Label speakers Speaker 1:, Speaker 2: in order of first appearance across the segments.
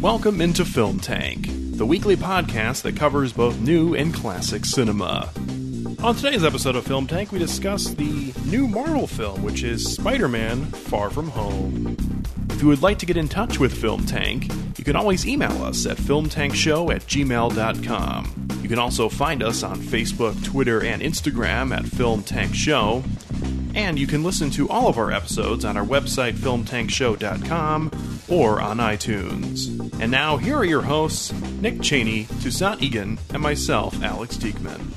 Speaker 1: Welcome into Film Tank, the weekly podcast that covers both new and classic cinema. On today's episode of Film Tank, we discuss the new Marvel film, which is Spider Man Far From Home. If you would like to get in touch with Film Tank, you can always email us at filmtankshow at gmail.com. You can also find us on Facebook, Twitter, and Instagram at Film Tank Show. And you can listen to all of our episodes on our website, filmtankshow.com, or on iTunes. And now, here are your hosts Nick Cheney, Toussaint Egan, and myself, Alex Diekman.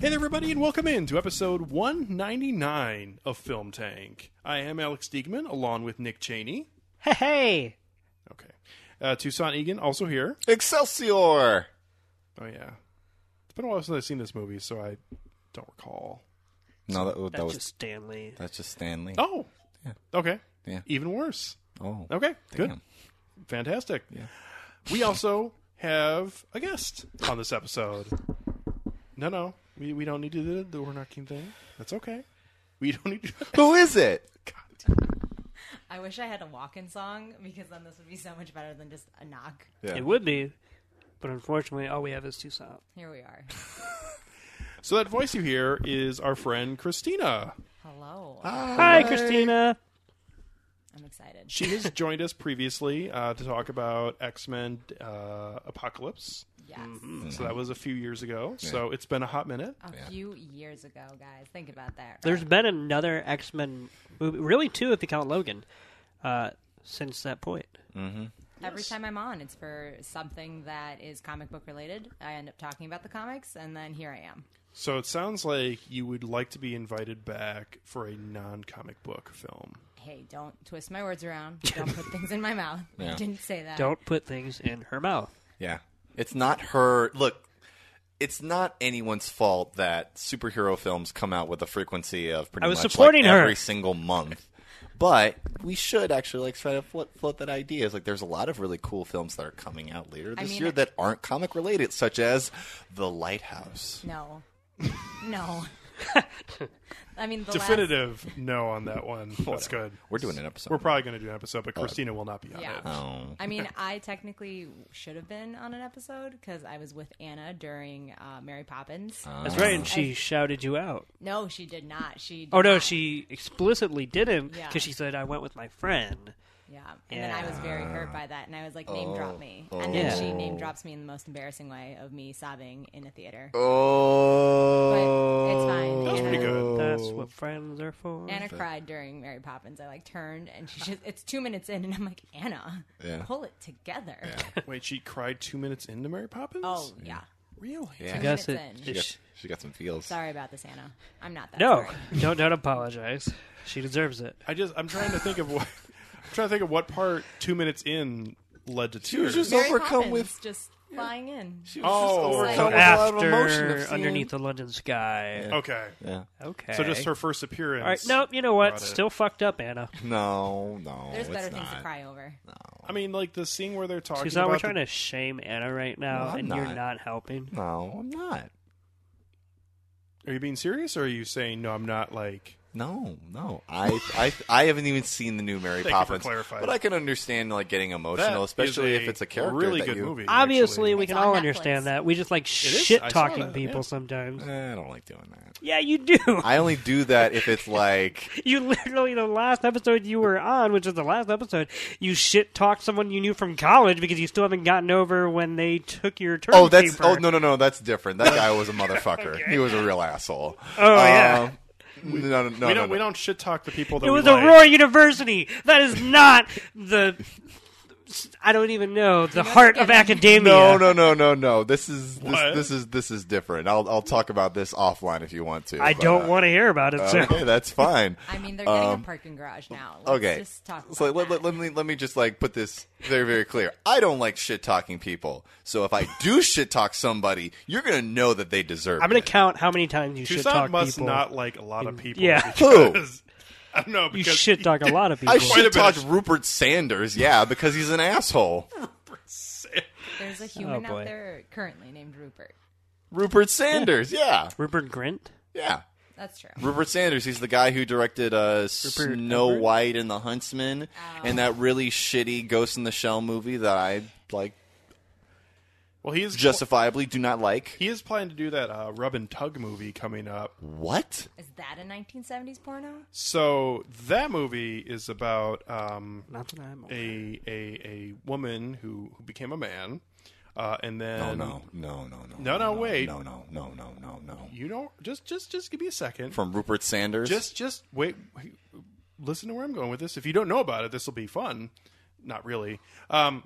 Speaker 1: Hey there, everybody, and welcome in to episode 199 of Film Tank. I am Alex Diekman, along with Nick Cheney.
Speaker 2: Hey, hey.
Speaker 1: Okay. Uh, Toussaint Egan, also here.
Speaker 3: Excelsior!
Speaker 1: Oh, yeah. It's been a while since I've seen this movie, so I don't recall.
Speaker 3: No, that, that
Speaker 2: That's
Speaker 3: was
Speaker 2: just Stanley.
Speaker 3: that's just Stanley.
Speaker 1: Oh, okay.
Speaker 3: Yeah.
Speaker 1: Even worse.
Speaker 3: Oh,
Speaker 1: Okay, good.
Speaker 3: damn.
Speaker 1: Fantastic. We also have a guest on this episode. No, no, we, we don't need to do the door knocking thing. That's okay. We don't need to.
Speaker 3: Who is it?
Speaker 4: I wish I had a walk-in song because then this would be so much better than just a knock.
Speaker 3: Yeah.
Speaker 2: It would be, but unfortunately, all we have is Tucson.
Speaker 4: Here we are.
Speaker 1: So that voice you hear is our friend Christina.
Speaker 4: Hello.
Speaker 2: Hi, Christina.
Speaker 4: I'm excited.
Speaker 1: She has joined us previously uh, to talk about X Men uh, Apocalypse.
Speaker 4: Yes.
Speaker 1: So
Speaker 3: Mm-hmm.
Speaker 1: that was a few years ago. So it's been a hot minute.
Speaker 4: A few years ago, guys. Think about that.
Speaker 2: There's been another X Men movie, really two if you count Logan, uh, since that point.
Speaker 4: Every time I'm on, it's for something that is comic book related. I end up talking about the comics, and then here I am.
Speaker 1: So it sounds like you would like to be invited back for a non comic book film.
Speaker 4: Hey, don't twist my words around. Don't put things in my mouth. I
Speaker 3: Yeah.
Speaker 4: didn't say that.
Speaker 2: Don't put things in her mouth.
Speaker 3: Yeah. It's not her. Look, it's not anyone's fault that superhero films come out with a frequency of pretty
Speaker 2: I was
Speaker 3: much
Speaker 2: supporting
Speaker 3: like
Speaker 2: her.
Speaker 3: every single month. But we should actually like try to float, float that idea. It's like there's a lot of really cool films that are coming out later this
Speaker 4: mean,
Speaker 3: year
Speaker 4: it-
Speaker 3: that aren't comic related, such as The Lighthouse.
Speaker 4: No. No. I mean, the
Speaker 1: definitive no on that one. That's
Speaker 3: Whatever.
Speaker 1: good.
Speaker 3: We're doing an episode.
Speaker 1: We're probably going to do an episode, but Christina will not be on
Speaker 4: Last, yeah.
Speaker 1: it.
Speaker 3: Oh.
Speaker 4: I mean, I technically should have been on an episode because I was with Anna during uh, Mary Poppins.
Speaker 3: Uh.
Speaker 2: That's right, and she shouted you out.
Speaker 4: No, she did not. She. Did
Speaker 2: Oh no,
Speaker 4: not.
Speaker 2: she explicitly didn't
Speaker 4: Yeah.
Speaker 2: because she said I went with my friend.
Speaker 4: Yeah, and then I was very hurt by that, and I was like, name
Speaker 3: Oh.
Speaker 4: drop me, and
Speaker 2: Yeah.
Speaker 4: then she name drops me in the most embarrassing way of me sobbing in a theater.
Speaker 3: Oh.
Speaker 4: But it's fine.
Speaker 1: That's
Speaker 4: Anna,
Speaker 1: pretty good.
Speaker 2: That's what friends are for.
Speaker 4: Anna cried during Mary Poppins. I like turned, and she just, it's two minutes in, and I'm like, Anna,
Speaker 3: Yeah.
Speaker 4: pull it together.
Speaker 1: Wait, she cried two minutes into Mary Poppins?
Speaker 4: Oh yeah.
Speaker 1: really?
Speaker 3: Yeah.
Speaker 2: I guess it.
Speaker 4: Minutes in.
Speaker 3: She
Speaker 2: it-
Speaker 3: got, she got some feels.
Speaker 4: Sorry about this, Anna. I'm not that.
Speaker 2: no,
Speaker 4: sorry.
Speaker 2: don't don't apologize. She deserves it.
Speaker 1: I just I'm trying to think of what I'm trying to think of what part two minutes in led to tears.
Speaker 3: just-
Speaker 4: Mary
Speaker 3: overcome
Speaker 4: Poppins
Speaker 3: with-
Speaker 4: just flying in.
Speaker 3: She was
Speaker 1: Oh,
Speaker 3: just overcome
Speaker 4: So
Speaker 3: with a lot of emotion
Speaker 2: After
Speaker 3: of seeing-
Speaker 2: underneath the London sky.
Speaker 1: okay.
Speaker 3: Yeah.
Speaker 2: Okay.
Speaker 1: So just her first appearance.
Speaker 2: All right. Nope. You know what?
Speaker 1: Got it.
Speaker 2: Still fucked up, Anna.
Speaker 3: No, no.
Speaker 4: There's
Speaker 3: Oh, it's
Speaker 4: better
Speaker 3: not.
Speaker 4: things to cry over.
Speaker 1: I mean, like the scene where they're talking
Speaker 2: Because now
Speaker 1: about
Speaker 2: we're trying
Speaker 1: the-
Speaker 2: to shame Anna right now,
Speaker 3: No, I'm
Speaker 2: and you're
Speaker 3: not.
Speaker 2: not helping.
Speaker 3: No, I'm not.
Speaker 1: Are you being serious or are you saying no? I'm not. Like
Speaker 3: No, no. I, I, I haven't even seen the new Mary
Speaker 1: Thank you for
Speaker 3: Poppins,
Speaker 1: clarifying.
Speaker 3: but I can understand like getting
Speaker 1: that
Speaker 3: emotional, especially
Speaker 1: is a
Speaker 3: if it's a character
Speaker 1: Really
Speaker 3: that
Speaker 1: good
Speaker 3: you,
Speaker 1: movie.
Speaker 2: Obviously,
Speaker 1: actually.
Speaker 2: we
Speaker 4: It's
Speaker 2: can
Speaker 4: on
Speaker 2: all
Speaker 4: Netflix.
Speaker 2: understand that. We just like
Speaker 1: is?
Speaker 2: shit
Speaker 1: I saw
Speaker 2: talking
Speaker 1: that,
Speaker 2: people
Speaker 1: yeah.
Speaker 2: sometimes.
Speaker 3: Eh, I don't like doing that.
Speaker 2: Yeah, you do.
Speaker 3: I only do that if it's like
Speaker 2: you literally the last episode you were on, which is the last episode, you shit talked someone you knew from college because you still haven't gotten over when they took your turn.
Speaker 3: Oh, that's
Speaker 2: paper.
Speaker 3: oh no no no that's different. That guy was a motherfucker. He was a real asshole.
Speaker 2: Oh, yeah.
Speaker 3: Um, no no no.
Speaker 1: we
Speaker 3: no,
Speaker 1: don't we
Speaker 3: no.
Speaker 1: don't shit talk the people that
Speaker 2: It
Speaker 1: we
Speaker 2: was Aurora
Speaker 1: like.
Speaker 2: University. That is not the. I don't even know the heart of academia.
Speaker 3: No, no, no, no, no. This is this,
Speaker 1: What?
Speaker 3: this is this is different. I'll I'll talk about this offline if you want to.
Speaker 2: I
Speaker 3: but,
Speaker 2: don't
Speaker 3: uh,
Speaker 2: want to hear about it. so.
Speaker 3: Okay, that's fine.
Speaker 4: I mean, they're getting a parking garage now. Let's
Speaker 3: Um, okay,
Speaker 4: Just talk about
Speaker 3: so let, let,
Speaker 4: that.
Speaker 3: let me let me just like put this very very clear. I don't like shit talking people. So if I do shit talk somebody, you're gonna know that they deserve.
Speaker 2: I'm going
Speaker 3: it.
Speaker 2: to count how many times you shit
Speaker 1: Tucson
Speaker 2: talk
Speaker 1: must
Speaker 2: people.
Speaker 1: not like a lot of people.
Speaker 2: Yeah.
Speaker 3: Who?
Speaker 1: because I don't know
Speaker 2: You
Speaker 1: because
Speaker 2: shit talk a lot of people.
Speaker 3: I
Speaker 1: Quite a
Speaker 3: should
Speaker 1: bit
Speaker 3: talk
Speaker 1: of-
Speaker 3: Rupert Sanders, yeah, because he's an asshole.
Speaker 4: There's a human
Speaker 2: boy.
Speaker 4: out there currently named Rupert.
Speaker 3: Rupert Sanders, yeah,
Speaker 2: Rupert Grint.
Speaker 3: yeah.
Speaker 4: That's true.
Speaker 3: Rupert Sanders, he's the guy who directed uh, Snow
Speaker 2: Everett?
Speaker 3: White and the Huntsman, and that really shitty Ghost in the Shell movie that I like
Speaker 1: well, he is
Speaker 3: justifiably do not like.
Speaker 1: he is planning to do that uh, Rub and Tug movie coming up.
Speaker 3: What?
Speaker 4: Is that a 1970s porno?
Speaker 1: So that movie is about um,
Speaker 2: Not that I'm aware.
Speaker 1: a a a woman who, who became a man, uh, and then
Speaker 3: No, Oh, no, no, no, no,
Speaker 1: No, no, wait.
Speaker 3: no, no, no, no, no, no.
Speaker 1: you know just just just give me a second.
Speaker 3: From Rupert Sanders,
Speaker 1: just just wait, wait listen to where i'm going with this if you don't know about it this will be fun not really um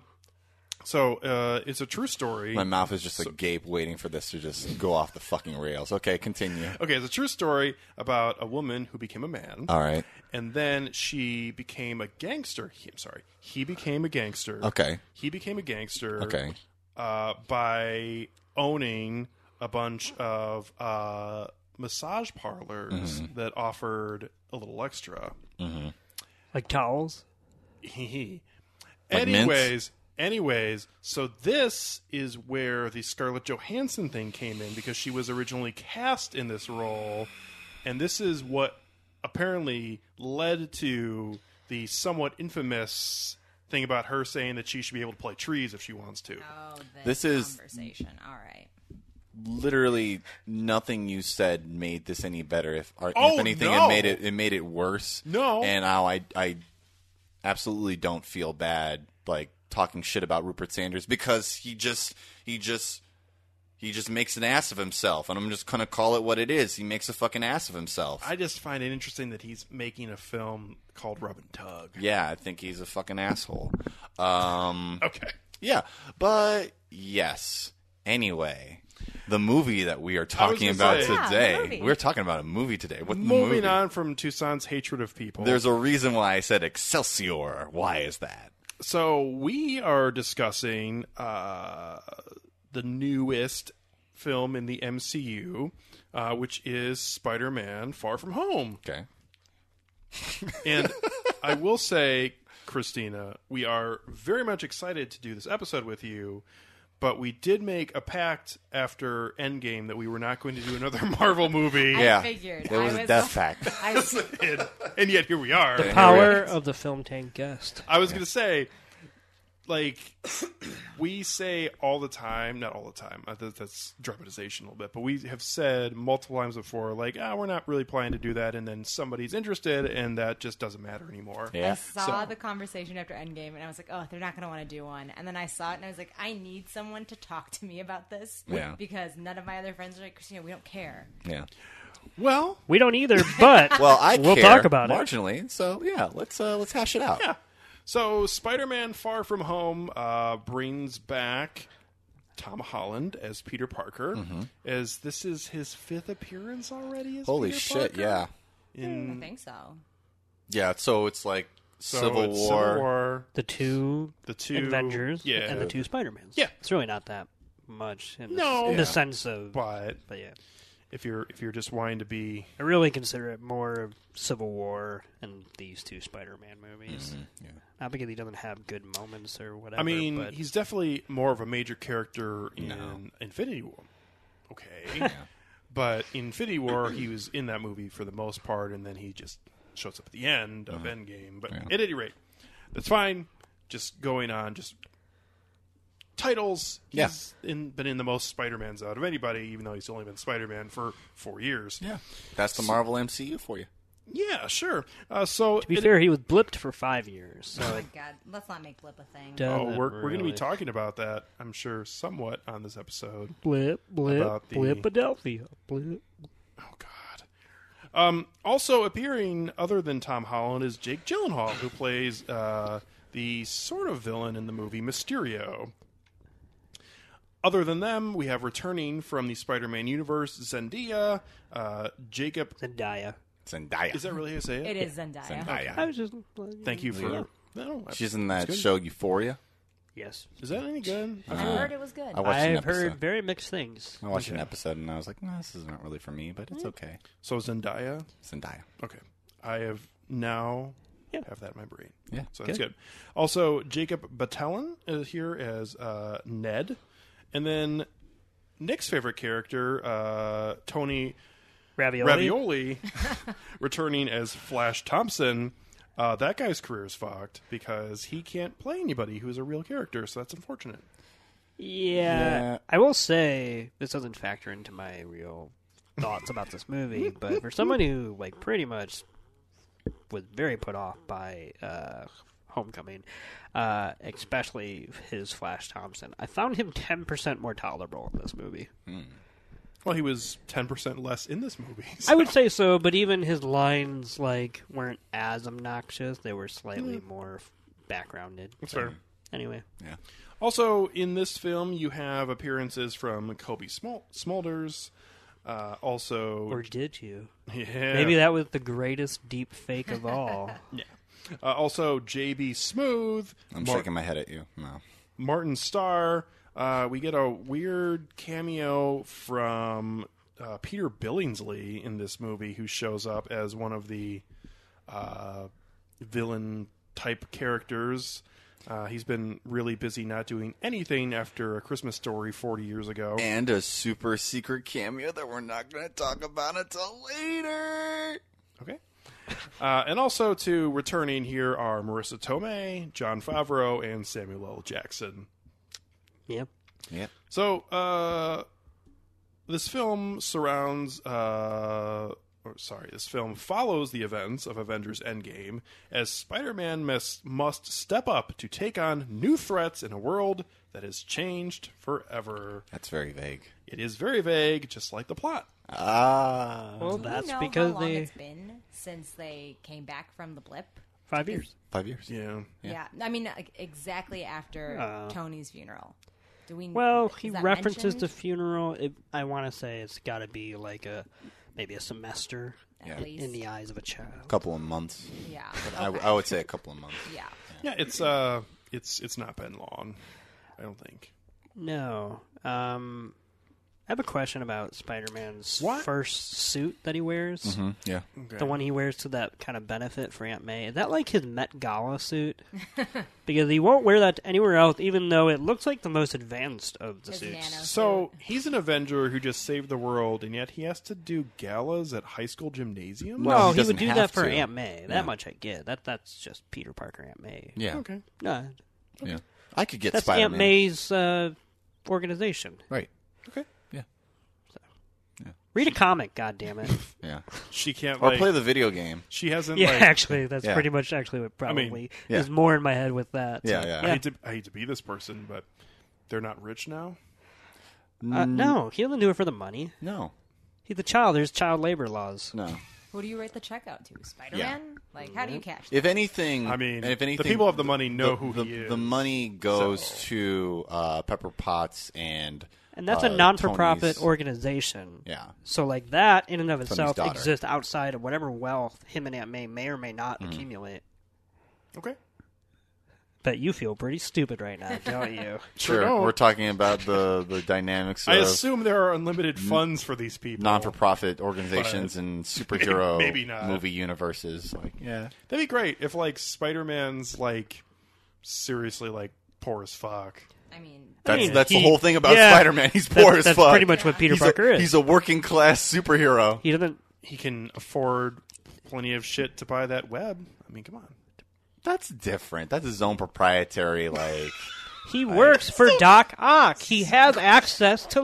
Speaker 1: so uh it's a true story
Speaker 3: my mouth is just agape, waiting for this to just go off the fucking rails. Okay, continue.
Speaker 1: okay it's a true story about a woman who became a man
Speaker 3: All right.
Speaker 1: and then she became a gangster he, i'm sorry he became a gangster
Speaker 3: Okay.
Speaker 1: he became a gangster
Speaker 3: Uh. Okay.
Speaker 1: uh by owning a bunch of uh massage parlors that offered a little extra
Speaker 2: Like towels.
Speaker 1: Hee-hee.
Speaker 3: Like mints?
Speaker 1: anyways, anyways, so this is where the Scarlett Johansson thing came in because she was originally cast in this role, and this is what apparently led to the somewhat infamous thing about her saying that she should be able to play trees if she wants to.
Speaker 4: Oh,
Speaker 3: This is-
Speaker 4: conversation. All right.
Speaker 3: Literally nothing you said made this any better. If, or
Speaker 1: Oh,
Speaker 3: if anything,
Speaker 1: no.
Speaker 3: it made it it made it worse.
Speaker 1: No.
Speaker 3: And now I I absolutely don't feel bad like talking shit about Rupert Sanders because he just he just he just makes an ass of himself, and I'm just gonna call it what it is. He makes a fucking ass of himself.
Speaker 1: I just find it interesting that he's making a film called Rub and Tug.
Speaker 3: yeah, I think he's a fucking asshole. Um.
Speaker 1: Okay.
Speaker 3: Yeah, but yes. Anyway, the movie that we are talking
Speaker 1: gonna
Speaker 3: about
Speaker 1: say-
Speaker 4: Yeah, the
Speaker 3: today,
Speaker 4: movie.
Speaker 3: we're talking about a movie today. What
Speaker 1: Moving
Speaker 3: movie?
Speaker 1: on from Tucson's hatred of people.
Speaker 3: There's a reason why I said Excelsior. Why is that?
Speaker 1: So we are discussing uh, the newest film in the MCU, uh, which is Spider-Man: Far From Home.
Speaker 3: Okay.
Speaker 1: And I will say, Christina, we are very much excited to do this episode with you. But we did make a pact after Endgame that we were not going to do another Marvel movie,
Speaker 3: yeah.
Speaker 4: figured.
Speaker 3: There
Speaker 4: I
Speaker 3: was a
Speaker 4: was-
Speaker 3: death fact.
Speaker 4: I was,
Speaker 1: and, and yet here we are.
Speaker 2: Power of the film tank guest.
Speaker 1: I was gonna say, like, we say all the time, not all the time. uh, That, that's dramatization a little bit, but we have said multiple times before, like, ah, we're not really planning to do that, and then somebody's interested, and that just doesn't matter anymore.
Speaker 4: I
Speaker 3: Yeah.
Speaker 4: saw the conversation after Endgame, and I was like, "Oh, they're not going to want to do one." And then I saw it, and I was like, "I need someone to talk to me about this."
Speaker 3: Yeah.
Speaker 4: Because none of my other friends are like, "Christina, we don't care."
Speaker 3: Yeah.
Speaker 1: Well,
Speaker 2: We don't either, but
Speaker 3: Well, I
Speaker 2: we'll
Speaker 3: care
Speaker 2: talk about it.
Speaker 3: marginally. So yeah, let's uh, let's hash it out. Yeah.
Speaker 1: so Spider-Man: Far From Home uh, brings back. Tom Holland as Peter Parker,
Speaker 3: Mm-hmm.
Speaker 1: as this is his fifth appearance already. As
Speaker 3: Holy
Speaker 1: Peter
Speaker 3: shit!
Speaker 1: Parker?
Speaker 3: Yeah.
Speaker 4: I
Speaker 3: Mm.
Speaker 4: don't think so.
Speaker 3: Yeah. So it's like
Speaker 1: So
Speaker 3: Civil,
Speaker 1: it's
Speaker 3: War.
Speaker 1: Civil War,
Speaker 2: The two
Speaker 1: the two
Speaker 2: Avengers
Speaker 1: yeah,
Speaker 2: and the two Spider-Mans.
Speaker 1: Yeah.
Speaker 2: It's really not that much
Speaker 1: No.
Speaker 2: in, the, in
Speaker 1: Yeah.
Speaker 2: the sense of.
Speaker 1: but
Speaker 2: But yeah.
Speaker 1: if you're if you're just wanting to be
Speaker 2: I really consider it more of Civil War and these two Spider-Man movies. Not because he doesn't have good moments or whatever.
Speaker 1: I mean,
Speaker 2: but
Speaker 1: he's definitely more of a major character in
Speaker 3: No.
Speaker 1: Infinity War. Okay. But in Infinity War, he was in that movie for the most part, and then he just shows up at the end of Endgame. But at any rate, that's fine. Just going on, just titles.
Speaker 3: Yeah.
Speaker 1: He's in, been in the most Spider-Mans out of anybody, even though he's only been Spider-Man for four years.
Speaker 3: Yeah. That's the Marvel MCU for you.
Speaker 1: Yeah, sure. Uh, so,
Speaker 2: to be
Speaker 1: it-
Speaker 2: fair, he was blipped for five years. So
Speaker 4: Oh my God, let's not make Blip a thing.
Speaker 1: oh, we're, we're going to be talking about that, I'm sure, somewhat on this episode.
Speaker 2: blip blip
Speaker 1: about the-
Speaker 2: blipadelphia blip.
Speaker 1: Oh God. Um, also appearing, other than Tom Holland, is Jake Gyllenhaal, who plays uh, the sort of villain in the movie Mysterio. Other than them, we have returning from the Spider-Man universe Zendaya, uh, Jacob.
Speaker 2: Zendaya.
Speaker 3: Zendaya.
Speaker 1: Is that really how you say it?
Speaker 4: It is Zendaya.
Speaker 2: I
Speaker 3: Zendaya.
Speaker 2: was just
Speaker 1: Thank you for. No, I-
Speaker 3: She's in that
Speaker 1: good.
Speaker 3: show Euphoria.
Speaker 2: Yes,
Speaker 1: is that any good?
Speaker 4: I heard it was good.
Speaker 3: I watched an
Speaker 2: I've
Speaker 3: episode.
Speaker 2: heard very mixed things.
Speaker 3: I watched an episode and I was like, no, this is not really for me, but it's okay.
Speaker 1: So Zendaya.
Speaker 3: Zendaya.
Speaker 1: Okay, I have now
Speaker 2: Yeah.
Speaker 1: have that in my brain.
Speaker 3: Yeah,
Speaker 1: so that's good. Also, Jacob Batellin is here as uh, Ned, and then Nick's favorite character, uh, Tony
Speaker 2: Ravioli.
Speaker 1: Ravioli, returning as Flash Thompson. Uh, that guy's career is fucked because he can't play anybody who's a real character, so that's unfortunate.
Speaker 2: Yeah.
Speaker 3: Yeah.
Speaker 2: I will say this doesn't factor into my real thoughts about this movie, but for someone who like pretty much was very put off by uh, Homecoming, uh, especially his Flash Thompson, I found him ten percent more tolerable in this movie.
Speaker 1: Well, he was ten percent less in this movie.
Speaker 2: I
Speaker 1: so-
Speaker 2: would say so, but even his lines like weren't as obnoxious; they were slightly
Speaker 4: Hmm.
Speaker 2: more backgrounded.
Speaker 1: That's fair.
Speaker 2: Anyway,
Speaker 3: Yeah.
Speaker 1: Also, in this film, you have appearances from Kobe Smol- Smolders. Uh, also,
Speaker 2: or did you?
Speaker 1: yeah,
Speaker 2: Maybe that was the greatest deep fake of all.
Speaker 1: Uh, also, J.B. Smooth,
Speaker 3: I'm
Speaker 1: Mar-
Speaker 3: shaking my head at you. No.
Speaker 1: Martin Starr. Uh, we get a weird cameo from uh, Peter Billingsley in this movie, who shows up as one of the uh, villain type characters. Uh, he's been really busy not doing anything after a Christmas story 40 years ago.
Speaker 3: And a super secret cameo that we're not going to talk about until later.
Speaker 1: Okay. Uh, and also to returning here are Marissa Tomei, John Favreau, and Samuel L. Jackson.
Speaker 2: Yep.
Speaker 3: Yep.
Speaker 1: So uh, this film surrounds, uh, or sorry, this film follows the events of Avengers Endgame as Spider-Man must must step up to take on new threats in a world that has changed forever.
Speaker 3: That's very vague.
Speaker 1: It is very vague, just like the plot.
Speaker 3: Ah.
Speaker 2: Well,
Speaker 4: Do you
Speaker 2: that's
Speaker 4: know
Speaker 2: because
Speaker 4: how long
Speaker 2: they
Speaker 4: it's been since they came back from the blip.
Speaker 2: five years.
Speaker 3: Five years.
Speaker 1: Yeah.
Speaker 4: Yeah, I mean like, exactly after Tony's funeral. Do we?
Speaker 2: Well,
Speaker 4: is
Speaker 2: he
Speaker 4: that
Speaker 2: references
Speaker 4: mentioned?
Speaker 2: the funeral. It, I want to say it's got to be like a maybe a semester
Speaker 3: Yeah.
Speaker 4: at least.
Speaker 2: in the eyes of a
Speaker 3: A
Speaker 2: child.
Speaker 3: couple of months.
Speaker 4: yeah,
Speaker 3: I, I would say a couple of months.
Speaker 4: yeah.
Speaker 1: Yeah, it's uh it's it's not been long. I don't think.
Speaker 2: No. Um, I have a question about Spider-Man's
Speaker 1: What? Mm-hmm.
Speaker 2: first suit that he wears.
Speaker 3: Hmm, Yeah.
Speaker 1: Okay.
Speaker 2: The one he wears to that kind of benefit for Aunt May. Is that like his Met Gala suit? because he won't wear that to anywhere else, even though it looks like the most advanced of the
Speaker 4: His
Speaker 2: suits.
Speaker 4: nano
Speaker 1: So he's an Avenger who just saved the world, and yet he has to do galas at high school gymnasium.
Speaker 3: Well,
Speaker 2: no,
Speaker 3: he
Speaker 2: Oh, he,
Speaker 3: doesn't
Speaker 2: would do
Speaker 3: have
Speaker 2: that for
Speaker 3: to.
Speaker 2: Aunt May. That
Speaker 3: Yeah.
Speaker 2: much I get. That that's just Peter Parker Aunt May.
Speaker 3: Yeah.
Speaker 1: Okay.
Speaker 2: No,
Speaker 3: Yeah. I could get
Speaker 2: that's
Speaker 3: Spider
Speaker 2: Aunt May's uh, organization.
Speaker 3: Right.
Speaker 1: Okay.
Speaker 3: Yeah.
Speaker 2: Read a comic, God damn it!
Speaker 3: Yeah.
Speaker 1: She can't.
Speaker 3: Or
Speaker 1: like,
Speaker 3: play the video game.
Speaker 1: She hasn't.
Speaker 2: yeah,
Speaker 1: like,
Speaker 2: actually, that's
Speaker 3: Yeah.
Speaker 2: pretty much actually what
Speaker 1: mean,
Speaker 2: probably
Speaker 3: yeah.
Speaker 2: is more in my head with that.
Speaker 3: Yeah,
Speaker 2: So,
Speaker 3: yeah.
Speaker 1: I hate to. I hate to be this person, but they're not rich now.
Speaker 2: Uh, no, he doesn't do it for the money.
Speaker 3: No.
Speaker 2: He's a child. There's child labor laws.
Speaker 3: No.
Speaker 4: Who do you write the check out to? Spider Man? Like, how do
Speaker 2: Mm-hmm.
Speaker 4: you cash?
Speaker 3: If anything,
Speaker 1: I mean,
Speaker 3: and if anything,
Speaker 1: the people have the money know
Speaker 3: the,
Speaker 1: who
Speaker 3: the,
Speaker 1: he is.
Speaker 3: the money goes
Speaker 1: So-
Speaker 3: to uh, Pepper Potts and
Speaker 2: And that's
Speaker 3: uh,
Speaker 2: a non-for-profit
Speaker 3: Tony's-
Speaker 2: organization.
Speaker 3: Yeah.
Speaker 2: So, like that in and of itself
Speaker 3: daughter.
Speaker 2: exists outside of whatever wealth him and Aunt May may or may not
Speaker 3: Mm.
Speaker 2: accumulate.
Speaker 1: Okay.
Speaker 2: But you feel pretty stupid right now, don't you?
Speaker 1: Sure
Speaker 3: Sure.
Speaker 1: don't.
Speaker 3: We're talking about the the Mm. dynamics
Speaker 1: I
Speaker 3: of
Speaker 1: assume there are unlimited funds for these people.
Speaker 3: non-for-profit organizations and superhero
Speaker 1: Maybe not.
Speaker 3: movie universes. Like, yeah.
Speaker 1: That'd be great if like Spider-Man's like seriously like poor as fuck.
Speaker 4: I mean,
Speaker 3: That's
Speaker 2: mean,
Speaker 3: that's the
Speaker 2: he-
Speaker 3: whole thing about
Speaker 2: yeah.
Speaker 3: Spider-Man. He's
Speaker 2: That's-
Speaker 3: poor as
Speaker 2: that's
Speaker 3: fuck.
Speaker 2: pretty much what Peter
Speaker 3: he's
Speaker 2: Parker
Speaker 3: a,
Speaker 2: is.
Speaker 3: He's a working class superhero.
Speaker 2: he doesn't.
Speaker 1: He can afford plenty of shit to buy that web. I mean, come on.
Speaker 3: That's different. That's his own proprietary. Like,
Speaker 2: He works for Doc Ock. He has access to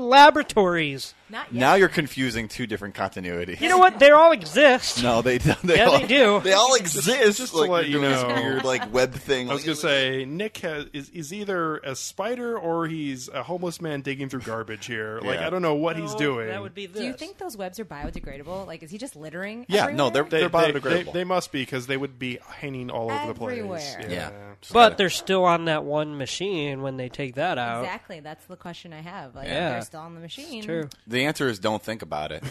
Speaker 2: laboratories.
Speaker 4: not yet.
Speaker 3: now you're confusing two different continuities.
Speaker 2: You know what? They all exist.
Speaker 3: No, they don't. They
Speaker 2: Yeah,
Speaker 3: all,
Speaker 2: they do.
Speaker 3: They all exist.
Speaker 1: just to
Speaker 3: like
Speaker 1: let
Speaker 3: you're
Speaker 1: you
Speaker 3: doing this
Speaker 1: know.
Speaker 3: weird like web thing.
Speaker 1: I was gonna say Nick has is, is either a spider or he's a homeless man digging through garbage here. Like
Speaker 3: Yeah.
Speaker 1: I don't know what he's doing.
Speaker 2: That would be this.
Speaker 4: do you think those webs are biodegradable? Like, is he just littering?
Speaker 3: Yeah, no,
Speaker 4: everywhere?
Speaker 1: they,
Speaker 3: They're
Speaker 1: they, they,
Speaker 3: biodegradable.
Speaker 1: they must be because they would be hanging all over the place.
Speaker 4: Everywhere.
Speaker 3: Yeah.
Speaker 2: But they're still on that one machine when they take that out.
Speaker 4: Exactly. That's the question I have. Like,
Speaker 2: Yeah.
Speaker 4: they're still on the machine.
Speaker 2: True.
Speaker 3: The answer is don't think about it.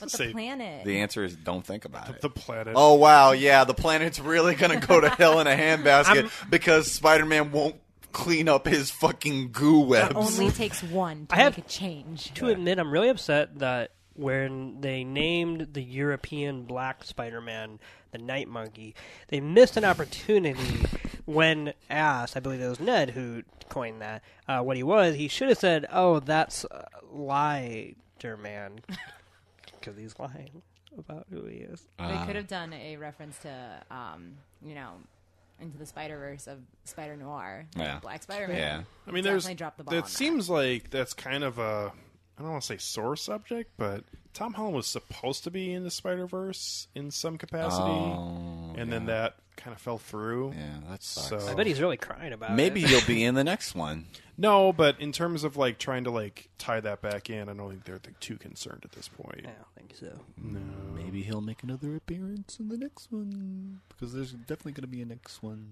Speaker 4: But
Speaker 1: Say-
Speaker 4: the planet.
Speaker 3: The answer is don't think about it.
Speaker 1: The planet.
Speaker 3: Oh wow, yeah, the planet's really gonna go to hell in a handbasket because Spider-Man won't clean up his fucking goo webs.
Speaker 4: only takes one to
Speaker 2: I
Speaker 4: make
Speaker 2: have-
Speaker 4: a change.
Speaker 2: To admit, I'm really upset that when they named the European Black Spider-Man the Night Monkey, they missed an opportunity when asked. I believe it was Ned who coined that. Uh, what he was, he should have said, "Oh, that's uh, Lider-Man," because he's lying about who he is.
Speaker 1: Oh.
Speaker 3: Um,
Speaker 4: they could have done a reference to, um, you know, into the Spider Verse of Spider Noir, like
Speaker 3: Yeah.
Speaker 4: Black Spider Man.
Speaker 3: Yeah.
Speaker 1: I mean,
Speaker 4: definitely
Speaker 1: there's
Speaker 4: dropped the ball. on
Speaker 1: that
Speaker 4: that.
Speaker 1: seems like that's kind of a I don't want to say sore subject, but Tom Holland was supposed to be in the Spider Verse in some capacity, and Oh, then that kind of fell through.
Speaker 3: Oh, Yeah, that sucks.
Speaker 1: So
Speaker 2: I bet he's really crying about
Speaker 3: Maybe
Speaker 2: it.
Speaker 3: you'll be in the next one.
Speaker 1: no, but in terms of like trying to like tie that back in, I don't think they're like, too concerned at this point.
Speaker 2: I don't think so.
Speaker 5: Maybe he'll make another appearance in the next one because there's definitely going to be a next one.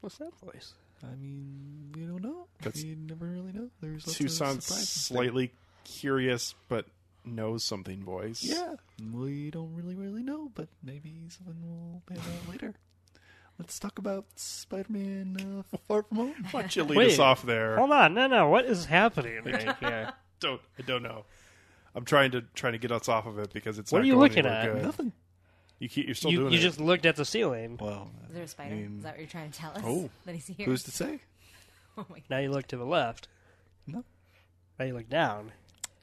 Speaker 2: What's that voice?
Speaker 5: I mean, we don't know.
Speaker 1: That's-
Speaker 5: we never really know. There's lots
Speaker 1: Two
Speaker 5: of
Speaker 1: sounds
Speaker 5: surprises there.
Speaker 1: slightly curious, but knows something voice.
Speaker 5: Yeah, we don't really really know, but maybe something will pan out later. Let's talk about Spider-Man uh, Far From Home.
Speaker 1: Why don't you lead
Speaker 2: Wait.
Speaker 1: us off there?
Speaker 2: Hold on, no, no. What is happening right here?
Speaker 1: Don't I don't know. I'm trying to trying to get us off of it because it's
Speaker 2: What
Speaker 1: not
Speaker 2: are you
Speaker 1: going
Speaker 2: looking
Speaker 1: anywhere
Speaker 2: at?
Speaker 1: good.
Speaker 5: Nothing.
Speaker 1: You keep, you're still
Speaker 2: you
Speaker 1: doing
Speaker 2: you
Speaker 1: it.
Speaker 2: just looked at the ceiling.
Speaker 5: Well,
Speaker 4: Is there a spider? Is that what you're trying to tell us?
Speaker 1: Oh.
Speaker 4: that he's here.
Speaker 5: who's to say?
Speaker 4: oh my God.
Speaker 2: Now you look to the left.
Speaker 5: No.
Speaker 2: Now you look down.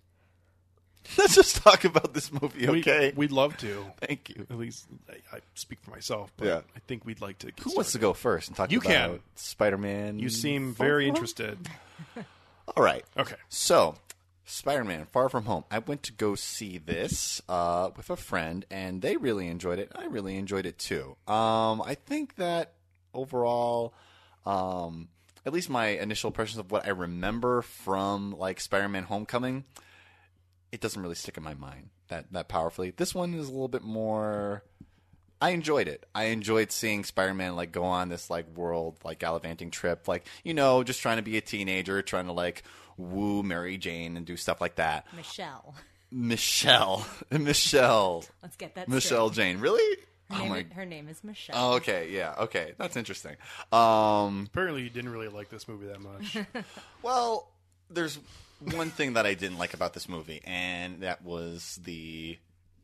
Speaker 3: Let's just talk about this movie,
Speaker 1: We-
Speaker 3: okay?
Speaker 1: We'd love to.
Speaker 3: Thank you.
Speaker 1: At least I, I speak for myself, but
Speaker 3: Yeah.
Speaker 1: I think we'd like to. Get
Speaker 3: Who wants to
Speaker 1: started.
Speaker 3: go first and talk
Speaker 1: You
Speaker 3: about
Speaker 1: can.
Speaker 3: Spider-Man?
Speaker 1: You seem
Speaker 3: Far
Speaker 1: very
Speaker 3: From Home?
Speaker 1: interested.
Speaker 3: All right.
Speaker 1: Okay.
Speaker 3: So, Spider Man Far From Home. I went to go see this uh, with a friend, and they really enjoyed it. I really enjoyed it too. Um, I think that overall, um, at least my initial impressions of what I remember from like Spider Man Homecoming, it doesn't really stick in my mind that, that powerfully. This one is a little bit more. I enjoyed it. I enjoyed seeing Spider Man like go on this like world like gallivanting trip, like you know, just trying to be a teenager, trying to like woo Mary Jane and do stuff like that.
Speaker 4: Michelle.
Speaker 3: Michelle, Michelle,
Speaker 4: Let's get that.
Speaker 3: Michelle
Speaker 4: straight.
Speaker 3: Jane, really?
Speaker 4: Her,
Speaker 3: Oh
Speaker 4: name,
Speaker 3: my.
Speaker 4: her name is Michelle.
Speaker 3: Oh, okay, yeah, okay, that's interesting. Um,
Speaker 1: Apparently, you didn't really like this movie that much.
Speaker 3: well, there's one thing that I didn't like about this movie, and that was the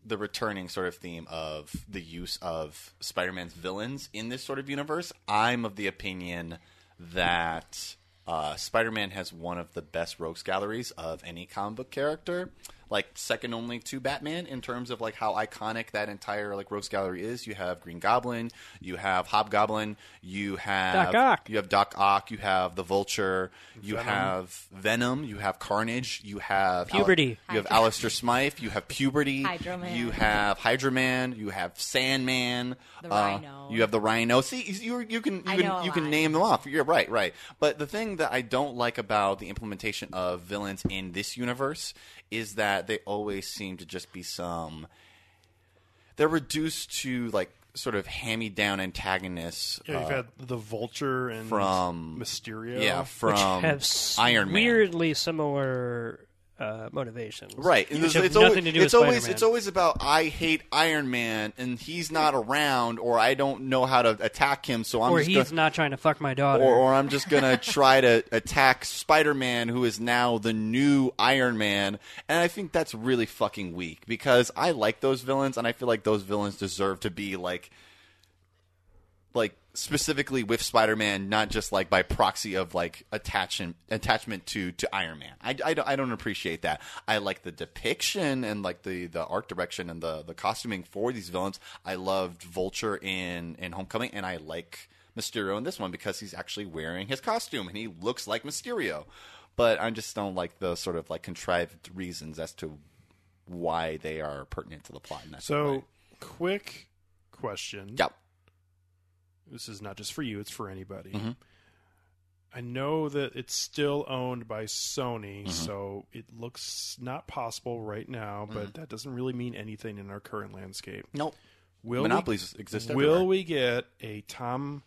Speaker 3: the returning sort of theme of the use of Spider-Man's villains in this sort of universe. I'm of the opinion that uh, Spider-Man has one of the best rogues galleries of any comic book character, like second only to Batman in terms of like how iconic that entire like rogues gallery is. You have Green Goblin, you have Hobgoblin, you have
Speaker 2: Doc Ock.
Speaker 3: you have Doc Ock, you have the Vulture, you have Venom, you have Carnage, you have Al-
Speaker 2: Puberty.
Speaker 3: you have Alistair Smythe, you have Puberty,
Speaker 4: Hydro Man.
Speaker 3: you have Hydra Man, you have Sandman, uh,
Speaker 4: The Rhino.
Speaker 3: you have the Rhino. See, you you can you
Speaker 4: I
Speaker 3: can,
Speaker 4: know a
Speaker 3: you can
Speaker 4: lot.
Speaker 3: name them off. You're right, right. But the thing that I don't like about the implementation of villains in this universe is that they always seem to just be some they're reduced to like sort of hand-me-down antagonists
Speaker 1: yeah, you've had the Vulture and
Speaker 3: Uh, from-
Speaker 1: Mysterio.
Speaker 3: Yeah, from
Speaker 2: Have s-
Speaker 3: Iron Man.
Speaker 2: Weirdly similar uh, motivations.
Speaker 3: Right,
Speaker 2: Which
Speaker 3: it's,
Speaker 2: have
Speaker 3: it's
Speaker 2: nothing
Speaker 3: always,
Speaker 2: to do
Speaker 3: it's
Speaker 2: with
Speaker 3: always
Speaker 2: Spider-Man.
Speaker 3: it's always about I hate Iron Man and he's not around or I don't know how to attack him, so I'm
Speaker 2: or
Speaker 3: just
Speaker 2: he's
Speaker 3: gonna,
Speaker 2: not trying to fuck my daughter.
Speaker 3: or, or I'm just gonna try to attack Spider Man, who is now the new Iron Man, and I think that's really fucking weak because I like those villains and I feel like those villains deserve to be like like specifically with Spider-Man, not just like by proxy of like attachment attachment to to Iron Man. I, I, don't- I don't appreciate that. I like the depiction and like the the art direction and the the costuming for these villains. I loved Vulture in in Homecoming, and I like Mysterio in this one because he's actually wearing his costume and he looks like Mysterio. But I just don't like the sort of like contrived reasons as to why they are pertinent to the plot. In that
Speaker 1: So,
Speaker 3: way.
Speaker 1: quick question.
Speaker 3: yeah,
Speaker 1: This is not just for you; it's for anybody.
Speaker 3: Mm-hmm.
Speaker 1: I know that it's still owned by Sony,
Speaker 3: Mm-hmm.
Speaker 1: so it looks not possible right now. But
Speaker 3: Mm-hmm.
Speaker 1: that doesn't really mean anything in our current landscape.
Speaker 3: nope.
Speaker 1: Will
Speaker 3: Monopolies exist
Speaker 1: Will
Speaker 3: everywhere.
Speaker 1: we get a Tom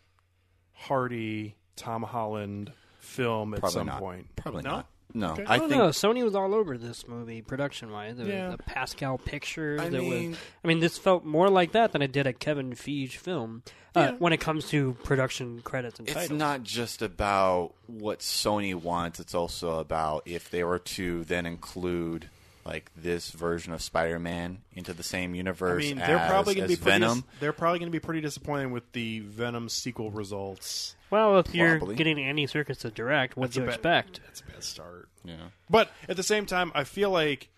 Speaker 1: Hardy, Tom Holland film at
Speaker 3: Probably
Speaker 1: some
Speaker 3: not.
Speaker 1: point?
Speaker 3: Probably
Speaker 1: No?
Speaker 3: not. No,
Speaker 1: Okay. Oh,
Speaker 3: I
Speaker 2: I don't
Speaker 3: think
Speaker 2: know. Sony was all over this movie production-wise. There
Speaker 1: Yeah.
Speaker 2: was the Pascal Pictures.
Speaker 3: I
Speaker 2: there
Speaker 3: mean-
Speaker 2: was. I mean, this felt more like that than it did a Kevin Feige film uh, when it comes to production credits and
Speaker 3: it's
Speaker 2: titles.
Speaker 3: not just about what Sony wants. It's also about if they were to then include like this version of Spider-Man into the same
Speaker 1: I
Speaker 3: universe
Speaker 1: mean,
Speaker 3: as,
Speaker 1: they're probably going
Speaker 3: as
Speaker 1: to be pretty
Speaker 3: Venom.
Speaker 1: dis- they're probably going to be pretty disappointed with the Venom sequel results.
Speaker 2: Well, if you're
Speaker 3: Probably.
Speaker 2: getting Andy Circus to direct, what
Speaker 1: That's a
Speaker 2: do you
Speaker 1: bad-
Speaker 2: expect?
Speaker 1: That's a bad start.
Speaker 3: Yeah.
Speaker 1: But at the same time, I feel like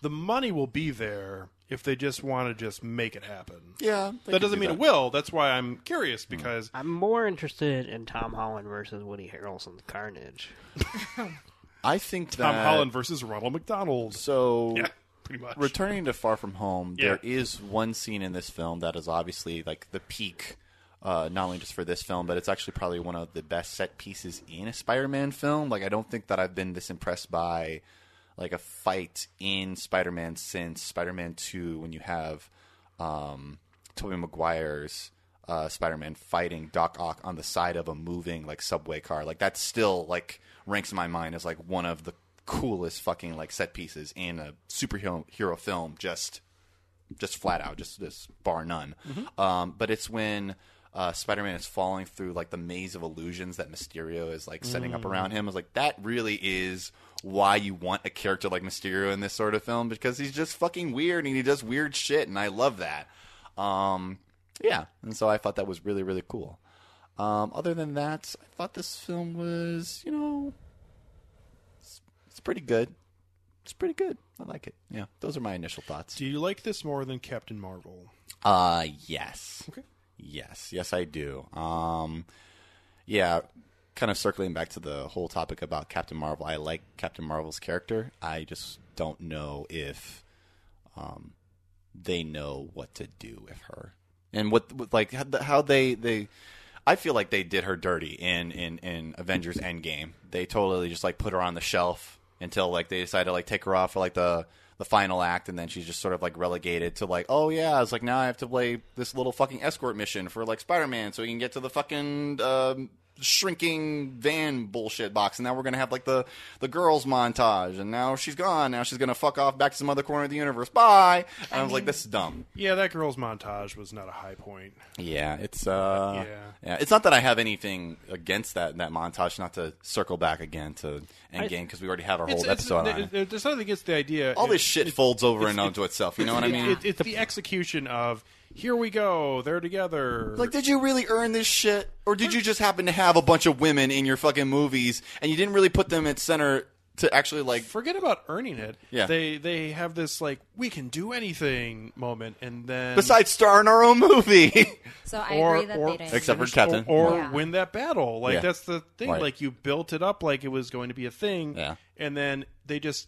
Speaker 1: the money will be there if they just want to just make it happen.
Speaker 3: Yeah,
Speaker 1: that doesn't mean it will. That's why I'm curious
Speaker 3: Mm.
Speaker 1: because
Speaker 2: I'm more interested in Tom Holland versus Woody Harrelson's Carnage.
Speaker 3: I think
Speaker 1: Tom
Speaker 3: that,
Speaker 1: Holland versus Ronald McDonald.
Speaker 3: So
Speaker 1: Yeah, pretty much.
Speaker 3: returning to Far From Home,
Speaker 1: Yeah.
Speaker 3: there is one scene in this film that is obviously like the peak, uh, not only just for this film, but it's actually probably one of the best set pieces in a Spider-Man film. Like, I don't think that I've been this impressed by like a fight in Spider-Man since Spider-Man Two, when you have um, Tobey Maguire's. Uh, Spider-Man fighting Doc Ock on the side of a moving like subway car, like that still like ranks in my mind as like one of the coolest fucking like set pieces in a superhero hero film. Just just flat out, just just bar none. Um, but it's when uh, Spider-Man is falling through like the maze of illusions that Mysterio is like setting up around him. I was like, that really is why you want a character like Mysterio in this sort of film because he's just fucking weird and he does weird shit, and I love that. Um, yeah, and so I thought that was really really cool. Um, other than that, I thought this film was, you know, it's, it's pretty good. It's pretty good. I like it. Yeah, those are my initial thoughts.
Speaker 1: Do you like this more than Captain Marvel?
Speaker 3: Uh yes.
Speaker 1: Okay.
Speaker 3: Yes, yes I do. Um yeah, kind of circling back to the whole topic about Captain Marvel. I like Captain Marvel's character. I just don't know if um they know what to do with her. And what what- like how- how they they I feel like they did her dirty in in in Avengers Endgame. They totally just like put her on the shelf until like they decided to like take her off for like the the final act and then she's just sort of like relegated to like oh yeah it's like now i have to play this little fucking escort mission for like spider-man so he can get to the fucking um, shrinking van bullshit box and now we're gonna have like the the girls montage and now she's gone now she's gonna fuck off back to some other corner of the universe bye and i, was like this is dumb
Speaker 1: Yeah, that girl's montage was not a high point.
Speaker 3: yeah, it's uh,
Speaker 1: Yeah.
Speaker 3: yeah. It's not that I have anything against that that montage. Not to circle back again to Endgame because we already have our whole episode on it.
Speaker 1: it- There's nothing against the idea.
Speaker 3: All this
Speaker 1: It-
Speaker 3: shit
Speaker 1: it-
Speaker 3: folds over
Speaker 1: it's-
Speaker 3: and
Speaker 1: it-
Speaker 3: onto itself. You know what I
Speaker 1: it-
Speaker 3: mean?
Speaker 1: it- it's the execution of here we go, they're together.
Speaker 3: Like, did you really earn this shit, or did you just happen to have a bunch of women in your fucking movies and you didn't really put them at center to actually like?
Speaker 1: forget about earning it.
Speaker 3: Yeah.
Speaker 1: They they have this like we can do anything moment and then
Speaker 3: Besides, star in our own movie.
Speaker 4: So I
Speaker 1: or,
Speaker 4: agree that
Speaker 1: or
Speaker 4: they didn't.
Speaker 3: Except for
Speaker 1: finish-
Speaker 3: Captain.
Speaker 1: or, or
Speaker 4: Yeah.
Speaker 1: win that battle. Like
Speaker 3: Yeah.
Speaker 1: that's the thing.
Speaker 3: Right.
Speaker 1: Like you built it up like it was going to be a thing,
Speaker 3: Yeah.
Speaker 1: and then they just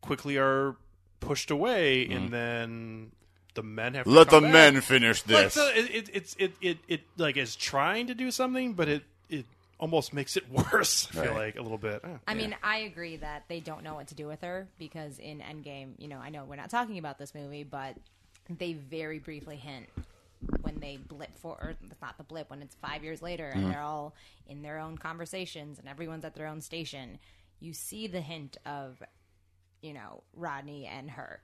Speaker 1: quickly are pushed away,
Speaker 3: Mm-hmm.
Speaker 1: and then the men have to come back.
Speaker 3: finish
Speaker 1: Like so it, it, it's it, it it like is trying to do something, but it it almost makes it worse. I feel
Speaker 3: Right.
Speaker 1: like a little bit. Oh.
Speaker 4: I mean, I agree that they don't know what to do with her because in Endgame, you know, I know we're not talking about this movie, but they very briefly hint when they blip for, or it's not the blip, when it's five years later
Speaker 3: Mm-hmm.
Speaker 4: and they're all in their own conversations and everyone's at their own station. You see the hint of, you know, Rodney and her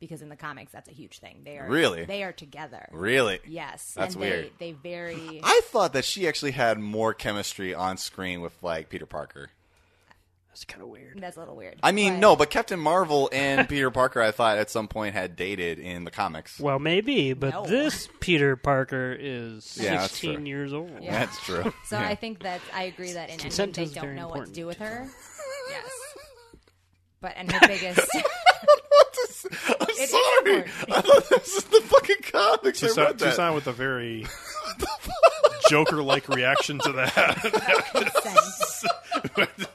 Speaker 4: because in the comics that's a huge thing. They are
Speaker 3: Hmm. Really?
Speaker 4: they are together.
Speaker 3: Really?
Speaker 4: Yes,
Speaker 3: That's
Speaker 4: and
Speaker 3: weird.
Speaker 4: They, they very.
Speaker 3: I thought that she actually had more chemistry on screen with like Peter Parker.
Speaker 2: That's kind of weird.
Speaker 4: That's a little weird.
Speaker 3: I mean, no, but Captain Marvel and Peter Parker, I thought at some point had dated in the comics.
Speaker 2: Well, maybe, but
Speaker 4: No.
Speaker 2: this Peter Parker is
Speaker 3: Yeah, that's
Speaker 2: 16
Speaker 3: true.
Speaker 2: years old.
Speaker 4: Yeah.
Speaker 3: That's true.
Speaker 4: So I think that I agree that in Endgame
Speaker 2: Consent
Speaker 4: they
Speaker 2: is
Speaker 4: don't
Speaker 2: very
Speaker 4: know what to
Speaker 2: important.
Speaker 4: do with her. yes. But and her biggest
Speaker 3: I'm
Speaker 4: is
Speaker 3: sorry.
Speaker 4: important.
Speaker 3: I thought this is the fucking comics. I
Speaker 1: Tucson,
Speaker 3: read that.
Speaker 1: Tucson with a very Joker-like reaction to that.
Speaker 4: consent.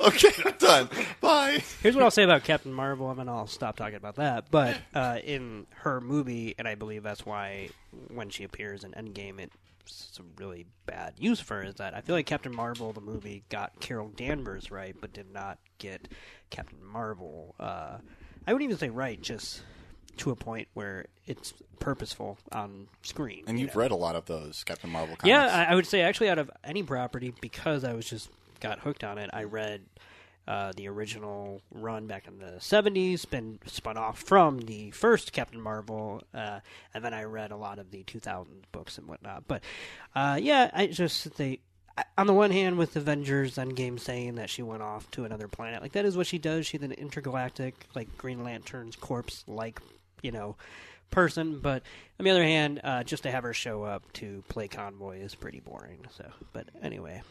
Speaker 3: Okay, I'm done. Bye.
Speaker 2: Here's what I'll say about Captain Marvel, and then I'll stop talking about that. But uh, in her movie, and I believe that's why when she appears in Endgame, it's a really bad use for her, is that I feel like Captain Marvel, the movie, got Carol Danvers right, but did not get Captain Marvel. Uh, I wouldn't even say right, just to a point where it's purposeful on screen.
Speaker 3: And
Speaker 2: you
Speaker 3: you've read a lot of those Captain Marvel comics.
Speaker 2: yeah, I, I would say actually out of any property because I was just got hooked on it. I read uh, the original run back in the seventies, been spun off from the first Captain Marvel, uh, and then I read a lot of the two thousand books and whatnot. But uh, yeah, I just they. I- on the one hand, with Avengers Endgame saying that she went off to another planet, like that is what she does. She's an intergalactic, like Green Lantern's corpse, like you know, person. But on the other hand, uh, just to have her show up to play convoy is pretty boring. So, but anyway.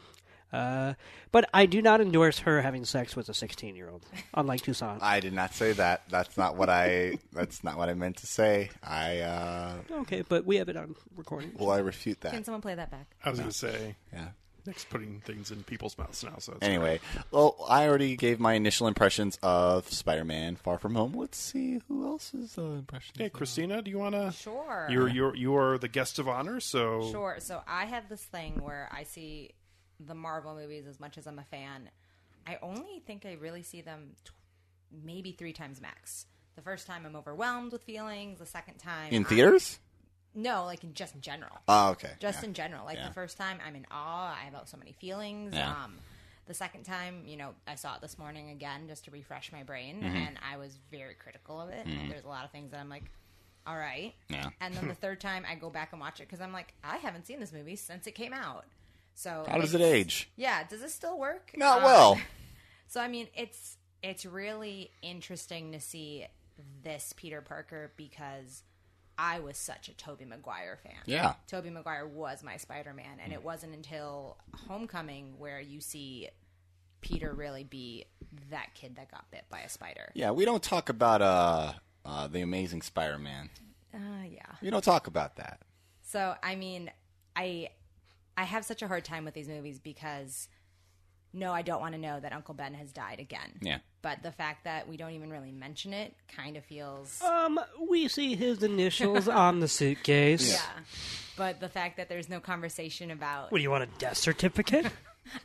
Speaker 2: Uh, but I do not endorse her having sex with a 16 year old, unlike Tucson.
Speaker 3: I did not say that. That's not what I. that's not what I meant to say. I. uh
Speaker 2: Okay, but we have it on recording.
Speaker 3: Well, I refute
Speaker 4: Can
Speaker 3: that.
Speaker 4: someone play that back?
Speaker 1: I was going to say,
Speaker 3: Yeah.
Speaker 1: Nick's putting things in people's mouths now, so it's
Speaker 3: Anyway, well, I already gave my initial impressions of Spider-Man: Far From Home. Let's see who uh, else is.
Speaker 5: So impression.
Speaker 1: Hey, Christina, do you want to?
Speaker 4: Sure.
Speaker 1: You're you're you are the guest of honor, so
Speaker 4: Sure. So I have this thing where I see the Marvel movies as much as I'm a fan. I only think I really see them t- maybe three times max. The first time I'm overwhelmed with feelings. The second time
Speaker 3: In
Speaker 4: I'm-
Speaker 3: theaters?
Speaker 4: no, like in just in general.
Speaker 3: Oh, okay.
Speaker 4: Just
Speaker 3: Yeah.
Speaker 4: in general, like
Speaker 3: Yeah.
Speaker 4: the first time I'm in awe. I have out so many feelings.
Speaker 3: Yeah.
Speaker 4: Um, the second time, you know, I saw it this morning again just to refresh my brain,
Speaker 3: Mm-hmm.
Speaker 4: and I was very critical of it. There's a lot of things that I'm like, all right.
Speaker 3: Yeah.
Speaker 4: And then the third time, I go back and watch it because I'm like, I haven't seen this movie since it came out. So
Speaker 3: How does it
Speaker 4: it's-
Speaker 3: age?
Speaker 4: Yeah, does it still work?
Speaker 3: Not
Speaker 4: Um,
Speaker 3: well.
Speaker 4: so I mean, it's it's really interesting to see this Peter Parker because I was such a Toby Maguire fan.
Speaker 3: Yeah. Mm.
Speaker 4: Toby Maguire was my Spider-Man and it wasn't until Homecoming where you see Peter really be that kid that got bit by a spider.
Speaker 3: Yeah, we don't talk about uh, uh the Amazing Spider-Man.
Speaker 4: Uh, yeah.
Speaker 3: We don't talk about that.
Speaker 4: So I mean, I I have such a hard time with these movies because no, I don't want to know that Uncle Ben has died again.
Speaker 3: Yeah.
Speaker 4: But the fact that we don't even really mention it kind of
Speaker 3: Oh,
Speaker 4: feels
Speaker 2: Um, we see his initials on the suitcase.
Speaker 4: yeah. But the fact that there's no conversation about
Speaker 2: What do you want a death certificate?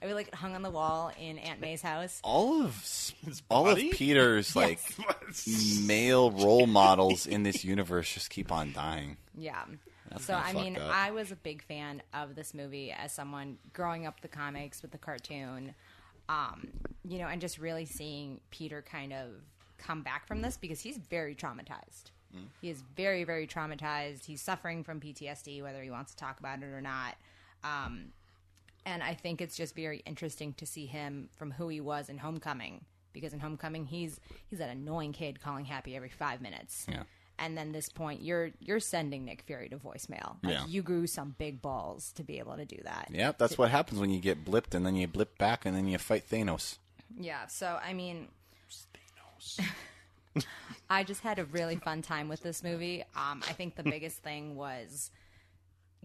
Speaker 4: I would like it hung on the wall in Aunt May's house.
Speaker 3: All of s- all of
Speaker 1: body?
Speaker 3: Peter's like male role models in this universe just keep on dying.
Speaker 4: Yeah. so
Speaker 3: kinda
Speaker 4: I mean,
Speaker 3: fucked up.
Speaker 4: I was a big fan of this movie as someone growing up the comics with the cartoon, um, you know, and just really seeing Peter kind of come back from this because he's very traumatized.
Speaker 3: Hmm.
Speaker 4: He is very, very traumatized. He's suffering from PTSD, whether he wants to talk about it or not. Um, and I think it's just very interesting to see him from who he was in Homecoming because in Homecoming he's he's that annoying kid calling Happy every five minutes.
Speaker 3: Yeah.
Speaker 4: And then this point, you're you're sending Nick Fury to voicemail. Like,
Speaker 3: Yeah.
Speaker 4: You grew some big balls to be able to do that.
Speaker 3: Yep, that's what happens when you get blipped and then you blip back and then you fight Thanos.
Speaker 4: Yeah, so I mean, I just had a really fun time with this movie. Um, I think the biggest thing was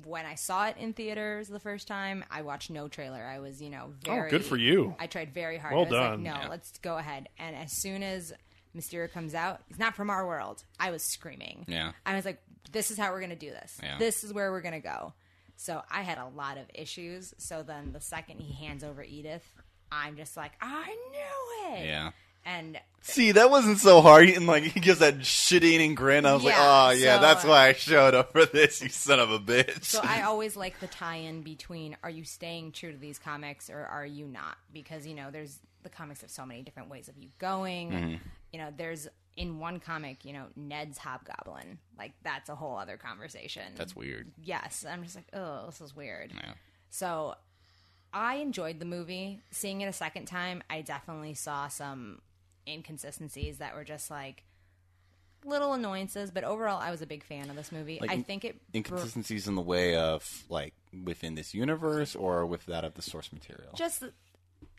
Speaker 4: when I saw it in theaters the first time. I watched no trailer. I was, you know, very
Speaker 1: Oh, good for you.
Speaker 4: I tried very hard.
Speaker 1: Well
Speaker 4: I was like,
Speaker 1: done.
Speaker 4: no, let's go ahead. And as soon as Mysterio comes out, he's not from our world. I was screaming.
Speaker 3: Yeah.
Speaker 4: I was like, this is how we're gonna do this.
Speaker 3: Yeah.
Speaker 4: This is where we're gonna go. So I had a lot of issues. So then the second he hands over Edith, I'm just like, I knew it.
Speaker 3: Yeah.
Speaker 4: And
Speaker 3: See, that wasn't so hard. And like he gives that shit eating grin. I was
Speaker 4: Yeah,
Speaker 3: like, oh yeah,
Speaker 4: so-
Speaker 3: that's why I showed up for this, you son of a bitch.
Speaker 4: so I always like the tie-in between are you staying true to these comics or are you not? Because you know, there's the comics have so many different ways of you going.
Speaker 3: Mm-hmm.
Speaker 4: You know, there's in one comic, you know, Ned's hobgoblin. Like that's a whole other conversation.
Speaker 3: that's weird.
Speaker 4: yes. I'm just like, oh, this is weird. So I enjoyed the movie. Seeing it a second time, I definitely saw some inconsistencies that were just like little annoyances, but overall I was a big fan of this movie. I
Speaker 3: in-
Speaker 4: think it
Speaker 3: Inconsistencies in the way of like within this universe or with that of the source material.
Speaker 4: just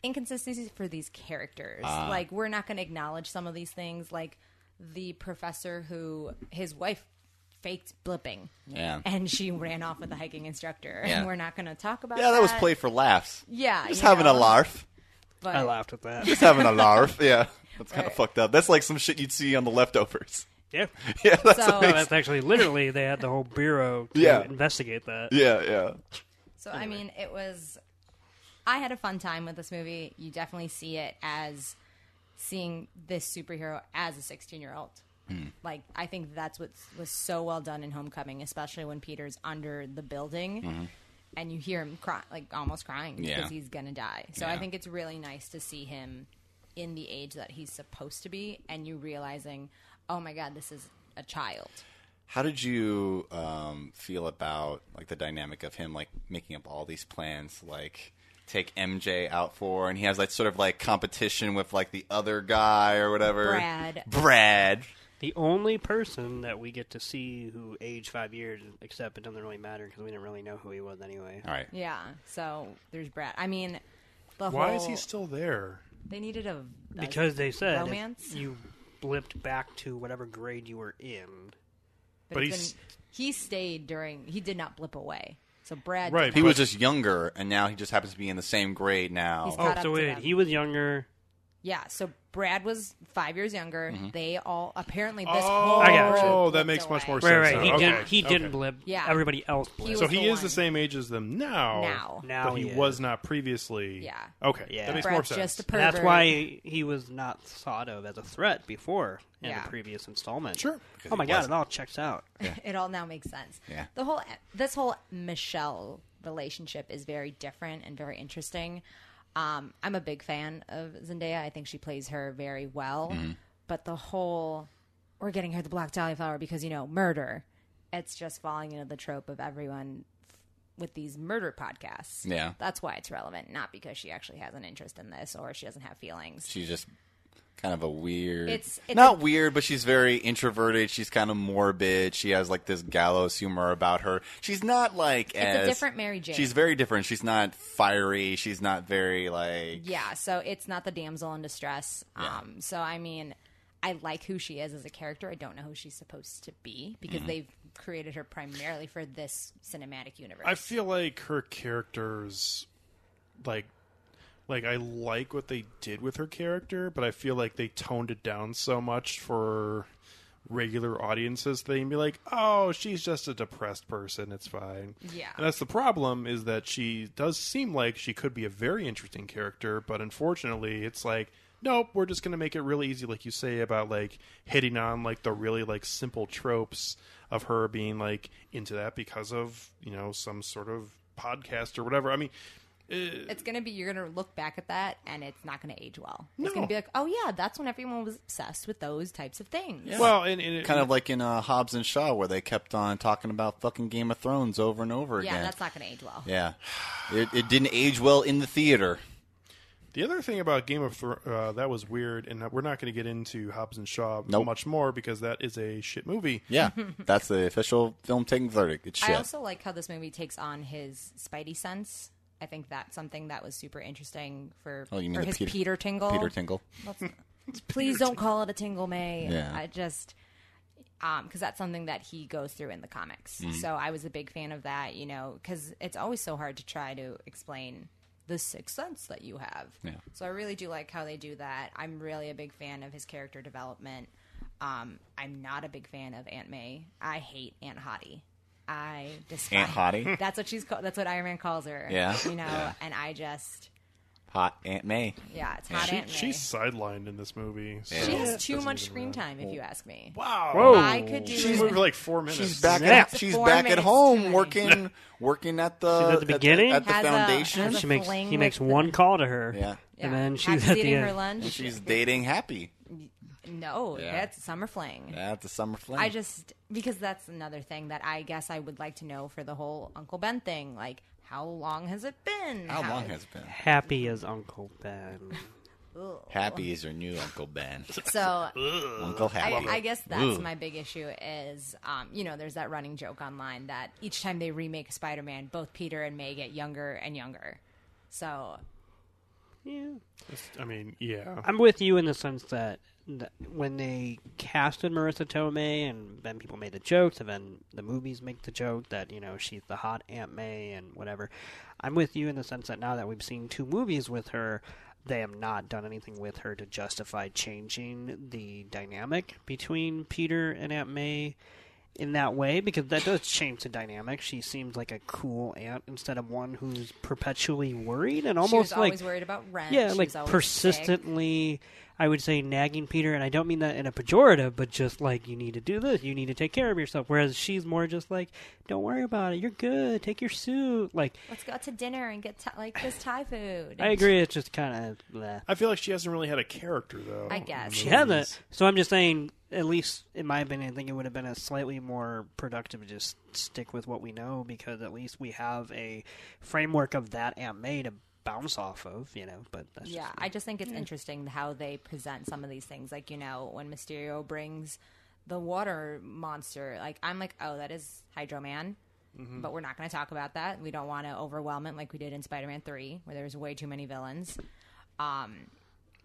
Speaker 4: inconsistencies for these characters.
Speaker 3: Ah.
Speaker 4: like we're not going to acknowledge some of these things like the professor who his wife faked blipping
Speaker 3: yeah.
Speaker 4: and she ran off with the hiking instructor
Speaker 3: Yeah.
Speaker 4: and we're not going to talk about
Speaker 3: Yeah, that was played for laughs.
Speaker 4: Yeah,
Speaker 3: Just
Speaker 4: you
Speaker 3: having a
Speaker 4: know.
Speaker 3: larf.
Speaker 4: but
Speaker 2: I laughed at that.
Speaker 3: Just having a larf. Yeah. That's kind of
Speaker 4: Right.
Speaker 3: fucked up. That's like some shit you'd see on the leftovers.
Speaker 2: Yeah.
Speaker 3: Yeah. That's
Speaker 4: so
Speaker 2: No, that's actually literally they had the whole bureau to
Speaker 3: Yeah.
Speaker 2: investigate that.
Speaker 3: yeah, yeah.
Speaker 4: So I mean, it was. I had a fun time with this movie. You definitely see it as seeing this superhero as a 16 year old.
Speaker 3: Hmm.
Speaker 4: Like I think that's what was so well done in Homecoming, especially when Peter's under the building and you hear him cry, like almost crying because
Speaker 3: Mm-hmm. Yeah.
Speaker 4: he's gonna die. So I
Speaker 3: Yeah.
Speaker 4: think it's really nice to see him in the age that he's supposed to be, and you realizing, oh my god, this is a child.
Speaker 3: How did you um, feel about like the dynamic of him like making up all these plans, like take MJ out for, and he has like sort of like competition with like the other guy or whatever.
Speaker 4: Brad.
Speaker 3: Brad.
Speaker 2: The only person that we get to see who aged five years, except it doesn't really matter because we didn't really know who he was anyway.
Speaker 4: Oh,
Speaker 3: All right.
Speaker 4: Yeah. So there's Brad. I mean, the
Speaker 1: Why
Speaker 4: whole,
Speaker 1: is he still there?
Speaker 4: They needed a a-
Speaker 2: Because they said if
Speaker 4: romance?
Speaker 2: you blipped back to whatever grade you were in.
Speaker 1: but
Speaker 4: it's
Speaker 1: he's-
Speaker 4: been- he stayed during. He did not blip away. So Brad,
Speaker 1: Right.
Speaker 3: He
Speaker 1: but-
Speaker 3: was just younger, and now he just happens to be in the same grade now.
Speaker 4: He's
Speaker 2: Oh,
Speaker 4: Caught up
Speaker 2: so
Speaker 4: to
Speaker 2: wait,
Speaker 4: them.
Speaker 2: he was younger.
Speaker 4: Yeah, so Brad was five years younger.
Speaker 2: Mm-hmm.
Speaker 4: They all apparently this whole
Speaker 2: I got you.
Speaker 4: group
Speaker 1: Oh, that
Speaker 4: lived
Speaker 1: makes much more
Speaker 4: away.
Speaker 1: sense.
Speaker 2: Right, right. He
Speaker 1: Okay,
Speaker 2: didn't. He
Speaker 1: okay.
Speaker 2: didn't blip.
Speaker 4: Yeah.
Speaker 2: Everybody else
Speaker 4: He
Speaker 2: blipped.
Speaker 1: So
Speaker 4: was
Speaker 1: he
Speaker 4: the
Speaker 1: is the
Speaker 4: one.
Speaker 1: same age as them now.
Speaker 4: Now.
Speaker 2: now
Speaker 1: but he
Speaker 2: is.
Speaker 1: was not previously.
Speaker 4: Yeah.
Speaker 1: Okay.
Speaker 2: Yeah.
Speaker 1: That makes
Speaker 4: Brad's
Speaker 1: more sense.
Speaker 4: just a
Speaker 2: And
Speaker 4: pervert.
Speaker 2: That's why he was not thought of as a threat before in
Speaker 4: Yeah.
Speaker 2: the previous installment.
Speaker 1: Sure.
Speaker 2: Oh my
Speaker 3: he
Speaker 2: god, it
Speaker 3: wasn't.
Speaker 2: all checks out.
Speaker 4: it all now makes sense.
Speaker 3: Yeah.
Speaker 4: The whole this whole Michelle relationship is very different and very interesting. Um, I'm a big fan of Zendaya. I think she plays her very well.
Speaker 3: Mm-hmm.
Speaker 4: But the whole we're getting her the black dahlia flower because you know murder. It's just falling into the trope of everyone f- with these murder podcasts.
Speaker 3: Yeah.
Speaker 4: that's why it's relevant, not because she actually has an interest in this or she doesn't have feelings.
Speaker 3: she's just kind of a weird.
Speaker 4: It's- it's
Speaker 3: not
Speaker 4: a-
Speaker 3: weird, but she's very introverted. She's kind of morbid. She has like this gallows humor about her. She's not like
Speaker 4: It's
Speaker 3: as
Speaker 4: a different Mary Jane.
Speaker 3: She's very different. She's not fiery. She's not very like
Speaker 4: Yeah, so it's not the damsel in distress. Um, so I mean, I like who she is as a character. I don't know who she's supposed to be
Speaker 3: Mm-hmm.
Speaker 4: because they've created her primarily for this cinematic universe.
Speaker 1: I feel like her character's like like I like what they did with her character, but I feel like they toned it down so much for regular audiences they can be like, "Oh, she's just a depressed person. It's fine."
Speaker 4: Yeah.
Speaker 1: And that's the problem is that she does seem like she could be a very interesting character, but unfortunately, it's like Nope, we're just gonna make it really easy, like you say about like hitting on like the really like simple tropes of her being like into that because of you know some sort of podcast or whatever. I mean,
Speaker 4: it's gonna be you're gonna look back at that and it's not gonna age well. It's
Speaker 1: No.
Speaker 4: gonna be like, oh yeah, that's when everyone was obsessed with those types of things.
Speaker 1: well, and, and it,
Speaker 3: kind of like in uh, Hobbs and Shaw where they kept on talking about fucking Game of Thrones over and over
Speaker 4: Yeah,
Speaker 3: again.
Speaker 4: that's not gonna age well.
Speaker 3: yeah, it, it didn't age well in the theater.
Speaker 1: The other thing about Game of Thrones uh, that was weird, and we're not going to get into Hobbs and Shaw
Speaker 3: Nope.
Speaker 1: much more because that is a shit movie.
Speaker 3: Yeah, that's the official film taking verdict. It's shit.
Speaker 4: I also like how this movie takes on his Spidey sense. I think that's something that was super interesting for,
Speaker 3: oh, you mean
Speaker 4: for
Speaker 3: the
Speaker 4: his
Speaker 3: Peter,
Speaker 4: Peter, Tingle.
Speaker 3: Peter Tingle.
Speaker 4: please don't call it a tingle may
Speaker 3: Yeah.
Speaker 4: i just um because that's something that he goes through in the comics
Speaker 3: Mm-hmm.
Speaker 4: so i was a big fan of that you know because it's always so hard to try to explain the sixth sense that you have yeah. so i really do like how they do that i'm really a big fan of his character development um i'm not a big fan of aunt may i hate aunt hottie i despise
Speaker 3: Aunt Hottie?
Speaker 4: that's what she's called that's what iron man calls her
Speaker 3: Yeah.
Speaker 4: you know
Speaker 3: Yeah.
Speaker 4: and i just
Speaker 3: Hot Aunt May.
Speaker 4: yeah it's hot
Speaker 1: She,
Speaker 4: aunt may
Speaker 1: she's sidelined in this movie. so
Speaker 4: she
Speaker 1: it
Speaker 4: has too
Speaker 1: doesn't
Speaker 4: much
Speaker 1: even
Speaker 4: screen
Speaker 1: matter.
Speaker 4: time, if you ask me.
Speaker 1: Wow.
Speaker 4: I could do.
Speaker 1: She's moved for like four minutes.
Speaker 3: She's back.
Speaker 2: Snap.
Speaker 3: At, she's
Speaker 4: Four
Speaker 3: back at
Speaker 4: minutes too
Speaker 3: home
Speaker 4: many.
Speaker 3: working, working at the
Speaker 2: She's at the beginning?
Speaker 3: at the,
Speaker 4: Has a-
Speaker 3: foundation.
Speaker 4: has
Speaker 2: She makes
Speaker 4: Fling
Speaker 2: he makes
Speaker 4: with
Speaker 2: one call to her.
Speaker 3: Yeah.
Speaker 4: Yeah.
Speaker 2: And then she's
Speaker 4: Happy's
Speaker 2: at the
Speaker 4: eating
Speaker 2: end.
Speaker 4: her lunch.
Speaker 3: And she's dating Happy
Speaker 4: no,
Speaker 3: Yeah.
Speaker 4: that's summer fling.
Speaker 3: at the summer fling.
Speaker 4: I just because that's another thing that I guess I would like to know for the whole Uncle Ben thing. Like, how long has it been?
Speaker 3: how long has it been?
Speaker 2: Happy as Uncle Ben.
Speaker 3: Happy is your new Uncle Ben.
Speaker 4: so?
Speaker 3: Uncle Happy.
Speaker 4: I, I guess that's
Speaker 3: Ooh.
Speaker 4: my big issue is, um, you know, there's that running joke online that each time they remake Spider-Man, both Peter and May get younger and younger. So
Speaker 2: Yeah.
Speaker 1: I mean, yeah.
Speaker 2: I'm with you in the sense that th- when they casted Marissa Tomei, and then people made the jokes, and then the movies make the joke that you know she's the hot Aunt May and whatever. I'm with you in the sense that now that we've seen two movies with her, they have not done anything with her to justify changing the dynamic between Peter and Aunt May in that way because that does change the dynamic. She seems like a cool aunt instead of one who's perpetually worried and almost
Speaker 4: she was
Speaker 2: like
Speaker 4: always worried about rent.
Speaker 2: yeah,
Speaker 4: She
Speaker 2: like
Speaker 4: was always sick.
Speaker 2: persistently, I would say nagging Peter, and I don't mean that in a pejorative, but just like you need to do this, you need to take care of yourself. Whereas she's more just like, don't worry about it, you're good, take your suit. Like
Speaker 4: Let's go out to dinner and get t- like this Thai food.
Speaker 2: I agree, it's just kind of bleh.
Speaker 1: I feel like she hasn't really had a character though.
Speaker 4: I
Speaker 1: in the
Speaker 4: guess.
Speaker 2: she hasn't.
Speaker 1: movies.
Speaker 2: So I'm just saying, at least in my opinion, I think it would have been a slightly more productive to just stick with what we know because at least we have a framework of that Aunt May to bounce off of, you know. But that's
Speaker 4: Yeah,
Speaker 2: just me.
Speaker 4: I just think it's interesting how they present some of these things. Like, you know, when Mysterio brings the water monster, like, I'm like, oh, that is Hydro Man.
Speaker 2: Mm-hmm.
Speaker 4: But we're not going to talk about that. We don't want to overwhelm it like we did in Spider Man 3, where there was way too many villains.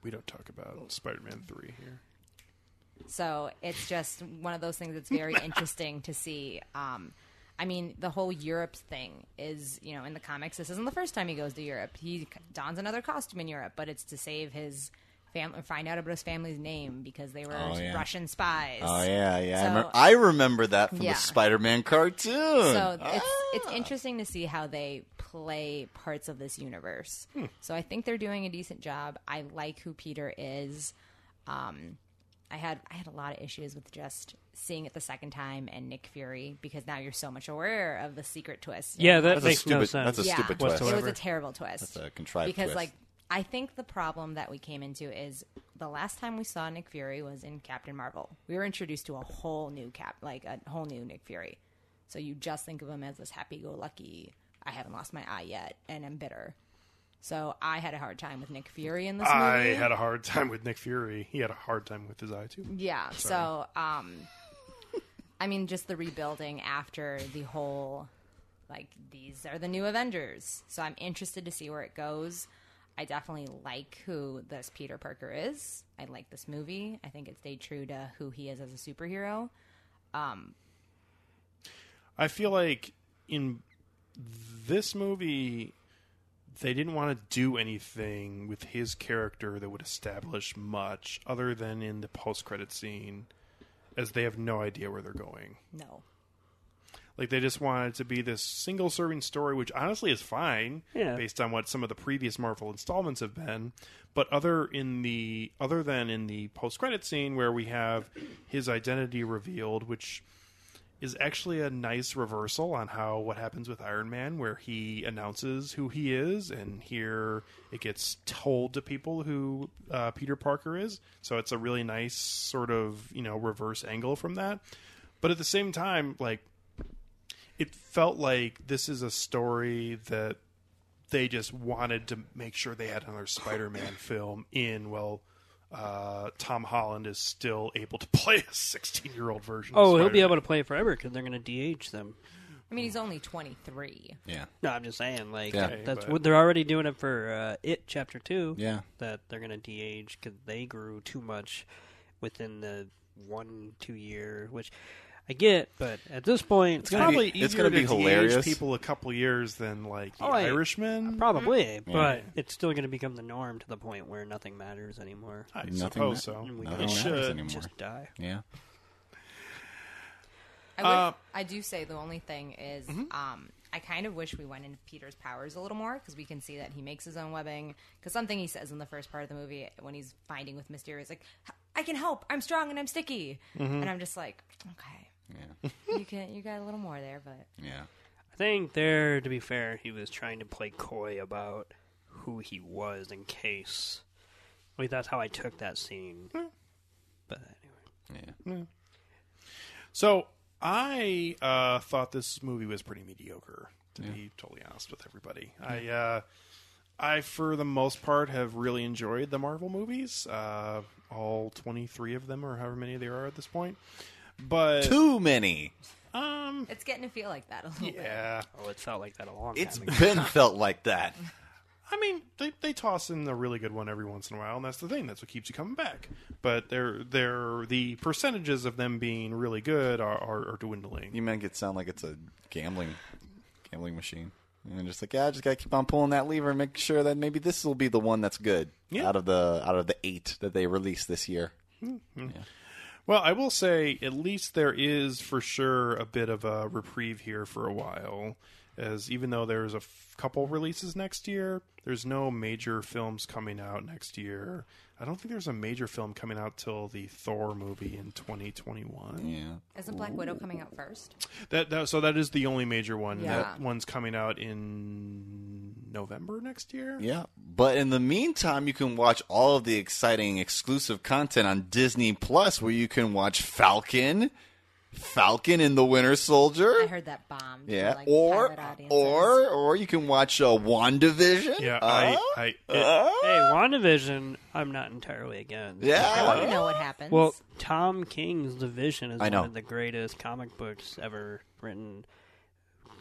Speaker 1: We don't talk about Spider-Man three here.
Speaker 4: So it's just one of those things that's very interesting to see. Um, I mean, the whole Europe thing is, you know, in the comics, this isn't the first time he goes to Europe. He c- dons another costume in Europe, but it's to save his family, find out about his family's name because they were
Speaker 3: Oh, yeah.
Speaker 4: Russian spies.
Speaker 3: Oh yeah, yeah. I,
Speaker 4: So-
Speaker 3: remember, I remember that from
Speaker 4: Yeah.
Speaker 3: the Spider-Man cartoon. Ah.
Speaker 4: So it's it's interesting to see how they play parts of this universe. So I think they're doing a decent job. I like who Peter is. Um, I had I had a lot of issues with just seeing it the second time and Nick Fury because now you're so much aware of the secret twist.
Speaker 2: yeah, that
Speaker 3: that's a
Speaker 2: makes
Speaker 3: stupid.
Speaker 2: no sense.
Speaker 3: That's a
Speaker 4: yeah,
Speaker 3: stupid
Speaker 2: What's
Speaker 3: twist.
Speaker 2: the-
Speaker 4: it was
Speaker 2: whatsoever.
Speaker 4: a terrible twist.
Speaker 3: That's a contrived
Speaker 4: because
Speaker 3: twist.
Speaker 4: like I think the problem that we came into is the last time we saw Nick Fury was in Captain Marvel. We were introduced to a whole new cap, like a whole new Nick Fury. So you just think of him as this happy-go-lucky. I haven't lost my eye yet, and I'm bitter. So I had a hard time with Nick Fury in this
Speaker 1: I
Speaker 4: movie.
Speaker 1: had a hard time with Nick Fury. He had a hard time with his eye too.
Speaker 4: Yeah. So, um, I mean, just the rebuilding after the whole, like, these are the new Avengers. So I'm interested to see where it goes. I definitely like who this Peter Parker is. I like this movie. I think it stayed true to who he is as a superhero.
Speaker 1: I feel like in this movie, they didn't want to do anything with his character that would establish much other than in the post credit scene, as they have no idea where they're going.
Speaker 4: No.
Speaker 1: Like they just wanted it to be this single serving story, which honestly is fine,
Speaker 2: Yeah.
Speaker 1: based on what some of the previous Marvel installments have been. But other in the other than in the post credit scene where we have his identity revealed, which is actually a nice reversal on how what happens with Iron Man, where he announces who he is, and here it gets told to people who uh, Peter Parker is. So it's a really nice sort of you know reverse angle from that. But at the same time, like it felt like this is a story that they just wanted to make sure they had another Spider-Man film in. Well, uh, Tom Holland is still able to play a 16-year-old version.
Speaker 2: Oh,
Speaker 1: of
Speaker 2: he'll be
Speaker 1: Spider-Man.
Speaker 2: able to play it forever because they're going to DH them.
Speaker 4: I mean, he's only 23.
Speaker 3: yeah,
Speaker 2: No, I'm just saying, like
Speaker 3: Yeah.
Speaker 2: uh, that's
Speaker 1: but-
Speaker 2: what they're already doing it for uh, it chapter two.
Speaker 3: yeah.
Speaker 2: that they're going to de-age because they grew too much within the one two year, which I get, but at this point,
Speaker 1: It's probably
Speaker 3: be- it's
Speaker 1: easier
Speaker 3: gonna be
Speaker 1: to de-age
Speaker 3: hilarious.
Speaker 1: people a couple years than like the
Speaker 2: Oh, I-
Speaker 1: Irishman.
Speaker 2: probably,
Speaker 1: Mm-hmm.
Speaker 2: but it's still going to become the norm to the point where nothing matters anymore.
Speaker 1: I
Speaker 3: Nothing
Speaker 1: suppose
Speaker 3: ma-
Speaker 1: so.
Speaker 2: And we
Speaker 3: nothing
Speaker 2: can
Speaker 1: It
Speaker 3: matters
Speaker 1: should.
Speaker 3: anymore.
Speaker 2: Just die.
Speaker 3: Yeah.
Speaker 4: I, would,
Speaker 1: Uh, Mm-hmm.
Speaker 4: I do say the only thing is, um, I kind of wish we went into Peter's powers a little more because we can see that he makes his own webbing. Because something he says in the first part of the movie when he's fighting with Mysterio is like, "I can help. I'm strong and I'm sticky."
Speaker 1: Mm-hmm.
Speaker 4: And I'm just like, okay,
Speaker 3: Yeah.
Speaker 4: you can you got a little more there, but
Speaker 3: Yeah.
Speaker 2: I think there, to be fair, he was trying to play coy about who he was in case. Like that's how I took that scene.
Speaker 1: Hmm.
Speaker 2: But anyway,
Speaker 3: Yeah.
Speaker 1: So I uh, thought this movie was pretty mediocre, to be totally honest with everybody. I, uh, I for the most part have really enjoyed the Marvel movies, uh, all twenty three of them, or however many there are at this point. But
Speaker 3: Too many.
Speaker 1: um,
Speaker 4: it's getting to feel like that a little bit.
Speaker 1: yeah,
Speaker 2: oh, it felt like that a long
Speaker 3: It's
Speaker 2: time ago.
Speaker 3: been felt like that.
Speaker 1: I mean, they, they toss in a really good one every once in a while, and that's the thing. That's what keeps you coming back. But they're they're the percentages of them being really good are, are, are dwindling.
Speaker 3: You make it sound like it's a gambling, gambling machine. And just like, yeah, I just gotta keep on pulling that lever and make sure that maybe this will be the one that's good
Speaker 1: Yeah.
Speaker 3: out of the out of the eight that they released this year.
Speaker 1: Well, I will say at least there is for sure a bit of a reprieve here for a while, as even though there's a f- couple releases next year, there's no major films coming out next year. I don't think there's a major film coming out till the Thor movie in 2021.
Speaker 3: Yeah,
Speaker 4: Isn't Black Widow coming out first?
Speaker 1: That, that so that is the only major one.
Speaker 4: Yeah.
Speaker 1: That one's coming out in November next year.
Speaker 3: yeah. But in the meantime, you can watch all of the exciting exclusive content on Disney Plus, where you can watch Falcon, Falcon and the Winter Soldier.
Speaker 4: I heard that bomb.
Speaker 3: yeah, or or or you can watch uh, WandaVision.
Speaker 1: Yeah,
Speaker 3: Uh,
Speaker 1: I, I, it-
Speaker 2: Hey, WandaVision, I'm not entirely against.
Speaker 4: I want to
Speaker 3: yeah.
Speaker 4: know what happens.
Speaker 2: Well, Tom King's The Vision is
Speaker 3: I know.
Speaker 2: one of the greatest comic books ever written.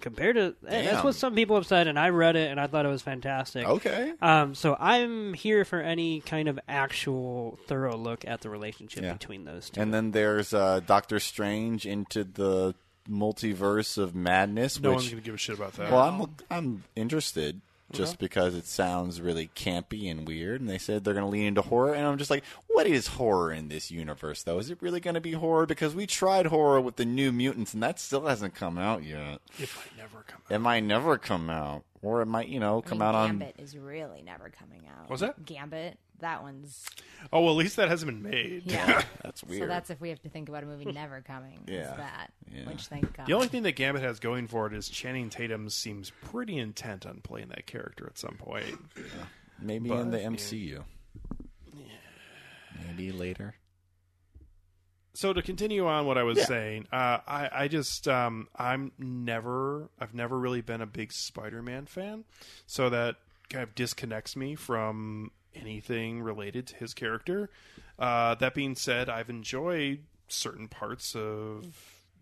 Speaker 2: Compared to hey, that's
Speaker 3: Damn. Oh.
Speaker 2: what some people have said, and I read it and I thought it was fantastic.
Speaker 3: Okay.
Speaker 2: Um, so I'm here for any kind of actual thorough look at the relationship
Speaker 3: Yeah.
Speaker 2: between those two.
Speaker 3: And then there's uh, Doctor Strange into the multiverse of madness.
Speaker 1: no one's
Speaker 3: which
Speaker 1: going to give a shit about that.
Speaker 3: Well, I'm I'm interested just because it sounds really campy and weird, and they said they're going to lean into horror, and I'm just like, what is horror in this universe though? Is it really going to be horror? Because we tried horror with the New Mutants, and that still hasn't come out yet.
Speaker 1: it might never come out.
Speaker 3: It might never come out, or it might you know
Speaker 4: I
Speaker 3: come
Speaker 4: mean,
Speaker 3: out on.
Speaker 4: Gambit is really never coming out.
Speaker 1: What's that?
Speaker 4: Gambit. That one's
Speaker 1: Oh, well, at least that hasn't been made.
Speaker 4: yeah.
Speaker 3: That's
Speaker 4: So
Speaker 3: weird.
Speaker 4: that's if we have to think about a movie never coming. is
Speaker 3: Yeah.
Speaker 4: that.
Speaker 3: Yeah.
Speaker 4: Which thank God.
Speaker 1: The only thing that Gambit has going for it is Channing Tatum seems pretty intent on playing that character at some point.
Speaker 3: Maybe
Speaker 1: But-
Speaker 3: in the MCU. Maybe later.
Speaker 1: so to continue on what I was
Speaker 3: Yeah.
Speaker 1: saying, uh, I I just um, I'm never I've never really been a big Spider-Man fan, so that kind of disconnects me from anything related to his character. Uh, that being said, I've enjoyed certain parts of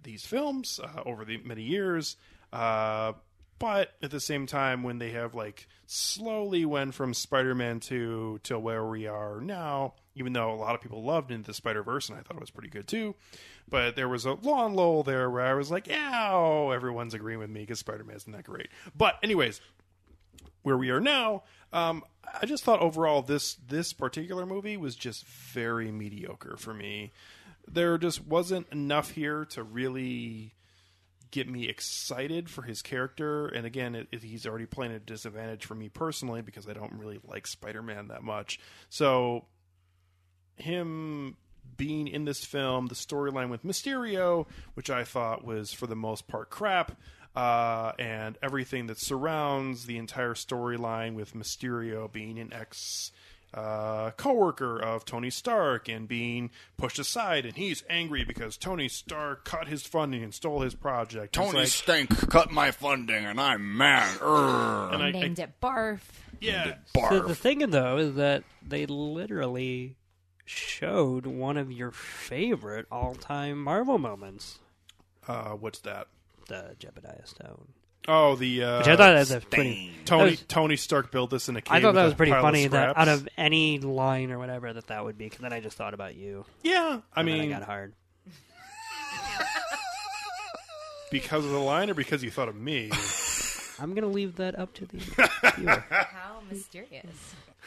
Speaker 1: these films uh, over the many years. Uh, but at the same time, when they have like slowly went from Spider-Man two to where we are now, even though a lot of people loved Into the Spider-Verse and I thought it was pretty good too, but there was a long lull there where I was like, "Yeah, oh, everyone's agreeing with me because Spider-Man isn't that great." But anyways, where we are now, um, I just thought overall this this particular movie was just very mediocre for me. There just wasn't enough here to really get me excited for his character. And again, it, it- he's already playing at a disadvantage for me personally because I don't really like Spider Man that much. So him being in this film, the storyline with Mysterio, which I thought was for the most part crap, uh, and everything that surrounds the entire storyline with Mysterio being an ex uh, co-worker of Tony Stark and being pushed aside, and he's angry because Tony Stark cut his funding and stole his project. It's like-
Speaker 3: Stink cut my funding, and I'm mad. Urgh.
Speaker 1: and I- I-
Speaker 4: named it Barf.
Speaker 1: yeah,
Speaker 2: So the thing though is that they literally showed one of your favorite all-time Marvel moments,
Speaker 1: uh, what's that?
Speaker 2: the Jebediah Stone.
Speaker 1: Oh, the uh,
Speaker 2: Which I thought that was a pretty.
Speaker 1: Tony
Speaker 2: that was-
Speaker 1: Tony Stark built this in a cave.
Speaker 2: I thought that
Speaker 1: with
Speaker 2: was
Speaker 1: a
Speaker 2: pretty
Speaker 1: pile of
Speaker 2: funny that
Speaker 1: scraps.
Speaker 2: out of any line or whatever that that would be. Because then I just thought about you.
Speaker 1: yeah, I
Speaker 2: and then
Speaker 1: mean,
Speaker 2: I got hard.
Speaker 1: because of the line or because you thought of me?
Speaker 2: I'm gonna leave that up to the viewer.
Speaker 4: How mysterious.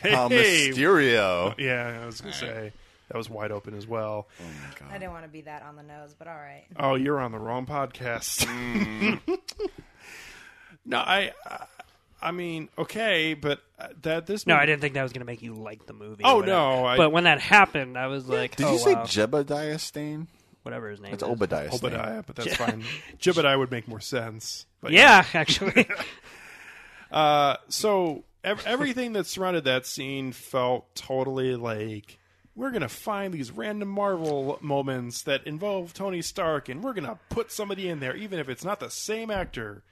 Speaker 3: How
Speaker 1: Hey.
Speaker 3: Mysterio.
Speaker 1: yeah, I was gonna say that was wide open as well.
Speaker 4: I didn't want to be that on the nose, but all right.
Speaker 1: Oh, you're on the wrong podcast.
Speaker 2: Mm.
Speaker 1: no, I, I, I mean, okay, but uh, that this
Speaker 2: No,
Speaker 1: movie-
Speaker 2: I didn't think that was gonna make you like the movie. or
Speaker 1: Oh,
Speaker 2: whatever.
Speaker 1: no, I-
Speaker 2: but when that happened, I was like,
Speaker 3: Did
Speaker 2: oh,
Speaker 3: you say
Speaker 2: wow.
Speaker 3: Jebediah Stain?
Speaker 2: whatever his name
Speaker 3: It's
Speaker 2: is?
Speaker 3: Obadiah Stain.
Speaker 1: Obadiah, but that's fine. Jebediah would make more sense. But
Speaker 2: Yeah, actually.
Speaker 1: so ev- everything that surrounded that scene felt totally like we're gonna find these random Marvel moments that involve Tony Stark, and we're gonna put somebody in there, even if it's not the same actor,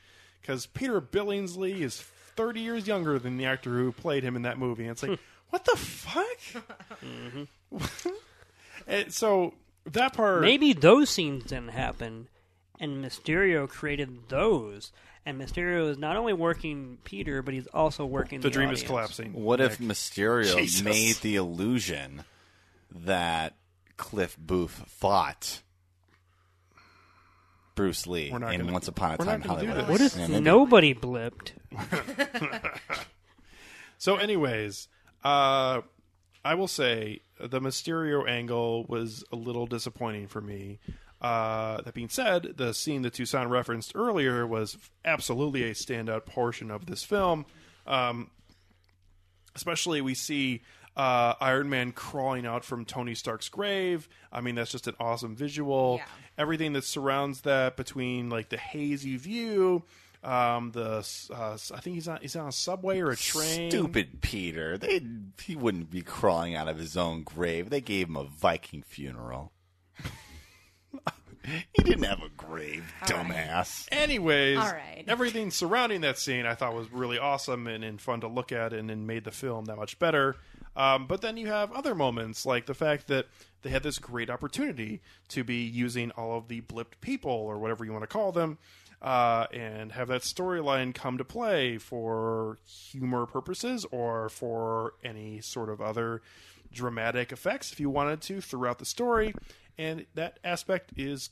Speaker 1: because Peter Billingsley is thirty years younger than the actor who played him in that movie. And it's like, what the fuck? And so that part,
Speaker 2: Maybe those scenes didn't happen, and Mysterio created those. And Mysterio is not only working Peter, but he's also working
Speaker 1: the dream is
Speaker 2: audience.
Speaker 1: collapsing.
Speaker 3: What if Mysterio
Speaker 1: Jesus.
Speaker 3: made the illusion that Cliff Booth fought Bruce Lee
Speaker 1: We're not
Speaker 3: in
Speaker 1: gonna-
Speaker 3: Once Upon a
Speaker 1: we're not
Speaker 3: Time in
Speaker 1: gonna do
Speaker 3: Hollywood?
Speaker 1: this. What if
Speaker 3: Yeah, maybe-
Speaker 2: Nobody blipped.
Speaker 1: So, anyways, uh, I will say the Mysterio angle was a little disappointing for me. Uh, that being said, the scene that Tucson referenced earlier was absolutely a standout portion of this film. Um, especially, we see uh, Iron Man crawling out from Tony Stark's grave. I mean, that's just an awesome visual.
Speaker 4: Yeah.
Speaker 1: Everything that surrounds that between like the hazy view. Um, the uh, I think he's on he's on a subway or a train.
Speaker 3: Stupid Peter. They, he wouldn't be crawling out of his own grave. They gave him a Viking funeral. He didn't have a grave, dumbass.
Speaker 1: Anyways,
Speaker 4: All right.
Speaker 1: everything surrounding that scene I thought was really awesome and, and fun to look at and, and made the film that much better. Um, but then you have other moments like the fact that they had this great opportunity to be using all of the blipped people or whatever you want to call them uh, and have that storyline come to play for humor purposes or for any sort of other dramatic effects if you wanted to throughout the story. And that aspect is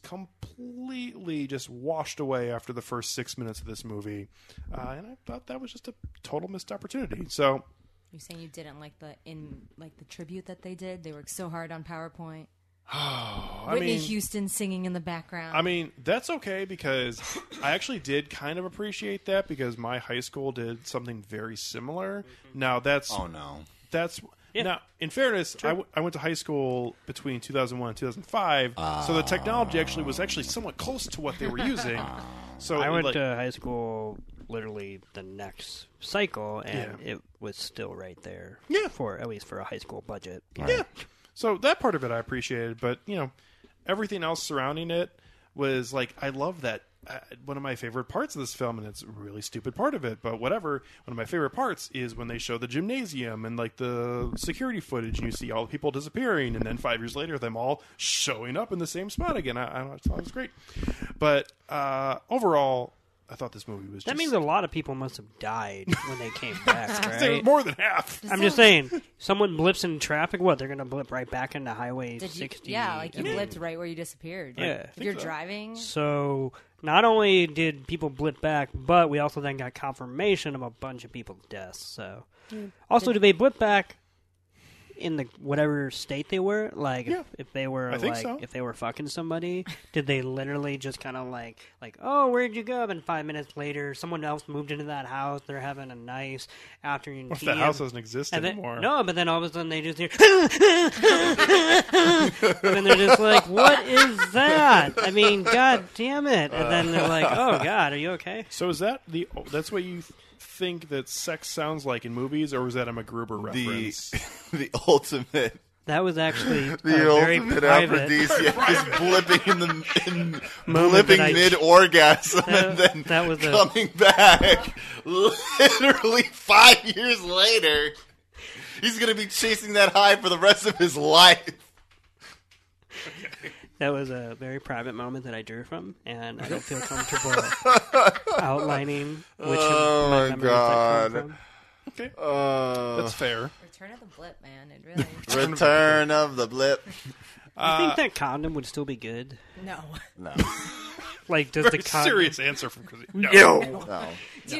Speaker 1: completely just washed away after the first six minutes of this movie. Uh, and I thought that was just a total missed opportunity. So,
Speaker 4: You saying you didn't like the in like the tribute that they did? They worked so hard on PowerPoint.
Speaker 1: I
Speaker 4: Whitney
Speaker 1: mean,
Speaker 4: Houston singing in the background.
Speaker 1: I mean, that's okay because I actually did kind of appreciate that because my high school did something very similar. Now, that's
Speaker 3: Oh no.
Speaker 1: That's now. In fairness, I, w- I went to high school between 2001 and 2005, so the technology actually was actually somewhat close to what they were using. so
Speaker 2: I went
Speaker 1: like,
Speaker 2: to high school literally the next cycle, and
Speaker 1: Yeah.
Speaker 2: it was still right there.
Speaker 1: Yeah.
Speaker 2: for at least for a high school budget.
Speaker 1: yeah. So that part of it I appreciated, but you know, everything else surrounding it was like I love that. Uh, one of my favorite parts of this film, and it's a really stupid part of it, but whatever. One of my favorite parts is when they show the gymnasium and like the security footage, and you see all the people disappearing, and then five years later, them all showing up in the same spot again. I, I thought it was great, but uh, overall, I thought this movie was
Speaker 2: That
Speaker 1: just,
Speaker 2: means a lot of people must have died when they came back,
Speaker 1: They were
Speaker 2: right?
Speaker 1: more than half.
Speaker 2: I'm just saying, someone blips in traffic. What they're gonna blip right back into Highway
Speaker 4: Did you,
Speaker 2: 60?
Speaker 4: yeah, like you
Speaker 2: I mean,
Speaker 4: blipped right where you disappeared.
Speaker 2: Yeah. I
Speaker 4: Like, if
Speaker 2: think
Speaker 4: you're
Speaker 1: so.
Speaker 4: driving,
Speaker 2: So not only did people blip back, but we also then got confirmation of a bunch of people's deaths. So also, did they blip back in the whatever state they were? Like
Speaker 1: Yeah.
Speaker 2: if, if they were
Speaker 1: I think
Speaker 2: like
Speaker 1: so.
Speaker 2: if they were fucking somebody, did they literally just kind of like like oh where'd you go? And five minutes later, someone else moved into that house. They're having a nice afternoon.
Speaker 1: What if
Speaker 2: tea
Speaker 1: that
Speaker 2: and-
Speaker 1: house doesn't exist
Speaker 2: and then,
Speaker 1: anymore?
Speaker 2: no, but then all of a sudden they just hear, and then they're just like, "What is that?" I mean, god damn it! And then they're
Speaker 3: Uh.
Speaker 2: like, "Oh god, are you okay?"
Speaker 1: So is that the? oh, That's what you th- think that sex sounds like in movies, or was that a MacGruber
Speaker 3: The
Speaker 1: reference?
Speaker 3: the ultimate
Speaker 2: That was actually
Speaker 3: the
Speaker 2: a very
Speaker 3: ultimate
Speaker 2: private.
Speaker 3: aphrodisiac is blipping in the in,
Speaker 2: Moment that I-
Speaker 3: blipping mid orgasm
Speaker 2: That-
Speaker 3: and then
Speaker 2: that was a-
Speaker 3: coming back literally five years later. He's gonna be chasing that high for the rest of his life.
Speaker 2: That was a very private moment that I drew from, and I don't feel comfortable outlining which
Speaker 3: Oh,
Speaker 2: of my,
Speaker 3: my
Speaker 2: memories
Speaker 3: God.
Speaker 2: that come from.
Speaker 1: okay,
Speaker 3: Uh,
Speaker 1: that's fair.
Speaker 4: return of the blip, man. It really
Speaker 3: Return of the blip.
Speaker 2: Do you think
Speaker 3: Uh,
Speaker 2: that condom would still be good?
Speaker 4: no.
Speaker 3: No,
Speaker 2: Like, does the
Speaker 1: Very
Speaker 2: condom?
Speaker 1: serious answer from Chrissy. No.
Speaker 3: no,
Speaker 4: Do you know?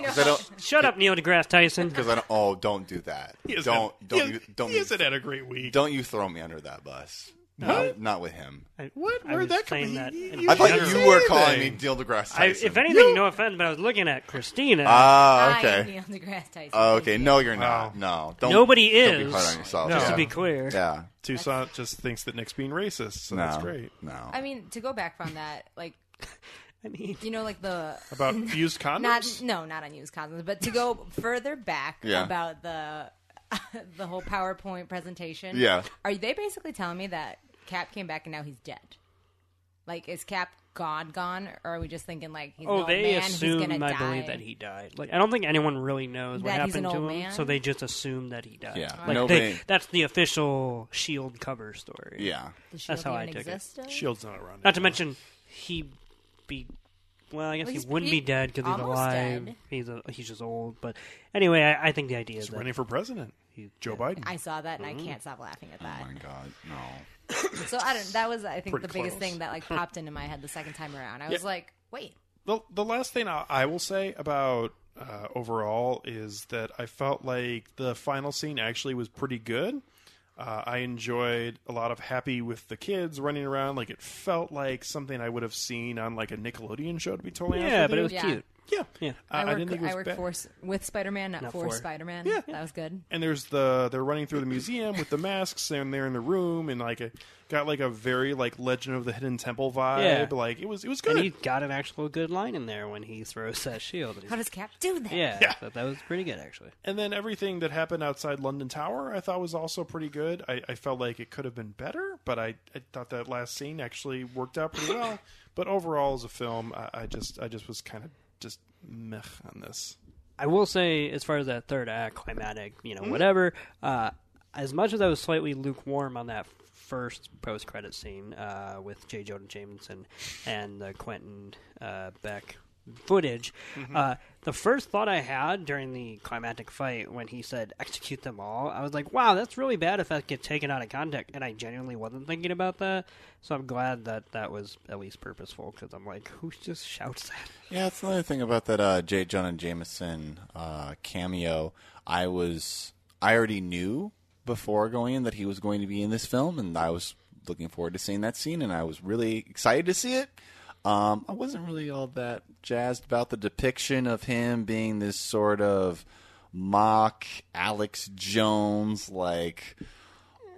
Speaker 3: because I don't.
Speaker 2: Shut up, Neil deGrasse Tyson.
Speaker 3: Because I don't. Oh, don't do that.
Speaker 1: He hasn't-
Speaker 3: Don't don't
Speaker 1: he,
Speaker 3: you,
Speaker 1: has-
Speaker 3: don't
Speaker 1: He
Speaker 3: you,
Speaker 1: hasn't had a great week.
Speaker 3: don't you throw me under that bus.
Speaker 1: What?
Speaker 3: Not, not with him.
Speaker 2: I-
Speaker 1: What?
Speaker 2: I
Speaker 1: Where'd
Speaker 2: was
Speaker 1: that come-
Speaker 2: saying
Speaker 1: he-
Speaker 2: that
Speaker 1: he-
Speaker 2: in
Speaker 1: he
Speaker 3: I thought
Speaker 1: didn't
Speaker 2: general.
Speaker 3: you
Speaker 1: say
Speaker 3: were calling me
Speaker 1: anything.
Speaker 3: Neil deGrasse
Speaker 2: I,
Speaker 3: Tyson.
Speaker 2: if anything, no offense, but I was looking at Christina.
Speaker 3: Ah,
Speaker 4: I am
Speaker 3: okay.
Speaker 4: Neil deGrasse Tyson.
Speaker 3: Oh, okay, no, you're not. No, don't.
Speaker 2: Nobody
Speaker 3: don't be
Speaker 2: is.
Speaker 3: hard on yourself.
Speaker 1: No.
Speaker 3: yeah.
Speaker 2: to be clear,
Speaker 3: Yeah.
Speaker 1: Tucson just thinks that Nick's being racist, so
Speaker 3: No.
Speaker 1: that's great.
Speaker 3: No.
Speaker 4: I mean, to go back from that, like
Speaker 2: I mean,
Speaker 4: you know, like the
Speaker 1: About used condoms.
Speaker 4: not no, not unused condoms, but to go further back
Speaker 3: Yeah.
Speaker 4: about the the whole PowerPoint presentation.
Speaker 3: Yeah.
Speaker 4: Are they basically telling me that Cap came back and now he's dead? Like, is Cap gone, gone, or are we just thinking like he's an
Speaker 2: oh,
Speaker 4: old
Speaker 2: they
Speaker 4: man who's
Speaker 2: assume
Speaker 4: gonna
Speaker 2: I
Speaker 4: die?
Speaker 2: believe that he died. Like, I don't think anyone really knows what
Speaker 4: That he's
Speaker 2: happened
Speaker 4: an
Speaker 2: to him,
Speaker 4: old man?
Speaker 2: so they just assume that he died.
Speaker 3: Yeah,
Speaker 2: like
Speaker 3: nobody-
Speaker 2: they, that's the official Shield E cover story.
Speaker 3: yeah.
Speaker 4: The shield
Speaker 2: That's how
Speaker 4: even
Speaker 2: I took it.
Speaker 4: existed?
Speaker 1: Shield's not around.
Speaker 2: Not to mention he be. Well, I guess
Speaker 4: Well,
Speaker 2: he
Speaker 4: he's-
Speaker 2: wouldn't
Speaker 4: he-
Speaker 2: be dead because he's
Speaker 4: almost
Speaker 2: alive.
Speaker 4: dead.
Speaker 2: He's a, he's just old. But anyway, I, I think the idea is
Speaker 1: He's
Speaker 2: that
Speaker 1: running for president. Joe Biden.
Speaker 4: I saw that and
Speaker 1: Mm.
Speaker 4: I can't stop laughing at that.
Speaker 3: Oh my God. No.
Speaker 4: So I don't. That was I think
Speaker 1: Pretty
Speaker 4: the biggest
Speaker 1: close.
Speaker 4: thing that like popped into my head the second time around. I was like, wait,
Speaker 1: the the last thing I, I will say about uh, overall is that I felt like the final scene actually was pretty good. Uh, I enjoyed a lot of happy with the kids running around. Like it felt like something I would have seen on like a Nickelodeon show. To be totally honest
Speaker 2: yeah,
Speaker 1: with
Speaker 2: but it
Speaker 1: you.
Speaker 2: was
Speaker 4: Yeah.
Speaker 2: cute.
Speaker 1: Yeah,
Speaker 2: Yeah.
Speaker 1: Uh,
Speaker 4: I work, I
Speaker 1: didn't think it was
Speaker 4: work
Speaker 1: bad.
Speaker 4: for s- with Spider Man, not,
Speaker 2: Not
Speaker 4: for
Speaker 2: for.
Speaker 4: Spider Man.
Speaker 1: Yeah.
Speaker 4: That was good.
Speaker 1: And there's the they're running through the museum with the masks, and they're in the room, and like it got like a very like Legend of the Hidden Temple vibe.
Speaker 2: Yeah.
Speaker 1: Like it was it was
Speaker 2: And
Speaker 1: good.
Speaker 2: he got an actual good line in there when he throws that shield. And he's-
Speaker 4: How does Cap do that?
Speaker 2: yeah,
Speaker 1: Yeah.
Speaker 2: That, that was pretty good actually.
Speaker 1: And then everything that happened outside London Tower, I thought was also pretty good. I, I felt like it could have been better, but I, I thought that last scene actually worked out pretty well. but overall, as a film, I, I just I just was kind of just meh on this.
Speaker 2: I will say, as far as that third act, climatic, you know, whatever. Uh, as much as I was slightly lukewarm on that first post-credit scene uh, with J. Jonah Jameson and the Quentin uh, Beck footage, uh, the first thought I had during the climactic fight when he said "execute them all," I was like, "Wow, that's really bad if that gets taken out of context." And I genuinely wasn't thinking about that, so I'm glad that that was at least purposeful because I'm like, "Who just shouts that?"
Speaker 3: Yeah, that's another thing about that uh, J. Jonah Jameson uh, cameo. I was I already knew before going in that he was going to be in this film, and I was looking forward to seeing that scene, and I was really excited to see it. Um, I wasn't really all that jazzed about the depiction of him being this sort of mock Alex Jones like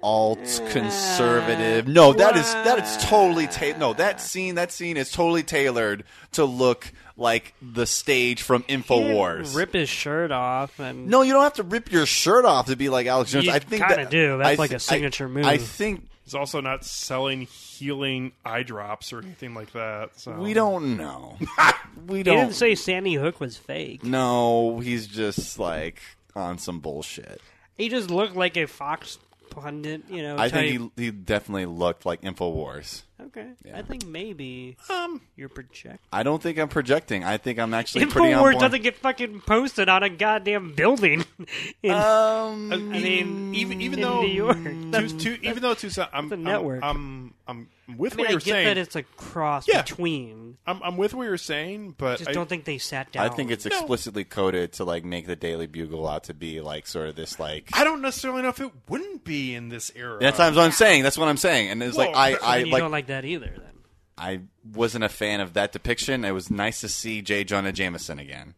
Speaker 3: alt conservative. No, that is that is totally ta- no that scene that scene is totally tailored to look like the stage from Infowars.
Speaker 2: Rip his shirt off and
Speaker 3: no, you don't have to rip your shirt off to be like Alex Jones.
Speaker 2: You
Speaker 3: I think
Speaker 2: kinda
Speaker 3: that,
Speaker 2: do. That's
Speaker 3: I
Speaker 2: like
Speaker 3: thi-
Speaker 2: a signature
Speaker 3: I,
Speaker 2: move.
Speaker 3: I think
Speaker 1: It's also not selling healing eye drops or anything like that. So
Speaker 3: we don't know. we
Speaker 2: Oh. He
Speaker 3: don't.
Speaker 2: didn't say Sandy Hook was fake.
Speaker 3: no, he's just like on some bullshit.
Speaker 2: He just looked like a Fox pundit, you know.
Speaker 3: I
Speaker 2: type.
Speaker 3: think he, he definitely looked like Infowars.
Speaker 2: Okay. I think maybe
Speaker 1: Um,
Speaker 2: you're projecting.
Speaker 3: I don't think I'm projecting. I think I'm actually pretty on
Speaker 2: Infowars
Speaker 3: point.
Speaker 2: doesn't get fucking posted on a goddamn building. in,
Speaker 3: um,
Speaker 2: I mean,
Speaker 1: even even
Speaker 2: in
Speaker 1: though
Speaker 2: New York.
Speaker 1: two, two, even though Tucson, I'm,
Speaker 2: that's
Speaker 1: I'm-
Speaker 2: a network.
Speaker 1: I'm I'm I'm with
Speaker 2: I mean,
Speaker 1: what
Speaker 2: I
Speaker 1: you're
Speaker 2: get
Speaker 1: saying.
Speaker 2: that it's a cross
Speaker 1: Yeah.
Speaker 2: between.
Speaker 1: I'm I'm with what you're saying,
Speaker 2: I
Speaker 1: but
Speaker 2: just
Speaker 1: I-
Speaker 2: don't think they sat down.
Speaker 3: I think it's
Speaker 1: No.
Speaker 3: explicitly coded to like make the Daily Bugle out to be like sort of this like.
Speaker 1: I don't necessarily know if it wouldn't be in this era.
Speaker 3: That's what I'm- what I'm saying. That's what I'm saying. And it's like
Speaker 1: Well,
Speaker 3: I,
Speaker 1: but
Speaker 3: I
Speaker 2: And you
Speaker 3: like,
Speaker 2: don't like that either, then.
Speaker 3: I wasn't a fan of that depiction. It was nice to see J. Jonah Jameson again.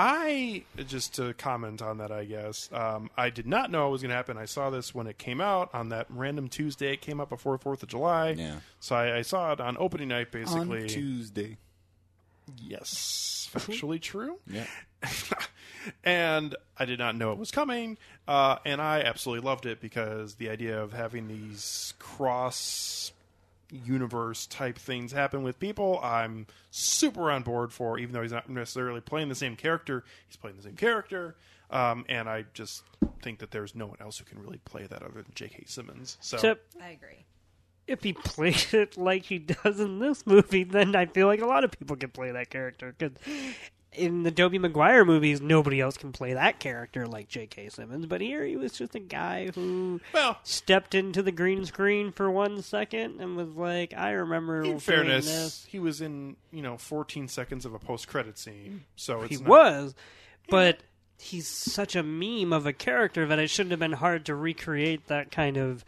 Speaker 1: I just to comment on that, I guess um, I did not know it was going to happen. I saw this when it came out on that random Tuesday. It came out before Fourth of July,
Speaker 3: Yeah.
Speaker 1: So I, I saw it on opening night, basically.
Speaker 3: Tuesday.
Speaker 1: yes, factually true.
Speaker 3: Yeah.
Speaker 1: and I did not know it was coming. Uh, and I absolutely loved it because the idea of having these cross universe type things happen with people, I'm super on board for, even though he's not necessarily playing the same character, he's playing the same character. Um, and I just think that there's no one else who can really play that other than J.K. Simmons. So
Speaker 2: Except
Speaker 4: I agree.
Speaker 2: if he plays it like he does in this movie, then I feel like a lot of people can play that character. Because in the Tobey Maguire movies, nobody else can play that character like J.K. Simmons. But here he was just a guy who
Speaker 1: Well-
Speaker 2: stepped into the green screen for one second and was like, I remember
Speaker 1: in
Speaker 2: feeling
Speaker 1: fairness,
Speaker 2: this.
Speaker 1: he was in you know 14 seconds of a post-credit scene, so it's
Speaker 2: He
Speaker 1: not-
Speaker 2: was, but he's such a meme of a character that it shouldn't have been hard to recreate that kind of,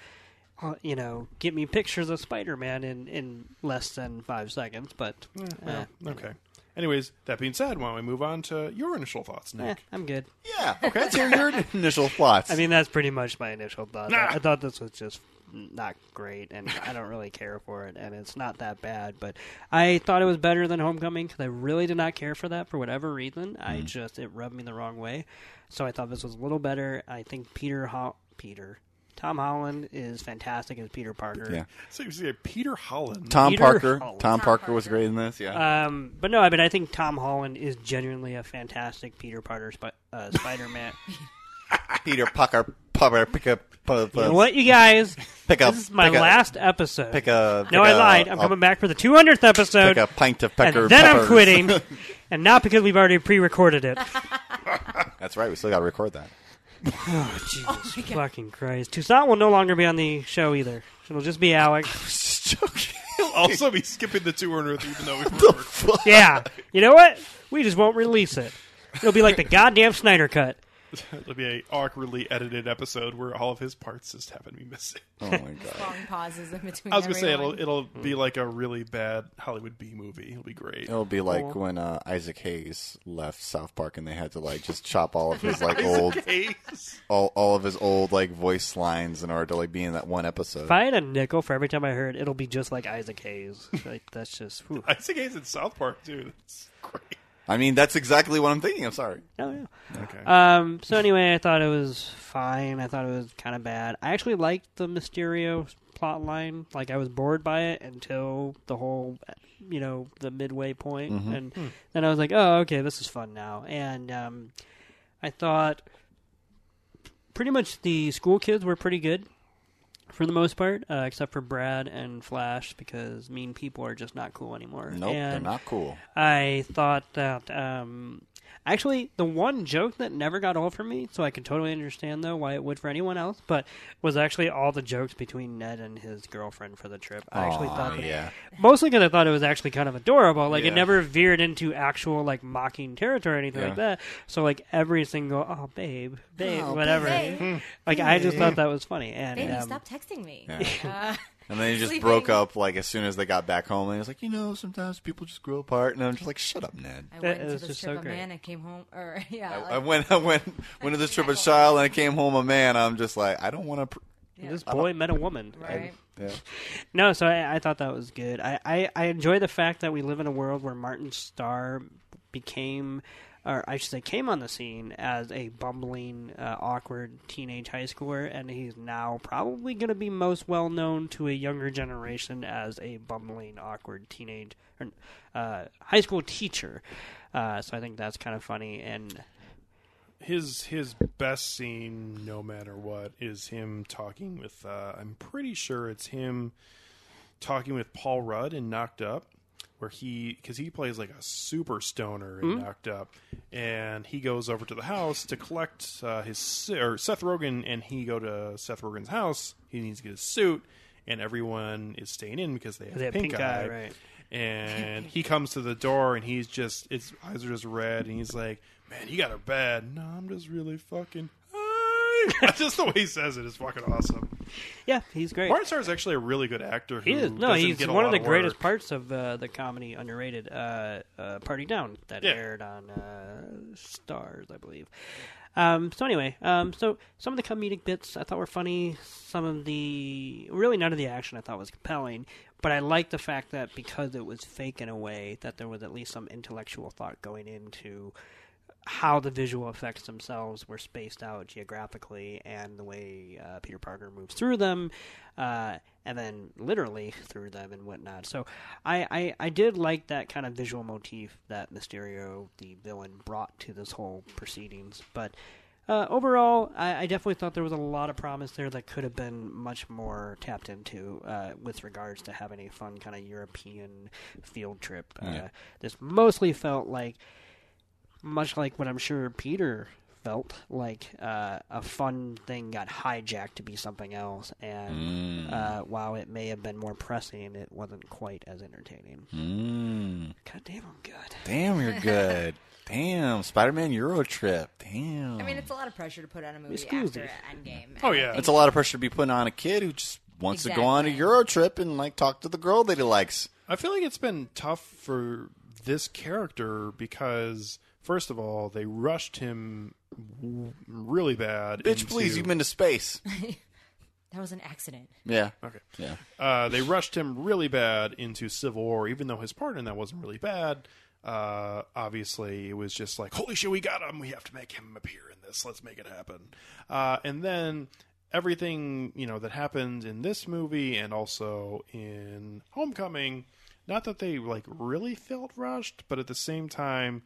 Speaker 2: uh, you know, get me pictures of Spider-Man in, in less than five seconds. But eh,
Speaker 1: Okay. Anyways, that being said, why don't we move on to your initial thoughts,
Speaker 2: eh,
Speaker 1: Nick?
Speaker 2: I'm good.
Speaker 3: Yeah. Okay. Let's hear your initial thoughts.
Speaker 2: I mean, that's pretty much my initial thought.
Speaker 1: Nah.
Speaker 3: Ah.
Speaker 2: I, I thought this was just not great, and I don't really care for it, and it's not that bad. But I thought it was better than Homecoming because I really did not care for that for whatever reason.
Speaker 3: Mm-hmm.
Speaker 2: I just it rubbed me the wrong way, so I thought this was a little better. I think Peter Ho- Peter Tom Holland is fantastic as Peter Parker.
Speaker 3: yeah.
Speaker 1: So you see Peter Holland.
Speaker 3: Tom
Speaker 2: Peter
Speaker 3: Parker. Oh, Tom,
Speaker 2: Holland.
Speaker 3: Parker was great in this. Yeah.
Speaker 2: Um, but no, I mean, I think Tom Holland is genuinely a fantastic Peter Parker spi- uh, Spider Man.
Speaker 3: Peter Parker. Parker. Pick up. Pick
Speaker 2: you know
Speaker 3: up.
Speaker 2: what, you guys?
Speaker 3: Pick up.
Speaker 2: This is my
Speaker 3: pick a-
Speaker 2: last episode.
Speaker 3: Pick a.
Speaker 2: No,
Speaker 3: pick
Speaker 2: I
Speaker 3: a-
Speaker 2: lied. I'm
Speaker 3: a-
Speaker 2: coming back for the 200th episode,
Speaker 3: Pick a pint of
Speaker 2: and
Speaker 3: pecker.
Speaker 2: then I'm
Speaker 3: peppers.
Speaker 2: quitting, and not because we've already pre-recorded it.
Speaker 3: That's right. We still got to record that.
Speaker 2: Jesus fucking Christ! Toussaint will no longer be on the show either. It'll just be Alex.
Speaker 3: Just joking.
Speaker 1: He'll also be skipping the two hundredth, even though we've never-
Speaker 3: Oh.
Speaker 2: Yeah, you know what? We just won't release it. It'll be like the goddamn Snyder cut.
Speaker 1: It'll be a awkwardly edited episode where all of his parts just happen to be missing.
Speaker 3: Oh my god.
Speaker 4: Long pauses in between.
Speaker 1: I was gonna say
Speaker 4: every
Speaker 1: it'll
Speaker 4: one.
Speaker 1: it'll be like a really bad Hollywood B movie. It'll be great.
Speaker 3: It'll be like when uh, Isaac Hayes left South Park and they had to like just chop all of his like old all, all of his old like voice lines in order to like be in that one episode.
Speaker 2: If I had a nickel for every time I heard, it'll be just like Isaac Hayes. Like that's just. whew.
Speaker 1: Isaac Hayes in South Park too. That's great.
Speaker 3: I mean, that's exactly what I'm thinking. I'm sorry.
Speaker 2: No, no.
Speaker 1: Okay.
Speaker 2: Oh, Um. So anyway, I thought it was fine. I thought it was kind of bad. I actually liked the Mysterio plot line. Like I was bored by it until the whole, you know, the midway point,
Speaker 3: Mm-hmm.
Speaker 2: and then I was like, oh, okay, this is fun now. And um, I thought pretty much the school kids were pretty good. For the most part, uh, except for Brad and Flash, because mean people are just not cool anymore.
Speaker 3: Nope, they're
Speaker 2: And-
Speaker 3: not cool.
Speaker 2: I thought that um, actually the one joke that never got old for me, so I can totally understand though why it would for anyone else, but was actually all the jokes between Ned and his girlfriend for the trip. I actually
Speaker 3: Aw,
Speaker 2: thought that,
Speaker 3: yeah.
Speaker 2: mostly because I thought it was actually kind of adorable. Like
Speaker 3: Yeah.
Speaker 2: it never veered into actual like mocking territory or anything
Speaker 3: Yeah.
Speaker 2: like that. So like every single oh babe babe
Speaker 3: Oh,
Speaker 2: whatever,
Speaker 4: Hey,
Speaker 2: like I just thought that was funny and
Speaker 4: baby,
Speaker 2: um,
Speaker 4: stop texting me. Uh,
Speaker 3: And then he just
Speaker 4: Sleeping.
Speaker 3: broke up like as soon as they got back home. And he was like, you know, sometimes people just grow apart. And I'm just like, shut up, Ned.
Speaker 4: I
Speaker 2: That
Speaker 4: went to
Speaker 2: is
Speaker 4: this
Speaker 2: just
Speaker 4: trip
Speaker 2: so
Speaker 4: a
Speaker 2: great.
Speaker 4: man. I came home, or yeah,
Speaker 3: I,
Speaker 4: like,
Speaker 3: I went, I went, went to this trip a child, and I came home a man. I'm just like, I don't want to. Pr-
Speaker 4: yeah,
Speaker 2: this boy met a woman.
Speaker 4: right.
Speaker 3: yeah.
Speaker 2: No, so I, I thought that was good. I, I, I enjoy the fact that we live in a world where Martin Starr became, or I should say, came on the scene as a bumbling, uh, awkward teenage high schooler, and he's now probably going to be most well known to a younger generation as a bumbling, awkward teenage or, uh, high school teacher. Uh, so I think that's kind of funny. And
Speaker 1: his his best scene, no matter what, is him talking with. Uh, I'm pretty sure it's him talking with Paul Rudd in Knocked Up, where he because he plays like a super stoner in Knocked Up, and he goes over to the house to collect uh, his si- or Seth Rogen, and he go to Seth Rogen's house. He needs to get his suit, and everyone is staying in because they have,
Speaker 2: They have
Speaker 1: pink,
Speaker 2: pink
Speaker 1: eye,
Speaker 2: eye, right.
Speaker 1: and he comes to the door and he's just his eyes are just red and he's like, "Man, you got her bad." No, I'm just really fucking. high." just the way he says it is fucking awesome.
Speaker 2: yeah, he's great.
Speaker 1: Martin Starr is actually a really good actor. Who
Speaker 2: He is no,
Speaker 1: doesn't
Speaker 2: he's
Speaker 1: get a
Speaker 2: one of
Speaker 1: lot
Speaker 2: the greatest
Speaker 1: work.
Speaker 2: parts of uh, the comedy underrated uh, uh, Party Down that
Speaker 1: Yeah.
Speaker 2: aired on uh, Stars, I believe. Um, so anyway, um, so some of the comedic bits I thought were funny. Some of the really none of the action I thought was compelling, but I liked the fact that because it was fake in a way that there was at least some intellectual thought going into how the visual effects themselves were spaced out geographically and the way uh, Peter Parker moves through them, uh, and then literally through them and whatnot. So I, I, I did like that kind of visual motif that Mysterio, the villain, brought to this whole proceedings. But uh, overall, I, I definitely thought there was a lot of promise there that could have been much more tapped into uh, with regards to having a fun kind of European field trip. Uh, this mostly felt like much like what I'm sure Peter felt like uh, a fun thing got hijacked to be something else, and
Speaker 1: Mm.
Speaker 2: uh, while it may have been more pressing, it wasn't quite as entertaining.
Speaker 1: Hmm.
Speaker 3: Mm.
Speaker 2: God damn, I'm good.
Speaker 3: Damn, you're good. Damn, Spider-Man Euro trip. Damn.
Speaker 4: I mean, it's a lot of pressure to put on a movie
Speaker 2: Excuse
Speaker 4: after
Speaker 2: me.
Speaker 4: Endgame.
Speaker 1: Oh,
Speaker 4: and I
Speaker 1: yeah.
Speaker 4: think
Speaker 3: It's a lot of pressure to be put on a kid who just wants to go on a
Speaker 4: Exactly.
Speaker 3: Euro trip and like talk to the girl that he likes.
Speaker 1: I feel like it's been tough for this character because first of all, they rushed him w- really bad.
Speaker 3: Bitch,
Speaker 1: into-
Speaker 3: please, you've been to space.
Speaker 4: That was an accident.
Speaker 3: Yeah.
Speaker 1: Okay.
Speaker 3: Yeah.
Speaker 1: Uh, they rushed him really bad into Civil War, even though his part in that wasn't really bad. Uh, obviously, it was just like, holy shit, we got him. We have to make him appear in this. Let's make it happen. Uh, and then everything you know that happened in this movie and also in Homecoming, not that they like really felt rushed, but at the same time,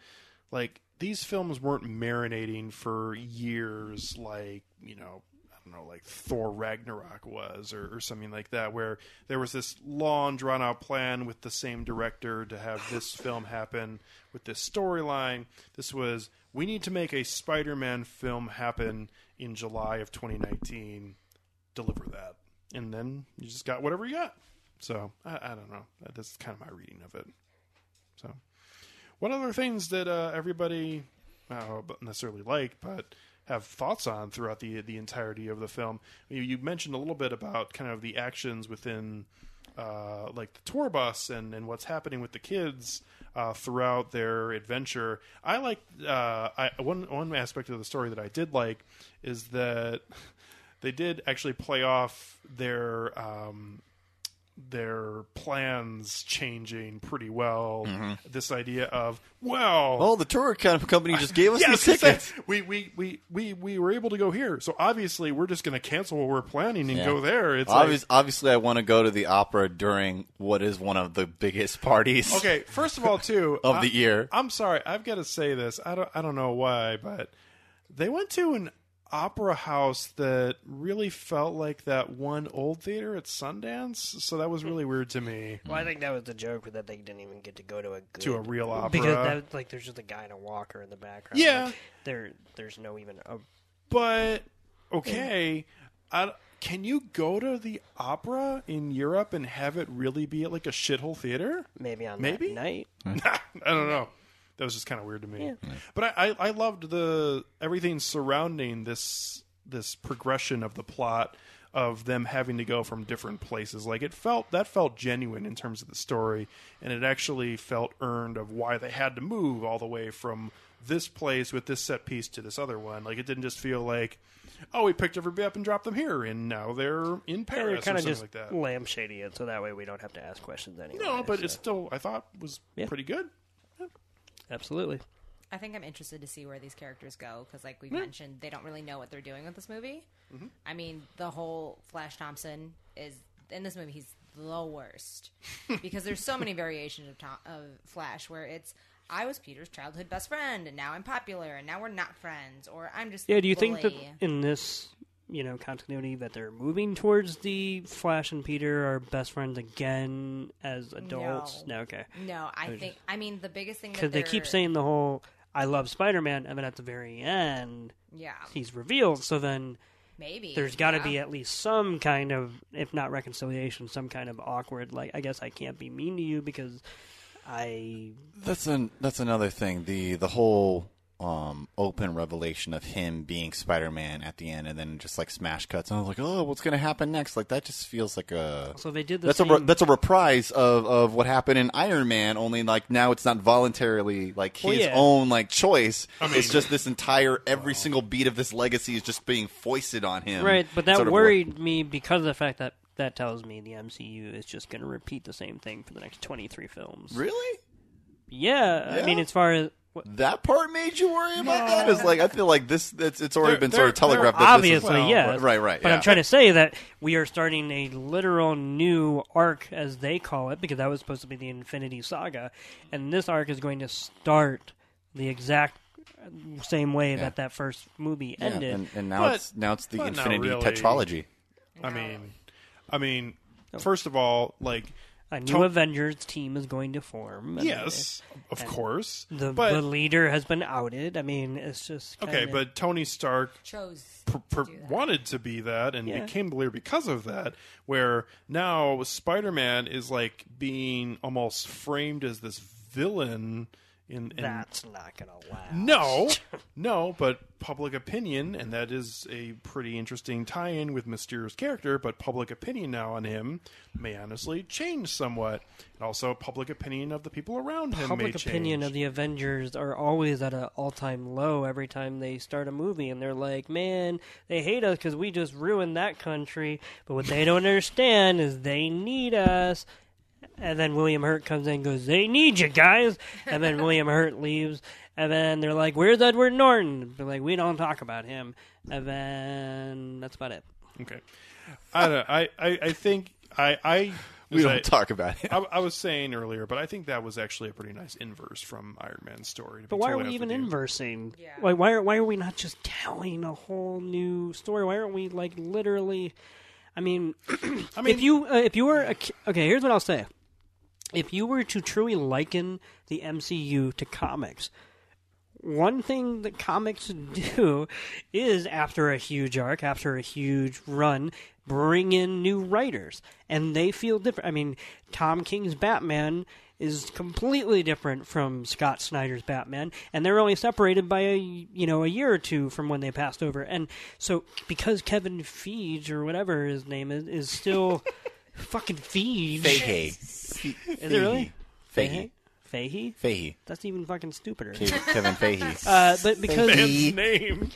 Speaker 1: like these films weren't marinating for years like you know i don't know like thor ragnarok was or, or something like that where there was this long drawn out plan with the same director to have this film happen with this storyline this was we need to make a spider-man film happen in july of 2019 deliver that and then you just got whatever you got so i, I don't know That- that's kind of my reading of it so what other things did uh, everybody, uh, not necessarily like, but have thoughts on throughout the the entirety of the film. You, you mentioned a little bit about kind of the actions within uh, like the tour bus and, and what's happening with the kids uh, throughout their adventure. I like uh, I, one one aspect of the story that I did like is that they did actually play off their um, their plans changing pretty well.
Speaker 3: Mm-hmm.
Speaker 1: This idea of well,
Speaker 3: Oh, the tour comp- company just gave us
Speaker 1: yeah, I
Speaker 3: the
Speaker 1: was gonna
Speaker 3: tickets.
Speaker 1: say, we, we, we, we, we were able to go here. So obviously, we're just going to cancel what we're planning and
Speaker 3: Yeah.
Speaker 1: go there. It's like-
Speaker 3: Obvious, obviously, I want to go to the opera during what is one of the biggest parties.
Speaker 1: okay. First of all, too
Speaker 3: Of
Speaker 1: I-
Speaker 3: the year.
Speaker 1: I'm sorry, I've got to say this. I don't I don't know why, but they went to an opera house that really felt like that one old theater at Sundance. So that was really weird to me.
Speaker 2: Well, I think that was the joke that they didn't even get to go to a good,
Speaker 1: To a real opera.
Speaker 2: because that, like there's just a guy in a walker in the background.
Speaker 1: Yeah.
Speaker 2: Like, there there's no even uh, a
Speaker 1: But okay, I, can you go to the opera in Europe and have it really be at like a shithole theater?
Speaker 2: maybe on
Speaker 1: Maybe?
Speaker 2: that night.
Speaker 1: I don't know. That was just kind of weird to me. But I, I, I loved the everything surrounding this this progression of the plot of them having to go from different places. Like it felt that felt genuine in terms of the story, and it actually felt earned of why they had to move all the way from this place with this set piece to this other one. Like it didn't just feel like, oh, we picked everybody up and dropped them here, and now they're in
Speaker 2: They were
Speaker 1: Paris or
Speaker 2: kind of
Speaker 1: something
Speaker 2: just
Speaker 1: like that.
Speaker 2: lampshading it, so that way we don't have to ask questions anymore.
Speaker 1: No, but it's still I thought was
Speaker 2: Yeah.
Speaker 1: pretty good.
Speaker 2: absolutely.
Speaker 4: I think I'm interested to see where these characters go because, like we
Speaker 2: Hmm.
Speaker 4: mentioned, they don't really know what they're doing with this movie.
Speaker 2: Mm-hmm.
Speaker 4: I mean, the whole Flash Thompson is in this movie. He's the worst because there's so many variations of, Tom, of Flash where it's I was Peter's childhood best friend and now I'm popular and now we're not friends or I'm just
Speaker 2: Yeah, do you
Speaker 4: bully.
Speaker 2: think that in this, you know, continuity that they're moving towards the Flash and Peter are best friends again as adults?
Speaker 4: No.
Speaker 2: No, okay.
Speaker 4: No, I think I mean the biggest thing
Speaker 2: Cuz
Speaker 4: that
Speaker 2: they keep
Speaker 4: they're-
Speaker 2: saying the whole I love Spider-Man and then at the very end
Speaker 4: yeah
Speaker 2: he's revealed, so then
Speaker 4: maybe
Speaker 2: there's got to
Speaker 4: yeah.
Speaker 2: be at least some kind of if not reconciliation, some kind of awkward like I guess I can't be mean to you because I
Speaker 3: That's an that's another thing. The the whole um, open revelation of him being Spider Man at the end, and then just like smash cuts. And I was like, oh, what's gonna happen next? Like that just feels like a
Speaker 2: so they did the
Speaker 3: that's
Speaker 2: same
Speaker 3: a re- that's a reprise of, of what happened in Iron Man. Only like now it's not voluntarily like his
Speaker 2: Well, yeah.
Speaker 3: own like choice. it's just this entire every single beat of this legacy is just being foisted on him.
Speaker 2: Right, but that
Speaker 3: Sort of what-
Speaker 2: worried me because of the fact that that tells me the MCU is just going to repeat the same thing for the next 23 films.
Speaker 3: really.
Speaker 2: Yeah, I
Speaker 3: Yeah?
Speaker 2: mean, as far as. What,
Speaker 3: That part made you worry about that? Is like I feel like this. It's, it's already
Speaker 1: They're-
Speaker 3: been sort of
Speaker 1: they're- they're
Speaker 3: telegraphed. that this is-
Speaker 2: obviously,
Speaker 1: well,
Speaker 2: yeah.
Speaker 3: right, right,
Speaker 2: But
Speaker 3: yeah.
Speaker 2: I'm trying to say that we are starting a literal new arc, as they call it, because that was supposed to be the Infinity Saga. And this arc is going to start the exact same way that that first movie
Speaker 3: Yeah,
Speaker 2: ended.
Speaker 3: and, and now
Speaker 1: But-
Speaker 3: it's now it's the
Speaker 1: but not
Speaker 3: Infinity
Speaker 1: really.
Speaker 3: Tetralogy.
Speaker 1: I mean, I mean,
Speaker 2: Oh.
Speaker 1: first of all, like
Speaker 2: a new
Speaker 1: to-
Speaker 2: Avengers team is going to form. eh, and-
Speaker 1: yes, of course,
Speaker 2: The,
Speaker 1: but
Speaker 2: the leader has been outed. I mean, it's just
Speaker 1: okay,
Speaker 2: kinda-
Speaker 1: but Tony Stark
Speaker 4: chose
Speaker 1: pr- pr- wanted to be that and
Speaker 2: Yeah.
Speaker 1: became the leader because of that. Where now Spider Man is like being almost framed as this villain in, in
Speaker 2: that's not gonna last.
Speaker 1: No, no, but public opinion, and that is a pretty interesting tie-in with Mysterio's character. But public opinion now on him may honestly change somewhat, and also public opinion of the people around him may
Speaker 2: Public opinion
Speaker 1: change.
Speaker 2: of the Avengers are always at an all-time low every time they start a movie, and they're like, "Man, they hate us because we just ruined that country." But what they don't understand is they need us. And then William Hurt comes in and goes, They need you guys. And then William Hurt leaves. And then they're like, Where's Edward Norton? They're like, We don't talk about him. And then that's about it.
Speaker 1: okay, I don't. I, I I think I I
Speaker 3: We don't
Speaker 1: I-
Speaker 3: talk about it.
Speaker 1: I, I was saying earlier, but I think that was actually a pretty nice inverse from Iron Man's story. to
Speaker 2: But
Speaker 1: be
Speaker 2: why are
Speaker 1: totally
Speaker 2: we
Speaker 1: honest
Speaker 2: even
Speaker 1: with you.
Speaker 2: inversing?
Speaker 4: Yeah.
Speaker 2: Like, why are why are we not just telling a whole new story? Why aren't we like literally? I mean,
Speaker 1: I mean,
Speaker 2: if you uh, if you were a, ki- okay, here's what I'll say. If you were to truly liken the MCU to comics, one thing that comics do is after a huge arc, after a huge run, bring in new writers. And they feel different. I mean, Tom King's Batman is completely different from Scott Snyder's Batman, and they're only separated by a you know a year or two from when they passed over. And so because Kevin Feige or whatever his name is is still fucking Feige.
Speaker 3: Fahey.
Speaker 2: Is it really?
Speaker 3: Fahey.
Speaker 2: Fahey?
Speaker 3: Fahey.
Speaker 2: That's even fucking stupider.
Speaker 3: Kevin Fahey.
Speaker 2: Uh, but because
Speaker 1: Man's name.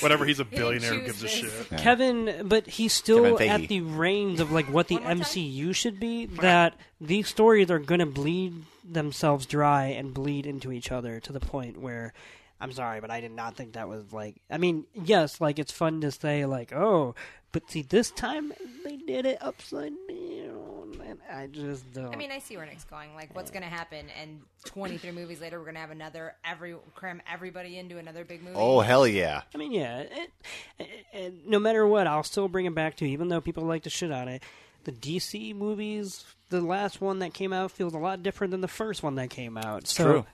Speaker 1: Whatever, he's a billionaire who
Speaker 4: choose
Speaker 1: gives a
Speaker 4: this.
Speaker 1: shit.
Speaker 2: Kevin, but he's
Speaker 3: Kevin
Speaker 2: still
Speaker 3: Feige.
Speaker 2: at the reins of like what the
Speaker 4: One more time.
Speaker 2: MCU should be. That these stories are going to bleed themselves dry and bleed into each other to the point where, I'm sorry, but I did not think that was like. I mean, yes, like it's fun to say like, oh, but see, this time they did it upside down, and I just don't.
Speaker 4: I mean, I see where Nick's going. Like, what's going to happen? And 23 movies later, we're going to have another every cram everybody into another big movie.
Speaker 3: Oh hell yeah!
Speaker 2: I mean, yeah. eh, It, it, it- no matter what, I'll still bring it back to, even though people like to shit on it. The DC movies, the last one that came out feels a lot different than the first one that came out. so,
Speaker 3: true.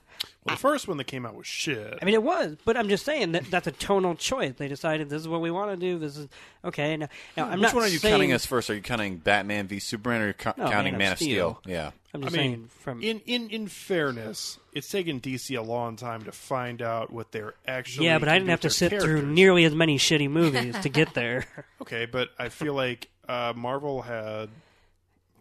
Speaker 1: Well, the first one that came out was shit.
Speaker 2: I mean, it was, but I'm just saying that that's a tonal choice. They decided this is what we want to do. This is okay. Now, now I'm
Speaker 3: Which
Speaker 2: not
Speaker 3: one are you
Speaker 2: saying,
Speaker 3: counting as first? Are you counting Batman v Superman or are you co-
Speaker 2: No,
Speaker 3: counting
Speaker 2: Man of
Speaker 3: Man of Steel?
Speaker 2: Steel.
Speaker 3: Yeah.
Speaker 2: I'm
Speaker 1: I
Speaker 2: just
Speaker 1: mean,
Speaker 2: saying from
Speaker 1: in, in in fairness, it's taken DC a long time to find out what they're actually.
Speaker 2: yeah, but I
Speaker 1: can
Speaker 2: didn't
Speaker 1: do
Speaker 2: have to
Speaker 1: with
Speaker 2: sit
Speaker 1: their
Speaker 2: through
Speaker 1: characters.
Speaker 2: nearly as many shitty movies to get there.
Speaker 1: Okay, but I feel like uh, Marvel had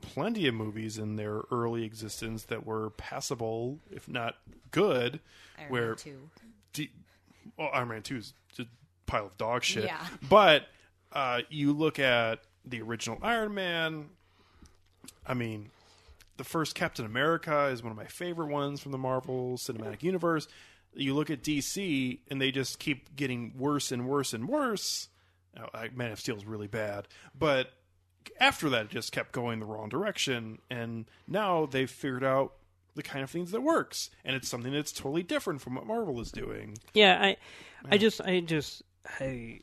Speaker 1: plenty of movies in their early existence that were passable, if not good.
Speaker 4: Iron
Speaker 1: where
Speaker 4: Man 2.
Speaker 1: D- well, Iron Man Two is just a pile of dog shit.
Speaker 4: Yeah.
Speaker 1: But uh, you look at the original Iron Man. I mean, the first Captain America is one of my favorite ones from the Marvel Cinematic Universe. You look at DC, and they just keep getting worse and worse and worse. Oh, I- Man of Steel is really bad, but after that, it just kept going the wrong direction, and now they've figured out the kind of things that works, and it's something that's totally different from what Marvel is doing.
Speaker 2: Yeah, I, I just, I just, I,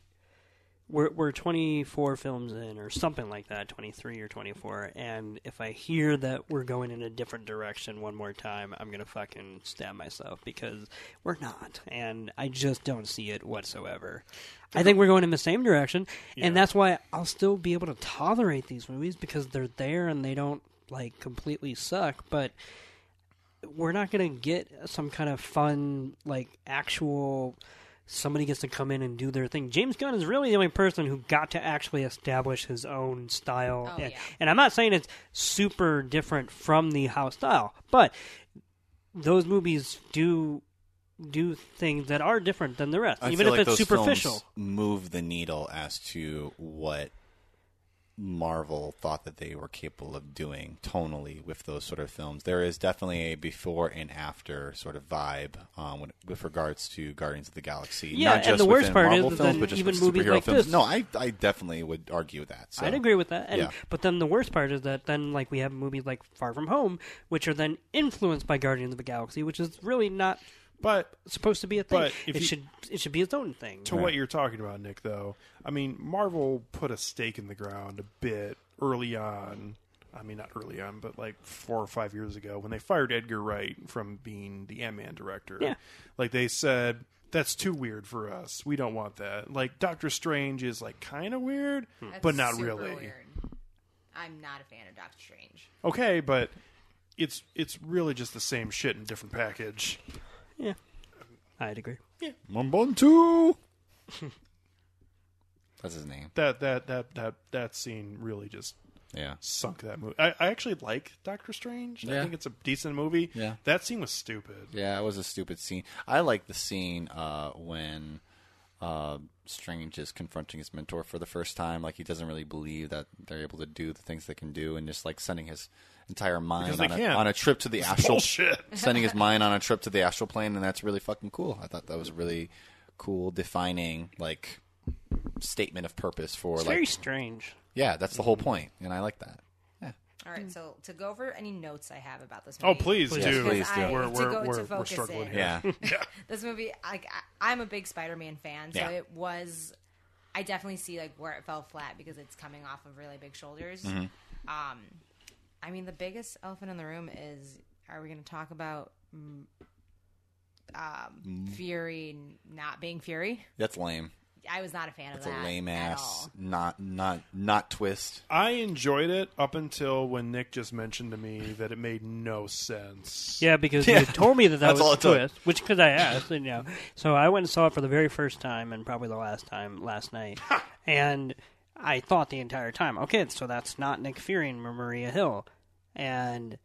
Speaker 2: we're we're twenty four films in or something like that, twenty three or twenty four, and if I hear that we're going in a different direction one more time, I'm gonna fucking stab myself because we're not, and I just don't see it whatsoever. I think we're going in the same direction, and that's why I'll still be able to tolerate these movies because they're there and they don't like completely suck, but we're not going to get some kind of fun, like actual. Somebody gets to come in and do their thing. James Gunn is really the only person who got to actually establish his own style.
Speaker 4: Oh,
Speaker 2: and,
Speaker 4: yeah.
Speaker 2: and I'm not saying it's super different from the house style, but those movies do do things that are different than the rest,
Speaker 3: I
Speaker 2: even
Speaker 3: feel
Speaker 2: if
Speaker 3: like
Speaker 2: it's
Speaker 3: those
Speaker 2: superficial.
Speaker 3: films move the needle as to what Marvel thought that they were capable of doing tonally with those sort of films. There is definitely a before and after sort of vibe um, when, with regards to Guardians of the Galaxy.
Speaker 2: Yeah,
Speaker 3: Not
Speaker 2: and
Speaker 3: just
Speaker 2: the worst
Speaker 3: within
Speaker 2: part is
Speaker 3: Marvel
Speaker 2: that
Speaker 3: films,
Speaker 2: then
Speaker 3: but just
Speaker 2: even
Speaker 3: with
Speaker 2: movies
Speaker 3: superhero
Speaker 2: like
Speaker 3: films.
Speaker 2: this-
Speaker 3: No, I, I definitely would argue that. So.
Speaker 2: I'd agree with that. And,
Speaker 3: Yeah.
Speaker 2: But then the worst part is that then like we have movies like Far From Home, which are then influenced by Guardians of the Galaxy, which is really not
Speaker 1: But
Speaker 2: supposed to be a thing.
Speaker 1: But if
Speaker 2: it
Speaker 1: you-
Speaker 2: should it should be its own thing.
Speaker 1: to what you're talking about, Nick, though, I mean, Marvel put a stake in the ground a bit early on. I mean, not early on, but like four or five years ago when they fired Edgar Wright from being the Ant Man director.
Speaker 2: Yeah.
Speaker 1: Like they said, that's too weird for us. We don't want that. Like Doctor Strange is like kind of weird,
Speaker 4: That's
Speaker 1: but not
Speaker 4: super
Speaker 1: really.
Speaker 4: weird. I'm not a fan of Doctor Strange.
Speaker 1: Okay, but it's it's really just the same shit in a different package.
Speaker 2: Yeah, I'd agree.
Speaker 3: Mombuntu. That's his name.
Speaker 1: That that that that that scene really just
Speaker 3: Yeah.
Speaker 1: sunk that movie. I, I actually like Doctor Strange. I
Speaker 3: Yeah.
Speaker 1: think it's a decent movie.
Speaker 3: Yeah.
Speaker 1: That scene was stupid.
Speaker 3: Yeah, it was a stupid scene. I like the scene uh, when uh, Strange is confronting his mentor for the first time. Like he doesn't really believe that they're able to do the things they can do, and just like sending his entire mind
Speaker 1: they
Speaker 3: on a,
Speaker 1: can't.
Speaker 3: on a trip to the astral.
Speaker 1: Bullshit.
Speaker 3: sending his mind on a trip to the astral plane, and that's really fucking cool. I thought that was really cool, defining like statement of purpose for
Speaker 2: It's
Speaker 3: like
Speaker 2: very strange.
Speaker 3: yeah, that's the whole point, and I like that.
Speaker 4: All right, so to go over any notes I have about this
Speaker 1: Oh
Speaker 4: movie.
Speaker 1: please,
Speaker 2: Please.
Speaker 1: do.
Speaker 3: Yes, please do.
Speaker 1: We're
Speaker 4: To
Speaker 1: we're
Speaker 4: go to
Speaker 1: we're, we're
Speaker 4: focus
Speaker 1: struggling
Speaker 4: in.
Speaker 1: here.
Speaker 3: Yeah,
Speaker 4: This movie, like, I, I'm a big Spider-Man fan, so
Speaker 3: Yeah.
Speaker 4: it was. I definitely see like where it fell flat because it's coming off of really big shoulders.
Speaker 3: Mm-hmm.
Speaker 4: Um, I mean, the biggest elephant in the room is: Are we going to talk about mm, um, Fury not being Fury.
Speaker 3: That's lame.
Speaker 4: I was not a fan
Speaker 3: That's
Speaker 4: of
Speaker 3: a
Speaker 4: that.
Speaker 3: lame
Speaker 4: at
Speaker 3: ass
Speaker 4: all.
Speaker 3: not not not twist.
Speaker 1: I enjoyed it up until when Nick just mentioned to me that it made no sense.
Speaker 2: Yeah, because
Speaker 3: Yeah.
Speaker 2: you told me that that
Speaker 3: That's all
Speaker 2: was
Speaker 3: it took.
Speaker 2: twist, which because I asked, and you know, so I went and saw it for the very first time and probably the last time last night, and I thought the entire time, okay, so that's not Nick Fury and Maria Hill, and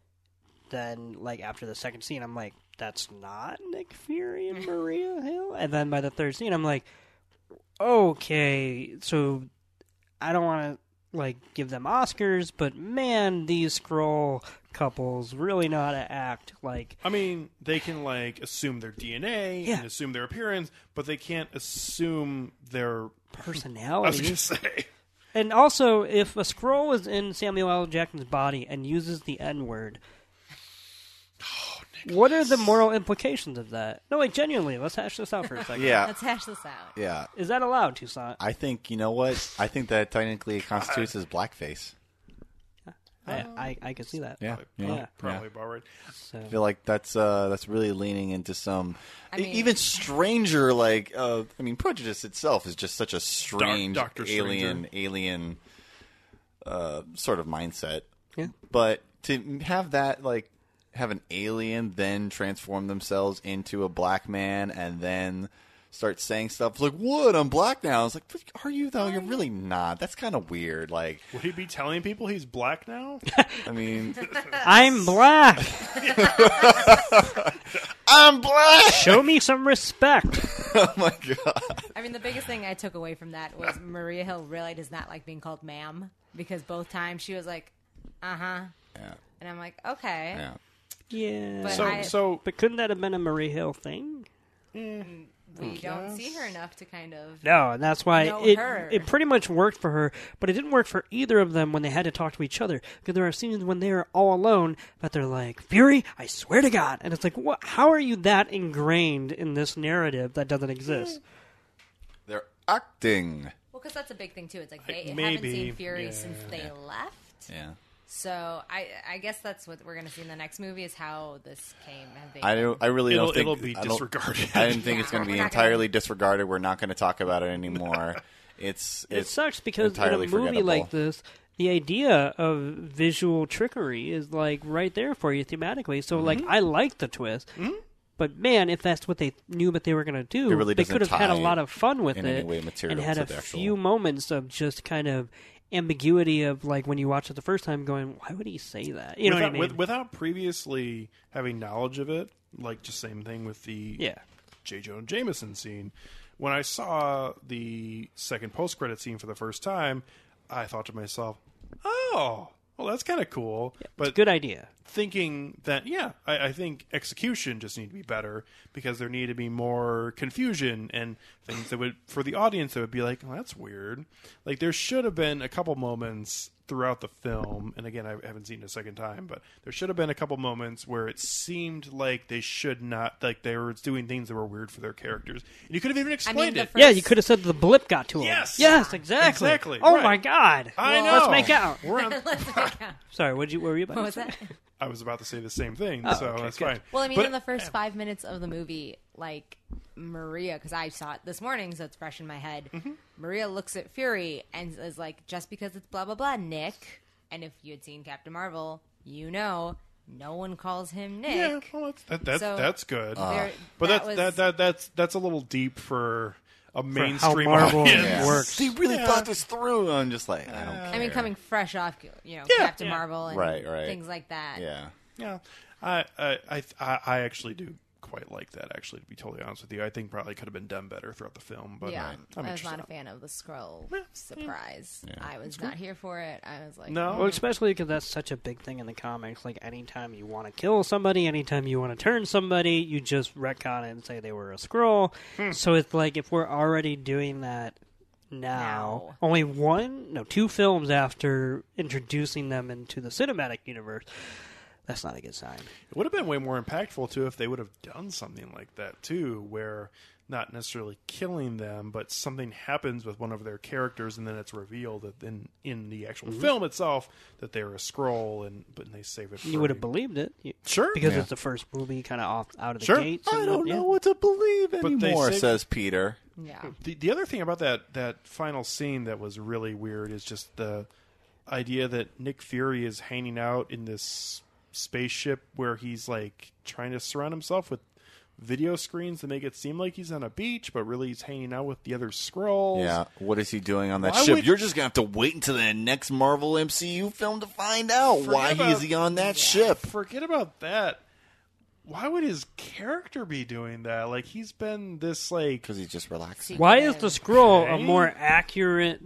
Speaker 2: then like after the second scene, I'm like, that's not Nick Fury and Maria Hill, and then by the third scene, I'm like, okay, so I don't want to like give them Oscars, but man, these scroll couples really know how to act like
Speaker 1: I mean, they can like assume their DNA
Speaker 2: Yeah.
Speaker 1: and assume their appearance, but they can't assume their. I was
Speaker 2: personality.
Speaker 1: going to say.
Speaker 2: And also, if a scroll is in Samuel L. Jackson's body and uses the N word,
Speaker 1: Oh,
Speaker 2: what are the moral implications of that? No, wait, genuinely, let's hash this out for a second.
Speaker 3: Yeah,
Speaker 4: Let's hash this out.
Speaker 3: yeah.
Speaker 2: Is that allowed, Toussaint?
Speaker 3: I think you know what? I think that technically constitutes as blackface.
Speaker 2: I, I, I can see that.
Speaker 3: Yeah,
Speaker 2: Yeah.
Speaker 1: Probably about right.
Speaker 2: So,
Speaker 3: I feel like that's uh, that's really leaning into some e,
Speaker 4: I mean-
Speaker 3: even stranger like uh, I mean prejudice itself is just such a strange
Speaker 1: Dr.
Speaker 3: alien
Speaker 1: Stranger.
Speaker 3: alien uh, sort of mindset.
Speaker 2: Yeah.
Speaker 3: But to have that like have an alien then transform themselves into a black man and then start saying stuff like "What? I'm black now." It's like, "Are you though? You're really not." That's kind of weird. Like,
Speaker 1: Would he be telling people he's black now?
Speaker 3: I mean,
Speaker 2: I'm black.
Speaker 3: I'm black.
Speaker 2: Show me some respect.
Speaker 3: oh my god.
Speaker 4: I mean, the biggest thing I took away from that was Maria Hill really does not like being called ma'am because both times she was like, uh huh.
Speaker 3: Yeah.
Speaker 4: And I'm like, okay.
Speaker 3: Yeah.
Speaker 2: Yeah.
Speaker 4: But
Speaker 1: So,
Speaker 4: I-
Speaker 1: so
Speaker 2: But couldn't that have been a Marie Hill thing?
Speaker 1: Mm.
Speaker 4: We don't see her enough to kind of.
Speaker 2: No, and that's why
Speaker 4: No,
Speaker 2: it
Speaker 4: her.
Speaker 2: it pretty much worked for her, but it didn't work for either of them when they had to talk to each other. Because there are scenes when they are all alone, but they're like, "Fury, I swear to God," and it's like, "What? How are you that ingrained in this narrative that doesn't exist?"
Speaker 3: They're acting.
Speaker 4: Well, because that's a big thing too. It's like they haven't
Speaker 1: maybe,
Speaker 4: seen Fury
Speaker 1: yeah.
Speaker 4: since they left.
Speaker 3: Yeah.
Speaker 4: So I, I guess that's what we're gonna see in the next movie is how this came. Have they,
Speaker 3: I don't. I really
Speaker 1: it'll,
Speaker 3: don't think
Speaker 1: it'll be
Speaker 3: I don't-
Speaker 1: disregarded.
Speaker 3: I didn't think it's going to be
Speaker 4: We're not gonna-
Speaker 3: entirely disregarded. We're not going to talk about it anymore. It's
Speaker 2: It
Speaker 3: it's
Speaker 2: sucks because in a
Speaker 3: entirely
Speaker 2: movie
Speaker 3: forgettable.
Speaker 2: like this, the idea of visual trickery is like right there for you thematically. So like,
Speaker 3: Mm-hmm.
Speaker 2: I like the twist. But man, if that's what they knew what they were going to do,
Speaker 3: really
Speaker 2: they
Speaker 3: doesn't
Speaker 2: could have had a
Speaker 3: tie
Speaker 2: lot of fun with
Speaker 3: in
Speaker 2: it
Speaker 3: any way material
Speaker 2: and had
Speaker 3: to
Speaker 2: a
Speaker 3: the actual-
Speaker 2: few moments of just kind of ambiguity of like when you watch it the first time, going, "Why would he say that?" You know
Speaker 1: without,
Speaker 2: what I mean?
Speaker 1: with- without previously having knowledge of it, like just same thing with the
Speaker 2: yeah,
Speaker 1: J. Jonah Jameson scene. When I saw the second post credit scene for the first time, I thought to myself, "Oh, well, that's kind of cool." but
Speaker 2: good idea.
Speaker 1: thinking that yeah, I, I think execution just need to be better because there need to be more confusion and things that would for the audience that would be like, well, that's weird. Like there should have been a couple moments throughout the film, and again, I haven't seen it a second time, but there should have been a couple moments where it seemed like they should not like they were doing things that were weird for their characters. And you could have even explained
Speaker 4: the
Speaker 1: it.
Speaker 4: fir-
Speaker 2: Yeah, you could have said the blip got to him.
Speaker 1: Yes.
Speaker 2: yes, exactly,
Speaker 1: Exactly,
Speaker 2: Oh
Speaker 1: right.
Speaker 2: my god,
Speaker 1: I know.
Speaker 2: Let's make out.
Speaker 1: We're on,
Speaker 2: Sorry, what you? What were you about?
Speaker 4: What
Speaker 2: to
Speaker 4: was
Speaker 2: say?
Speaker 4: that?
Speaker 1: I was about to say the same thing, so that's fine.
Speaker 4: Oh, Well, I mean,
Speaker 1: But-
Speaker 4: in the first five minutes of the movie, like Maria, because I saw it this morning, so it's fresh in my head.
Speaker 1: Mm-hmm.
Speaker 4: Maria looks at Fury and is like, "Just because it's blah blah blah, Nick." And if you had seen Captain Marvel, you know, no one calls him Nick.
Speaker 1: yeah, well, that's that, that,
Speaker 4: So-
Speaker 1: that's good.
Speaker 4: There-
Speaker 1: But
Speaker 4: that
Speaker 1: that's
Speaker 4: was-
Speaker 1: that, that that's that's a little deep for a
Speaker 2: how
Speaker 1: mainstream
Speaker 2: Marvel
Speaker 1: audience.
Speaker 3: Yeah.
Speaker 2: works.
Speaker 3: They really thought this through. I'm just like I don't. Care.
Speaker 4: I mean, coming fresh off, you know,
Speaker 1: Yeah.
Speaker 4: Captain Marvel and
Speaker 3: Right, right.
Speaker 4: things like that.
Speaker 3: Yeah.
Speaker 1: Yeah, I I I I I actually do quite like that. Actually, to be totally honest with you, I think probably could have been done better throughout the film. But
Speaker 4: Yeah,
Speaker 1: I'm
Speaker 4: I was
Speaker 1: interested.
Speaker 4: not a fan of the scroll surprise. I was not here for it. I was like,
Speaker 1: No,
Speaker 2: Well, especially because that's such a big thing in the comics. Like, anytime you want to kill somebody, anytime you want to turn somebody, you just retcon it and say they were a scroll.
Speaker 3: Hmm.
Speaker 2: So it's like if we're already doing that now,
Speaker 4: Now.
Speaker 2: only one, no, two films after introducing them into the cinematic universe, That's not a good sign.
Speaker 1: It would have been way more impactful too if they would have done something like that too, where not necessarily killing them, but something happens with one of their characters, and then it's revealed that in in the actual film itself that they're a scroll, and but they save it. For
Speaker 2: You would have believed it, you-
Speaker 1: Sure.
Speaker 2: because
Speaker 3: Yeah.
Speaker 2: it's the first movie, kind of off out of the
Speaker 1: Sure.
Speaker 2: gates.
Speaker 3: I
Speaker 2: and
Speaker 3: don't
Speaker 2: what- yeah.
Speaker 3: know what to believe
Speaker 1: they
Speaker 3: anymore,
Speaker 1: say-
Speaker 3: says Peter.
Speaker 4: Yeah.
Speaker 1: The, the other thing about that that final scene that was really weird is just the idea that Nick Fury is hanging out in this spaceship where he's like trying to surround himself with video screens to make it seem like he's on a beach, but really he's hanging out with the other scrolls.
Speaker 3: Yeah, what is he doing on that
Speaker 1: Why
Speaker 3: ship?
Speaker 1: would-
Speaker 3: You're just gonna have to wait until the next Marvel MCU film to find out
Speaker 1: Forget
Speaker 3: why
Speaker 1: about-
Speaker 3: he's he on that ship.
Speaker 1: Forget about that. Why would his character be doing that? Like he's been this like
Speaker 3: Because he's just relaxing.
Speaker 2: Why is the scroll
Speaker 1: Okay.
Speaker 2: a more accurate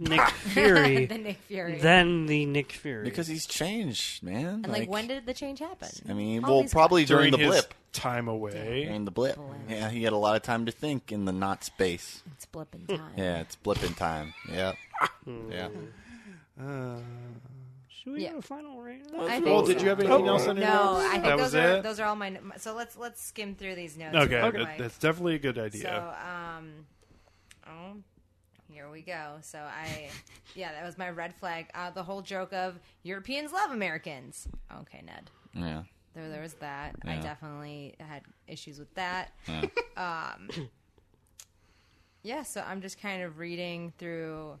Speaker 2: Nick Fury
Speaker 4: the Nick Fury.
Speaker 2: than the Nick Fury?
Speaker 3: Because he's changed, man.
Speaker 4: and like, when did the change happen?
Speaker 3: I mean,
Speaker 4: All
Speaker 3: well,
Speaker 4: these-
Speaker 3: probably during, the
Speaker 1: his
Speaker 3: blip.
Speaker 1: time away.
Speaker 3: During the blip, yeah, he had a lot of time to think in the not space.
Speaker 4: It's blip in time.
Speaker 3: Yeah, it's blipping time. Yeah,
Speaker 4: Hmm.
Speaker 3: yeah.
Speaker 2: Should we
Speaker 4: Yeah.
Speaker 2: have a final rating?
Speaker 4: I think
Speaker 1: Well, did
Speaker 4: so.
Speaker 1: you have anything else on your
Speaker 4: No,
Speaker 1: notes?
Speaker 4: I think
Speaker 1: that
Speaker 4: those
Speaker 1: was
Speaker 4: are
Speaker 1: it.
Speaker 4: those are all my. my- So let's let's skim through these notes.
Speaker 1: Okay, that-
Speaker 4: real quick.
Speaker 1: that's definitely a good idea.
Speaker 4: So, um, oh, here we go. So I, yeah, that was my red flag. Uh, the whole joke of Europeans love Americans. Okay, Ned.
Speaker 3: Yeah.
Speaker 4: There, there was that. I
Speaker 3: Yeah.
Speaker 4: definitely had issues with that. Um, yeah, so I'm just kind of reading through.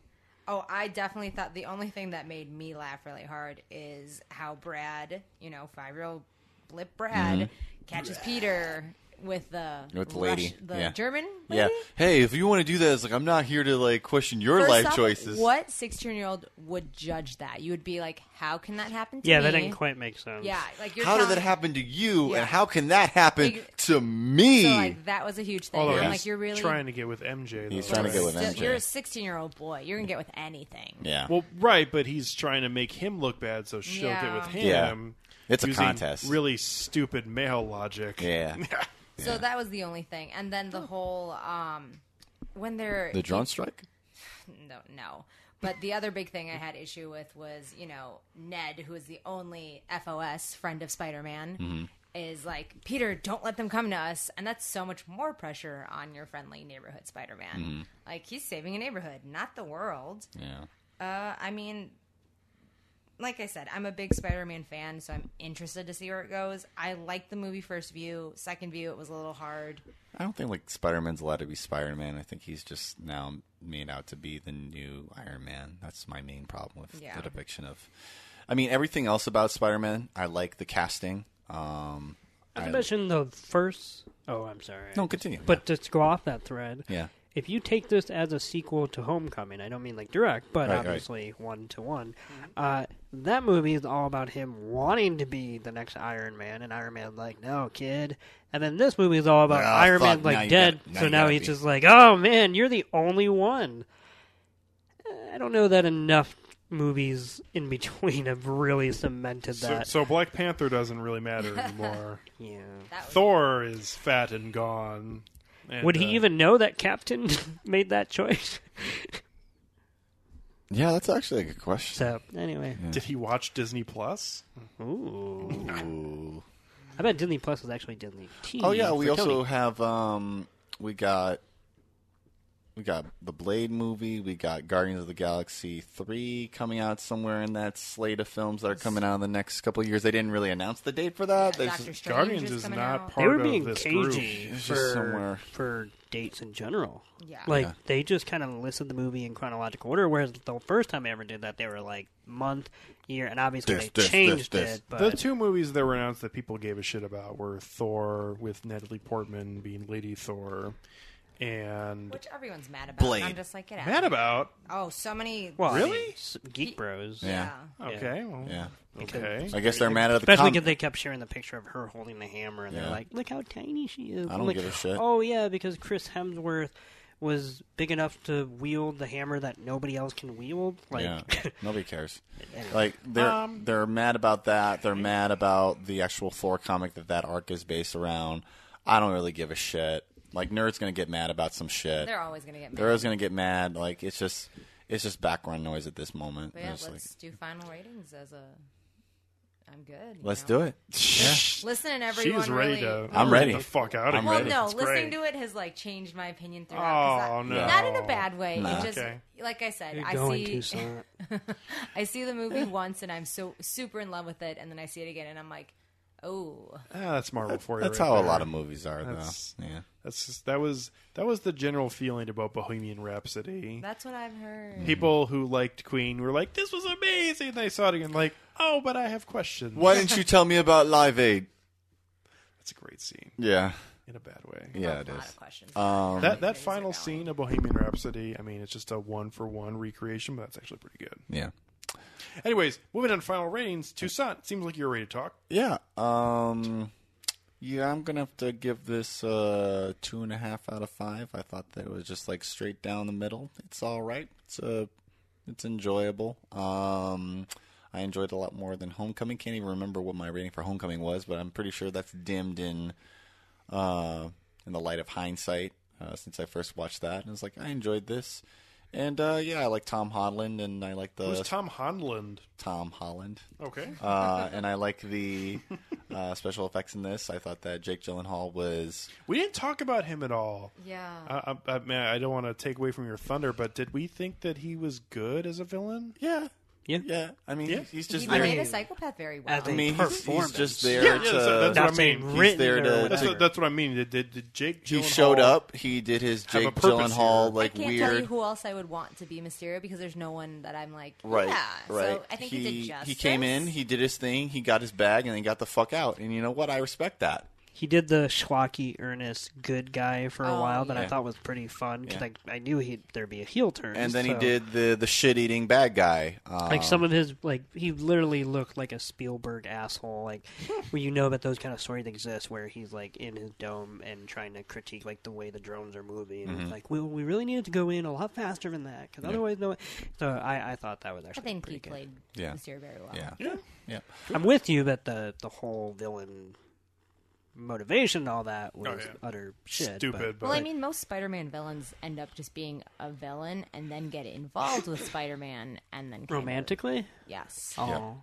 Speaker 4: Oh, I definitely thought the only thing that made me laugh really hard is how Brad, you know, five year old blip Brad, catches Peter with the
Speaker 3: Mm-hmm. With the lady,
Speaker 4: the
Speaker 3: yeah.
Speaker 4: German lady.
Speaker 3: Yeah. Hey, if you want to do that, it's like I'm not here to like question your
Speaker 4: First
Speaker 3: life
Speaker 4: off,
Speaker 3: choices.
Speaker 4: What 16 year old would judge that? You would be like, how can that happen to
Speaker 2: yeah,
Speaker 4: me?
Speaker 2: that didn't quite make sense.
Speaker 4: Yeah, like you're
Speaker 3: How did
Speaker 4: telling-
Speaker 3: that happen to you,
Speaker 4: Yeah.
Speaker 3: and how can that happen
Speaker 4: Like-
Speaker 3: to me?
Speaker 4: So, like, that was a huge thing.
Speaker 1: Although
Speaker 4: I'm
Speaker 1: he's
Speaker 4: like, you're really
Speaker 1: trying to get with MJ. Though,
Speaker 3: He's trying to
Speaker 1: right?
Speaker 3: get with
Speaker 4: Still-
Speaker 3: MJ.
Speaker 4: You're a 16 year old boy. You're gonna get with anything.
Speaker 3: yeah.
Speaker 1: Well, right, but he's trying to make him look bad, so she'll get
Speaker 4: Yeah.
Speaker 1: with
Speaker 3: Yeah.
Speaker 1: him.
Speaker 3: It's a
Speaker 1: using
Speaker 3: contest.
Speaker 1: Really stupid male logic.
Speaker 3: yeah.
Speaker 4: So that was the only thing. And then the whole um, when they're
Speaker 3: The drone strike.
Speaker 4: no, no. But the other big thing I had issue with was you know Ned, who is the only FOS friend of Spider Man.
Speaker 3: Mm-hmm.
Speaker 4: Is like Peter, don't let them come to us, and that's so much more pressure on your friendly neighborhood Spider-Man.
Speaker 3: Mm-hmm.
Speaker 4: Like he's saving a neighborhood, not the world.
Speaker 3: Yeah.
Speaker 4: Uh, I mean, like I said, I'm a big Spider-Man fan, so I'm interested to see where it goes. I liked the movie first view. Second view, it was a little hard.
Speaker 3: I don't think like Spider Man's allowed to be Spider Man. I think he's just now made out to be the new Iron Man. That's my main problem with
Speaker 4: Yeah.
Speaker 3: the depiction of. I mean, everything else about Spider Man, I like the casting. Um,
Speaker 2: Not to
Speaker 3: I-
Speaker 2: mention the first. Oh, I'm sorry.
Speaker 3: no, continue.
Speaker 2: But to go off that thread,
Speaker 3: yeah,
Speaker 2: if you take this as a sequel to Homecoming, I don't mean like direct, but
Speaker 3: Right, right.
Speaker 2: obviously one to one,
Speaker 1: Mm-hmm.
Speaker 2: uh, that movie is all about him wanting to be the next Iron Man, and Iron Man's like, no, kid. And then this movie is all about
Speaker 3: Ah,
Speaker 2: Iron
Speaker 3: fuck,
Speaker 2: Man's
Speaker 3: now
Speaker 2: like
Speaker 3: you
Speaker 2: dead,
Speaker 3: gotta- now
Speaker 2: so
Speaker 3: you
Speaker 2: now
Speaker 3: gotta
Speaker 2: he's
Speaker 3: be.
Speaker 2: just like, oh man, you're the only one. Uh, I don't know that enough movies in between have really cemented
Speaker 1: So,
Speaker 2: that.
Speaker 1: so Black Panther doesn't really matter anymore.
Speaker 2: yeah.
Speaker 1: Thor is fat and gone. and,
Speaker 2: Would he
Speaker 1: uh,
Speaker 2: even know that Captain made that choice?
Speaker 3: yeah, that's actually a good question.
Speaker 2: so anyway,
Speaker 1: Did he watch Disney Plus?
Speaker 2: ooh.
Speaker 3: Ooh.
Speaker 2: I bet Disney Plus is actually Disney TV.
Speaker 3: Oh yeah, we
Speaker 2: for
Speaker 3: also
Speaker 2: Tony.
Speaker 3: have um, we got we got the Blade movie, we got Guardians of the Galaxy three coming out somewhere in that slate of films that are coming out in the next couple of years. They didn't really announce the date for that. They
Speaker 4: Doctor
Speaker 3: just-
Speaker 4: Strange
Speaker 1: Guardians
Speaker 4: is,
Speaker 1: is
Speaker 4: coming
Speaker 1: not
Speaker 4: out.
Speaker 1: part
Speaker 2: they were
Speaker 1: of
Speaker 2: being
Speaker 1: this
Speaker 2: cagey
Speaker 1: group.
Speaker 3: It's just
Speaker 2: for,
Speaker 3: somewhere.
Speaker 2: for dates in general.
Speaker 4: Yeah.
Speaker 2: Like they just kind of listed the movie in chronological order, whereas the first time they ever did that, they were like month, year, and obviously
Speaker 3: This,
Speaker 2: they
Speaker 3: this,
Speaker 2: changed
Speaker 3: this, this.
Speaker 2: it. But
Speaker 1: The two movies that were announced that people gave a shit about were Thor with Natalie Portman being Lady Thor, and
Speaker 4: which everyone's mad about.
Speaker 3: Blade.
Speaker 4: I'm just like, get out.
Speaker 1: mad about
Speaker 4: Oh, so many.
Speaker 2: well, I mean,
Speaker 1: Really?
Speaker 2: s- Geek Bros,
Speaker 4: yeah.
Speaker 3: yeah,
Speaker 1: okay, well,
Speaker 3: yeah.
Speaker 1: okay.
Speaker 3: I guess they're mad at the
Speaker 2: Especially
Speaker 3: com-
Speaker 2: because they kept sharing the picture of her holding the hammer, and
Speaker 3: Yeah.
Speaker 2: they're like, "Look how tiny she is."
Speaker 3: I
Speaker 2: I'm
Speaker 3: don't
Speaker 2: like,
Speaker 3: give a shit.
Speaker 2: Oh yeah, because Chris Hemsworth was big enough to wield the hammer that nobody else can wield. Like,
Speaker 3: yeah, nobody cares. Like they're they're mad about that. They're mad about the actual Thor comic that that arc is based around. I don't really give a shit. Like nerds gonna get mad about some shit.
Speaker 4: They're always gonna get mad.
Speaker 3: They're always gonna get mad. Like it's just it's just background noise at this moment.
Speaker 4: but yeah,
Speaker 3: It's
Speaker 4: let's
Speaker 3: like-
Speaker 4: do final ratings as a I'm good. you
Speaker 3: Let's
Speaker 4: know.
Speaker 3: do it.
Speaker 4: Listening,
Speaker 1: She
Speaker 4: everyone.
Speaker 1: is ready
Speaker 4: really,
Speaker 1: to.
Speaker 3: I'm
Speaker 1: get
Speaker 3: ready.
Speaker 1: The fuck out of
Speaker 3: I'm
Speaker 1: here.
Speaker 4: Well,
Speaker 3: ready.
Speaker 4: no,
Speaker 1: It's
Speaker 4: listening
Speaker 1: great.
Speaker 4: to it has like changed my opinion throughout. 'cause
Speaker 1: Oh,
Speaker 4: I-
Speaker 1: no.
Speaker 4: Not in a bad way. It just,
Speaker 1: Okay.
Speaker 4: like I said,
Speaker 2: You're
Speaker 4: I
Speaker 2: going
Speaker 4: see.
Speaker 2: too soon.
Speaker 4: I see the movie once and I'm so super in love with it, and then I see it again and I'm like, oh,
Speaker 1: Ah, that's Marvel for you.
Speaker 3: That's
Speaker 1: right
Speaker 3: how a
Speaker 1: there.
Speaker 3: lot of movies are,
Speaker 1: That's-
Speaker 3: though. Yeah.
Speaker 1: That's just, that was that was the general feeling about Bohemian Rhapsody.
Speaker 4: that's what I've heard.
Speaker 1: People who liked Queen were like, "This was amazing." They saw it again, like, "Oh, but I have questions."
Speaker 3: Why didn't you tell me about Live Aid?
Speaker 1: That's a great scene
Speaker 3: Yeah.
Speaker 1: in a bad way.
Speaker 3: Yeah, it
Speaker 4: a lot
Speaker 3: is.
Speaker 4: of questions.
Speaker 3: Um,
Speaker 1: That that
Speaker 4: Things are
Speaker 1: final
Speaker 4: going.
Speaker 1: scene of Bohemian Rhapsody, I mean, it's just a one for one recreation, but that's actually pretty good.
Speaker 3: yeah.
Speaker 1: Anyways, moving on to final ratings. Toussaint, it seems like you're ready to talk.
Speaker 3: Yeah. Um, yeah, I'm gonna have to give this uh, two and a half out of five. I thought that it was just like straight down the middle. It's all right. It's uh, it's enjoyable. Um, I enjoyed it a lot more than Homecoming. Can't even remember what my rating for Homecoming was, but I'm pretty sure that's dimmed in uh, in the light of hindsight uh, since I first watched that. And I was like, I enjoyed this. And uh, yeah, I like Tom Holland, and I like the
Speaker 1: Who's Tom Holland?
Speaker 3: Tom Holland
Speaker 1: Okay.
Speaker 3: uh, and I like the uh, special effects in this. I thought that Jake Gyllenhaal was
Speaker 1: We didn't talk about him at all.
Speaker 4: yeah.
Speaker 3: uh,
Speaker 1: I, I, I, mean, I don't want to take away from your thunder, but did we think that he was good as a villain?
Speaker 3: yeah,
Speaker 2: Yeah.
Speaker 3: yeah. I mean,
Speaker 1: Yeah.
Speaker 3: he's just
Speaker 4: he
Speaker 3: there.
Speaker 4: played a psychopath very well.
Speaker 2: As
Speaker 3: I
Speaker 2: a-
Speaker 3: mean, he's, he's
Speaker 2: Performance.
Speaker 3: just there.
Speaker 1: Yeah, yeah,
Speaker 3: to,
Speaker 1: that's what- that's
Speaker 2: That's
Speaker 1: what I mean.
Speaker 2: being
Speaker 1: He's
Speaker 2: written
Speaker 3: there
Speaker 2: or
Speaker 3: to-
Speaker 2: whatever.
Speaker 1: That's what, that's what I mean. Did, did, did Jake
Speaker 3: he
Speaker 1: Gyllenhaal-
Speaker 3: showed up. He did his
Speaker 1: Have a
Speaker 3: Jake
Speaker 1: purpose
Speaker 3: Gyllenhaal
Speaker 1: here.
Speaker 4: I
Speaker 3: like
Speaker 4: can't
Speaker 3: weird.
Speaker 4: tell you who else I would want to be Mysterio because there's no one that I'm like,
Speaker 3: Right,
Speaker 4: yeah.
Speaker 3: right.
Speaker 4: So I think
Speaker 3: he
Speaker 4: he, did justice.
Speaker 3: he came in, he did his thing, he got his bag, and then got the fuck out. And you know what? I respect that.
Speaker 2: He did the schlocky, earnest, good guy for a
Speaker 4: Oh,
Speaker 2: while that
Speaker 3: yeah.
Speaker 2: I thought was pretty fun because
Speaker 3: Yeah.
Speaker 2: I, I knew he'd there'd be a heel turn.
Speaker 3: And then he
Speaker 2: so-
Speaker 3: did the the shit eating bad guy. Um,
Speaker 2: like some of his like he literally looked like a Spielberg asshole. Like when you know that those kind of stories exist, where he's like in his dome and trying to critique like the way the drones are moving. And
Speaker 1: Mm-hmm.
Speaker 2: it's like, well, we really needed to go in a lot faster than that because otherwise, no. So I, I thought that was
Speaker 4: I
Speaker 2: actually.
Speaker 4: think he
Speaker 2: pretty good.
Speaker 4: played
Speaker 3: Yeah.
Speaker 4: Mysterio very well.
Speaker 3: yeah,
Speaker 1: Yeah.
Speaker 3: yeah.
Speaker 2: I'm with you that the the whole villain motivation and all that was
Speaker 1: Oh, yeah.
Speaker 2: utter shit.
Speaker 1: Stupid, but,
Speaker 4: Well, I mean, most Spider-Man villains end up just being a villain and then get involved with Spider-Man and then kind
Speaker 2: but
Speaker 4: of-
Speaker 2: romantically,
Speaker 4: yes.
Speaker 2: oh,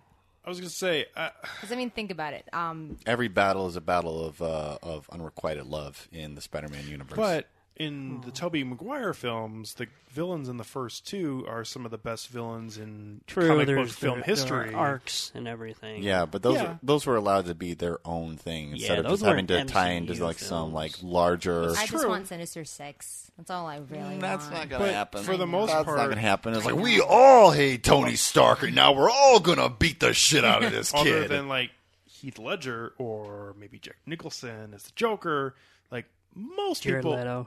Speaker 1: I was gonna say, I,
Speaker 4: Because I mean, think about it. Um,
Speaker 3: Every battle is a battle of uh, of unrequited love in the Spider-Man universe.
Speaker 1: but in
Speaker 2: Hmm.
Speaker 1: the Tobey Maguire films, the villains in the first two are some of the best villains in
Speaker 2: true.
Speaker 1: comic book
Speaker 2: there's
Speaker 1: film
Speaker 2: there- there are
Speaker 1: history.
Speaker 2: arcs and everything.
Speaker 3: Yeah, but those
Speaker 1: Yeah.
Speaker 3: those were allowed to be their own thing instead
Speaker 2: Yeah,
Speaker 3: of
Speaker 2: those
Speaker 3: just having to
Speaker 2: weren't
Speaker 3: tie into
Speaker 2: MCU
Speaker 3: like some
Speaker 2: films.
Speaker 3: like larger.
Speaker 4: I just
Speaker 1: true.
Speaker 4: want Sinister Six. That's all I really
Speaker 3: Mm,
Speaker 4: want.
Speaker 3: gonna
Speaker 1: But happen. for the most
Speaker 3: that's not
Speaker 1: part-
Speaker 3: gonna happen. It's like we all hate Tony Stark, and now we're all gonna beat the shit out of this
Speaker 1: other
Speaker 3: kid.
Speaker 1: than like Heath Ledger or maybe Jack Nicholson as the Joker. Like most
Speaker 2: Jared
Speaker 1: people,
Speaker 2: Leto.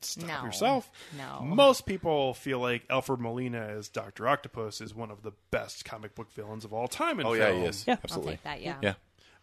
Speaker 1: stop
Speaker 4: No.
Speaker 1: yourself.
Speaker 4: No.
Speaker 1: most people feel like Alfred Molina as Doctor Octopus is one of the best comic book villains of all time. In
Speaker 3: oh yeah,
Speaker 1: film.
Speaker 3: yes,
Speaker 2: Yeah.
Speaker 4: I'll
Speaker 3: absolutely.
Speaker 4: take that. Yeah.
Speaker 3: Yeah,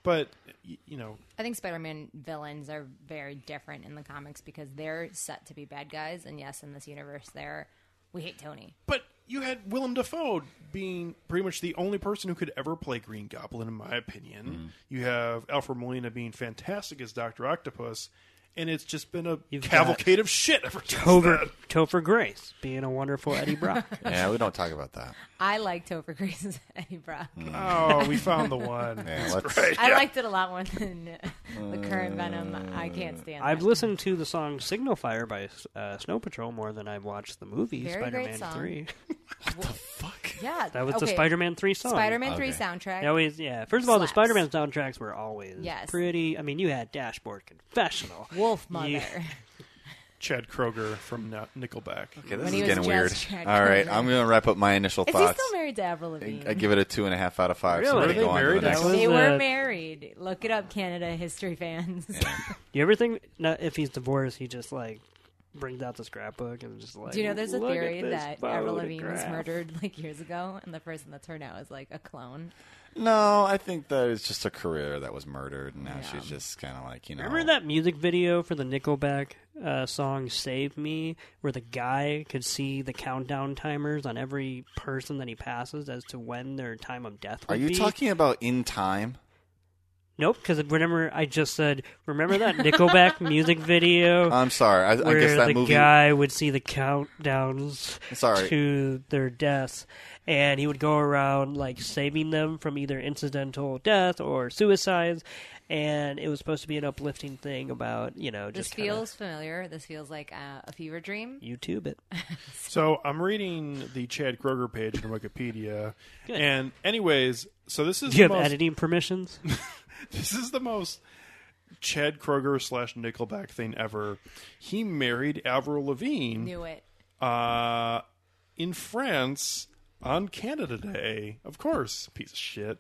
Speaker 1: But y- you know,
Speaker 4: I think Spider-Man villains are very different in the comics because they're set to be bad guys, and yes, in this universe, they're we hate Tony.
Speaker 1: but you had Willem Dafoe being pretty much the only person who could ever play Green Goblin, in my
Speaker 3: Mm-hmm.
Speaker 1: opinion. You have Alfred Molina being fantastic as Doctor Octopus, and it's just been a
Speaker 2: You've
Speaker 1: cavalcade of shit ever since. then.
Speaker 2: Topher, Topher Grace being a wonderful Eddie Brock.
Speaker 3: yeah. We don't talk about that.
Speaker 4: I like Topher Grace as Eddie Brock.
Speaker 1: Oh, we found the one.
Speaker 3: Yeah, let's-
Speaker 4: I liked it a lot more than the current Venom. I can't stand.
Speaker 2: I've
Speaker 4: that.
Speaker 2: listened to the song Signal Fire by uh, Snow Patrol more than I've watched the movie
Speaker 4: Very
Speaker 2: Spider
Speaker 4: great
Speaker 2: Man
Speaker 4: song.
Speaker 2: 3.
Speaker 4: Yeah,
Speaker 2: That was the
Speaker 4: okay.
Speaker 2: Spider Man 3 song.
Speaker 4: Spider-Man
Speaker 3: Okay.
Speaker 4: Three soundtrack.
Speaker 2: They always, yeah. First of all,
Speaker 4: Slaps.
Speaker 2: the Spider Man soundtracks were always
Speaker 4: Yes.
Speaker 2: pretty. I mean, you had Dashboard Confessional.
Speaker 4: Wolf
Speaker 2: You-
Speaker 4: Mother.
Speaker 1: Chad Kroger from Na- Nickelback.
Speaker 3: Okay,
Speaker 4: When
Speaker 3: this
Speaker 4: he
Speaker 3: is
Speaker 4: was
Speaker 3: getting
Speaker 4: just
Speaker 3: weird.
Speaker 4: Chad
Speaker 3: All right,
Speaker 4: Kroger.
Speaker 3: I'm gonna wrap up my initial
Speaker 4: Is he
Speaker 3: thoughts.
Speaker 4: still married to Avril
Speaker 3: I,
Speaker 4: Lavigne?
Speaker 3: I give it a two and a half out of five. So
Speaker 2: Really?
Speaker 3: we're gonna go on to the
Speaker 2: Were they
Speaker 1: married?
Speaker 3: next
Speaker 1: That
Speaker 3: one.
Speaker 2: was,
Speaker 4: they were
Speaker 2: uh,
Speaker 4: married. Look it up, Canada history fans.
Speaker 2: You ever think no, if he's divorced, he just like brings out the scrapbook and just like.
Speaker 4: Do you know there's a
Speaker 2: "Look at
Speaker 4: theory
Speaker 2: this
Speaker 4: that Avril Lavigne was
Speaker 2: photograph."
Speaker 4: murdered like years ago, and the person that's her now is like a clone?
Speaker 3: No, I think that it's just a career that was murdered, and now
Speaker 4: Yeah.
Speaker 3: she's just kind of like you know.
Speaker 2: Remember that music video for the Nickelback uh, song "Save Me," where the guy could see the countdown timers on every person that he passes as to when their time of death would
Speaker 3: Are you
Speaker 2: be?
Speaker 3: talking about in time?
Speaker 2: Nope, because remember I just said remember that Nickelback music video
Speaker 3: I'm sorry. Uh, I, I
Speaker 2: where
Speaker 3: guess that
Speaker 2: the
Speaker 3: movie.
Speaker 2: guy would see the countdowns
Speaker 3: Sorry.
Speaker 2: to their deaths, and he would go around like saving them from either incidental death or suicides, and it was supposed to be an uplifting thing about you know
Speaker 4: This
Speaker 2: just kinda-
Speaker 4: feels familiar. This feels like uh, a fever dream.
Speaker 2: YouTube it.
Speaker 1: So I'm reading the Chad Kroger page on Wikipedia, and anyways, so this is
Speaker 2: Do you
Speaker 1: the
Speaker 2: have
Speaker 1: most,
Speaker 2: editing permissions?
Speaker 1: this is the most Chad Kroger slash Nickelback thing ever. He married Avril Lavigne
Speaker 4: Knew it.
Speaker 1: uh, in France on Canada Day, of course. Piece of shit.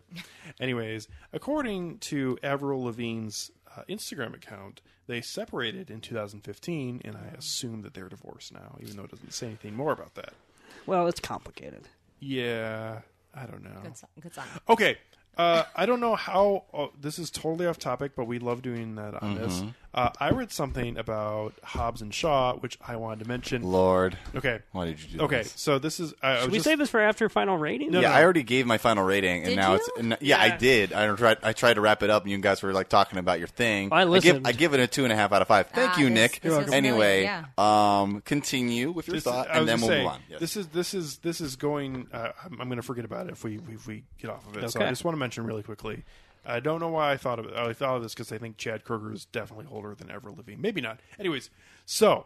Speaker 1: Anyways, according to Avril Lavigne's uh, Instagram account, they separated in 2015, and I assume that they're divorced now, even though it doesn't say anything more about that.
Speaker 2: well, it's complicated.
Speaker 1: Yeah, I don't know.
Speaker 4: Good song. Good song.
Speaker 1: Okay. Uh, I don't know how oh, this is totally off topic, but we love doing that on this.
Speaker 3: Mm-hmm.
Speaker 1: Uh, I read something about Hobbs and Shaw, which I wanted to mention.
Speaker 3: Lord,
Speaker 1: Okay,
Speaker 3: why did you do?
Speaker 1: okay.
Speaker 3: this?
Speaker 1: So this is. I, I was
Speaker 2: Should we
Speaker 1: just,
Speaker 2: save this for after final rating?
Speaker 1: No,
Speaker 3: Yeah,
Speaker 1: no.
Speaker 3: I already gave my final rating, and
Speaker 4: Did
Speaker 3: now
Speaker 4: you?
Speaker 3: it's and, yeah, I
Speaker 2: Yeah.
Speaker 3: did. I tried. I tried to wrap it up, and you guys were like talking about your thing.
Speaker 2: I
Speaker 3: give,
Speaker 2: listened.
Speaker 3: I give it a two and a half out of five. Thank
Speaker 4: Ah,
Speaker 3: you,
Speaker 4: this-
Speaker 3: Nick.
Speaker 4: this was
Speaker 3: anyway,
Speaker 4: familiar,
Speaker 3: um, continue with your
Speaker 1: this is-
Speaker 3: thought,
Speaker 1: I
Speaker 3: and
Speaker 1: was
Speaker 3: then
Speaker 1: just
Speaker 3: we'll
Speaker 1: saying,
Speaker 3: move on. Yes.
Speaker 1: This is this is this is going. Uh, I'm, I'm going to forget about it if we if we get off of it. So I
Speaker 2: Okay.
Speaker 1: just want to mention really quickly. I don't know why I thought of it. I thought of this because I think Chad Kroger is definitely older than ever living. Maybe not. Anyways, so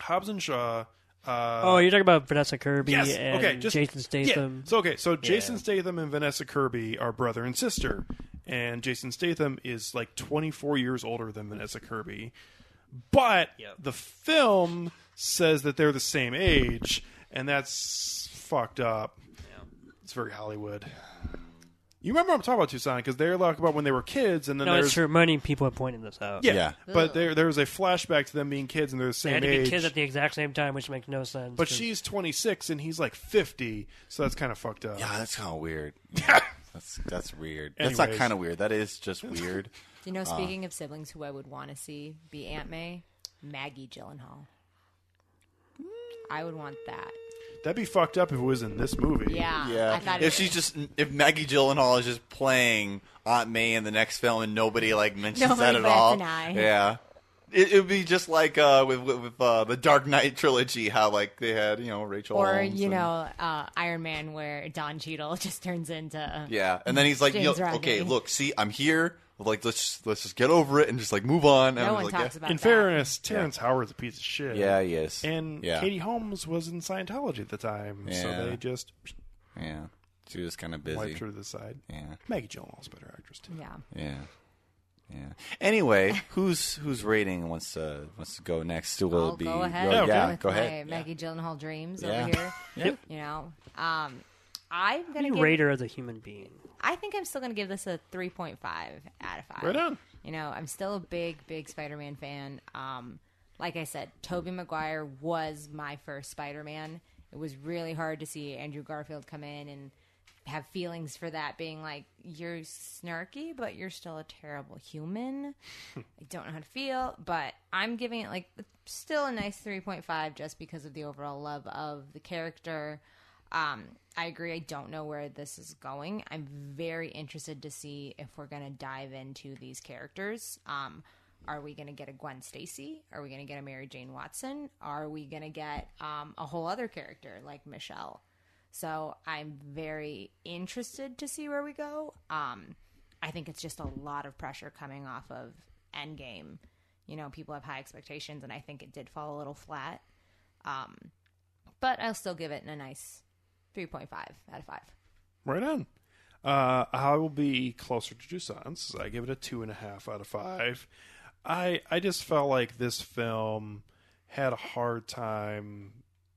Speaker 1: Hobbs and Shaw. Uh,
Speaker 2: Oh, you're talking about Vanessa Kirby
Speaker 1: Yes.
Speaker 2: and
Speaker 1: okay. Just,
Speaker 2: Jason
Speaker 1: yeah.
Speaker 2: Statham.
Speaker 1: So okay. So Jason Statham and Vanessa Kirby are brother and sister, and Jason Statham is like 24 years older than Vanessa Kirby, but the film says that they're the same age, and that's fucked up. It's very Hollywood. You remember what I'm talking about Tucson because they're like about when they were kids, and then
Speaker 2: no,
Speaker 1: there's
Speaker 2: it's reminding people at pointing this out.
Speaker 1: yeah,
Speaker 3: Yeah.
Speaker 1: but there there was a flashback to them being kids and they're the
Speaker 2: They
Speaker 1: same
Speaker 2: had to
Speaker 1: age.
Speaker 2: be kids at the exact same time, which makes no sense.
Speaker 1: but
Speaker 2: 'cause-
Speaker 1: she's 26 and he's like 50, so that's kind of fucked up.
Speaker 3: Yeah, that's kind of weird. that's that's weird. That's not
Speaker 1: Anyways.
Speaker 3: kind of weird. That is just weird.
Speaker 4: Do
Speaker 2: Uh.
Speaker 4: you know, speaking of siblings, who I would want to see be Aunt May, Maggie Gyllenhaal. I would want that.
Speaker 1: That'd be fucked up if it was in this movie.
Speaker 4: Yeah,
Speaker 3: Yeah.
Speaker 4: Um, I thought it
Speaker 3: if she's just if Maggie Gyllenhaal is just playing Aunt May in the next film and nobody like mentions
Speaker 4: Nobody
Speaker 3: that at
Speaker 4: bats
Speaker 3: all.
Speaker 4: an eye.
Speaker 3: Yeah. It would be just like uh, with with, with uh, the Dark Knight trilogy, how like they had you know Rachel,
Speaker 4: or
Speaker 3: Holmes
Speaker 4: you
Speaker 3: and-
Speaker 4: know uh, Iron Man, where Don Cheadle just turns into
Speaker 3: yeah, and then he's like, you
Speaker 4: James
Speaker 3: know,
Speaker 4: Rodney.
Speaker 3: okay, look, see, I'm here. Like let's just, let's just get over it and just like move on. And
Speaker 4: no
Speaker 3: I
Speaker 4: one
Speaker 3: was like,
Speaker 4: talks
Speaker 3: yeah.
Speaker 4: about.
Speaker 1: In
Speaker 4: that.
Speaker 1: fairness, Terrence Howard's a piece of shit.
Speaker 3: Yeah, he is.
Speaker 1: And
Speaker 3: yeah,
Speaker 1: Katie Holmes was in Scientology at the time,
Speaker 3: Yeah.
Speaker 1: so they just
Speaker 3: yeah, she was kind of busy.
Speaker 1: wiped her to the side.
Speaker 3: Yeah,
Speaker 1: Maggie Gyllenhaal's a better actress too.
Speaker 4: Yeah,
Speaker 3: yeah, yeah. Anyway, who's who's rating wants to wants to go next? Who will
Speaker 4: I'll
Speaker 3: it be?
Speaker 4: go ahead.
Speaker 1: Yeah,
Speaker 3: Oh, yeah,
Speaker 4: with
Speaker 3: go
Speaker 4: my
Speaker 3: ahead.
Speaker 4: Maggie Gyllenhaal dreams
Speaker 3: Yeah.
Speaker 4: over here.
Speaker 3: Yep.
Speaker 4: You know, um, I'm gonna
Speaker 2: you
Speaker 4: give,
Speaker 2: rate her as a human being.
Speaker 4: I think I'm still gonna give this a 3.5 out of five.
Speaker 1: Right on.
Speaker 4: You know, I'm still a big, big Spider-Man fan. Um, like I said, Tobey Maguire was my first Spider-Man. It was really hard to see Andrew Garfield come in and have feelings for that, being like, "You're snarky, but you're still a terrible human." I don't know how to feel, but I'm giving it like still a nice 3.5 just because of the overall love of the character. Um, I agree. I don't know where this is going. I'm very interested to see if we're going to dive into these characters. Um, are we going to get a Gwen Stacy? Are we going to get a Mary Jane Watson? Are we going to get um, a whole other character like Michelle? So I'm very interested to see where we go. Um, I think it's just a lot of pressure coming off of Endgame. You know, people have high expectations, and I think it did fall a little flat. Um, but I'll still give it a nice 3.5 out of 5.
Speaker 1: Right on. Uh, I will be closer to Toussaint's. I give it a two and a half out of five. I I just felt like this film had a hard time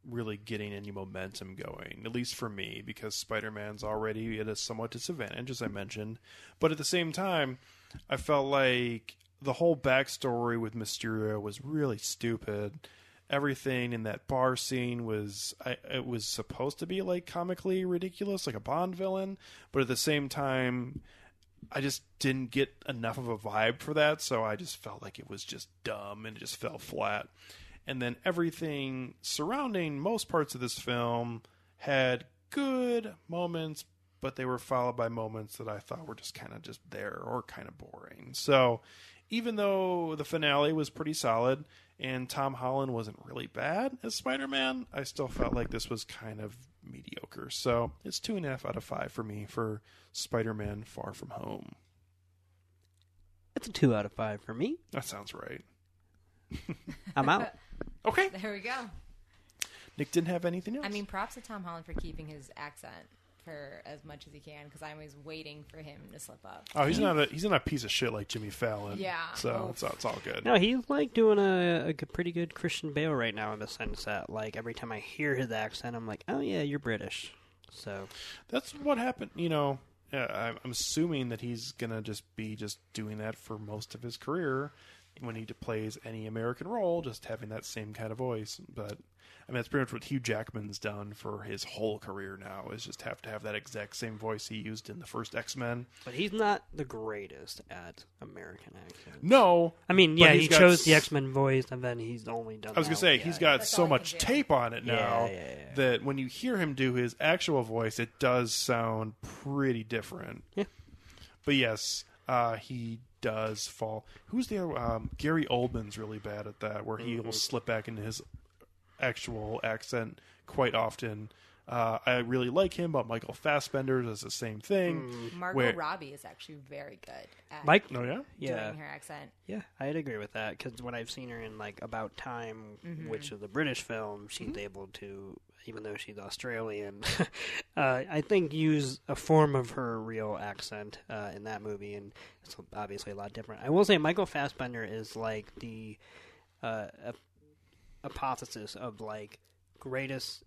Speaker 1: really getting any momentum going, at least for me, because Spider Man's already at a somewhat disadvantage, as I mentioned. But at the same time, I felt like the whole backstory with Mysterio was really stupid. Everything in that bar scene was I, it was supposed to be like comically ridiculous, like a Bond villain, but at the same time, I just didn't get enough of a vibe for that, so I just felt like it was just dumb and it just fell flat. And then everything surrounding most parts of this film had good moments, but they were followed by moments that I thought were just kind of just there or kind of boring. So even though the finale was pretty solid and Tom Holland wasn't really bad as Spider Man, I still felt like this was kind of mediocre. So it's two and a half out of five for me for Spider Man Far From Home.
Speaker 2: That's a two out of five for me.
Speaker 1: That sounds right.
Speaker 2: I'm out.
Speaker 1: Okay.
Speaker 4: There we go.
Speaker 1: Nick didn't have anything else.
Speaker 4: I mean, props to Tom Holland for keeping his accent for as much as he can because I'm always waiting for him to slip up.
Speaker 1: oh, he's not a he's not a piece of shit like Jimmy Fallon.
Speaker 4: Yeah.
Speaker 1: So
Speaker 4: Oof.
Speaker 1: it's, all- it's all good.
Speaker 2: No, he's like doing a, a g- pretty good Christian Bale right now in the sense that, like, every time I hear his accent, I'm like, oh yeah, you're British. So
Speaker 1: That's what happened. You know, yeah, I'm I'm assuming that he's gonna just be just doing that for most of his career. When he plays any American role, just having that same kind of voice. But I mean, that's pretty much what Hugh Jackman's done for his whole career now is just have to have that exact same voice he used in the first X Men.
Speaker 2: But he's not the greatest at American accents.
Speaker 1: No,
Speaker 2: I mean,
Speaker 1: but
Speaker 2: yeah,
Speaker 1: he's
Speaker 2: he
Speaker 1: got
Speaker 2: chose
Speaker 1: s-
Speaker 2: the X Men voice, and then he's only done.
Speaker 1: I was gonna
Speaker 2: going to
Speaker 1: say he's got
Speaker 4: That's all
Speaker 1: so
Speaker 4: he
Speaker 1: much
Speaker 4: can do.
Speaker 1: tape on it now
Speaker 2: yeah, yeah.
Speaker 1: that when you hear him do his actual voice, it does sound pretty different.
Speaker 2: Yeah.
Speaker 1: But yes, uh, he does fall. Who's the other- um, Gary Oldman's really bad at that, where
Speaker 2: Mm-hmm.
Speaker 1: he will slip back into his actual accent quite often. Uh, I really like him, but Michael Fassbender does the same thing.
Speaker 4: Mm. Margot
Speaker 1: Where-
Speaker 4: Robbie is actually very good at
Speaker 2: Mike.
Speaker 1: Oh yeah,
Speaker 2: Yeah,
Speaker 4: doing her accent.
Speaker 2: yeah, I'd agree with that because when I've seen her in like About Time, which is a British film, she's able to, even though she's Australian, uh, I think use a form of her real accent uh, in that movie, and it's obviously a lot different. I will say Michael Fassbender is like the uh, ap- hypothesis of like greatest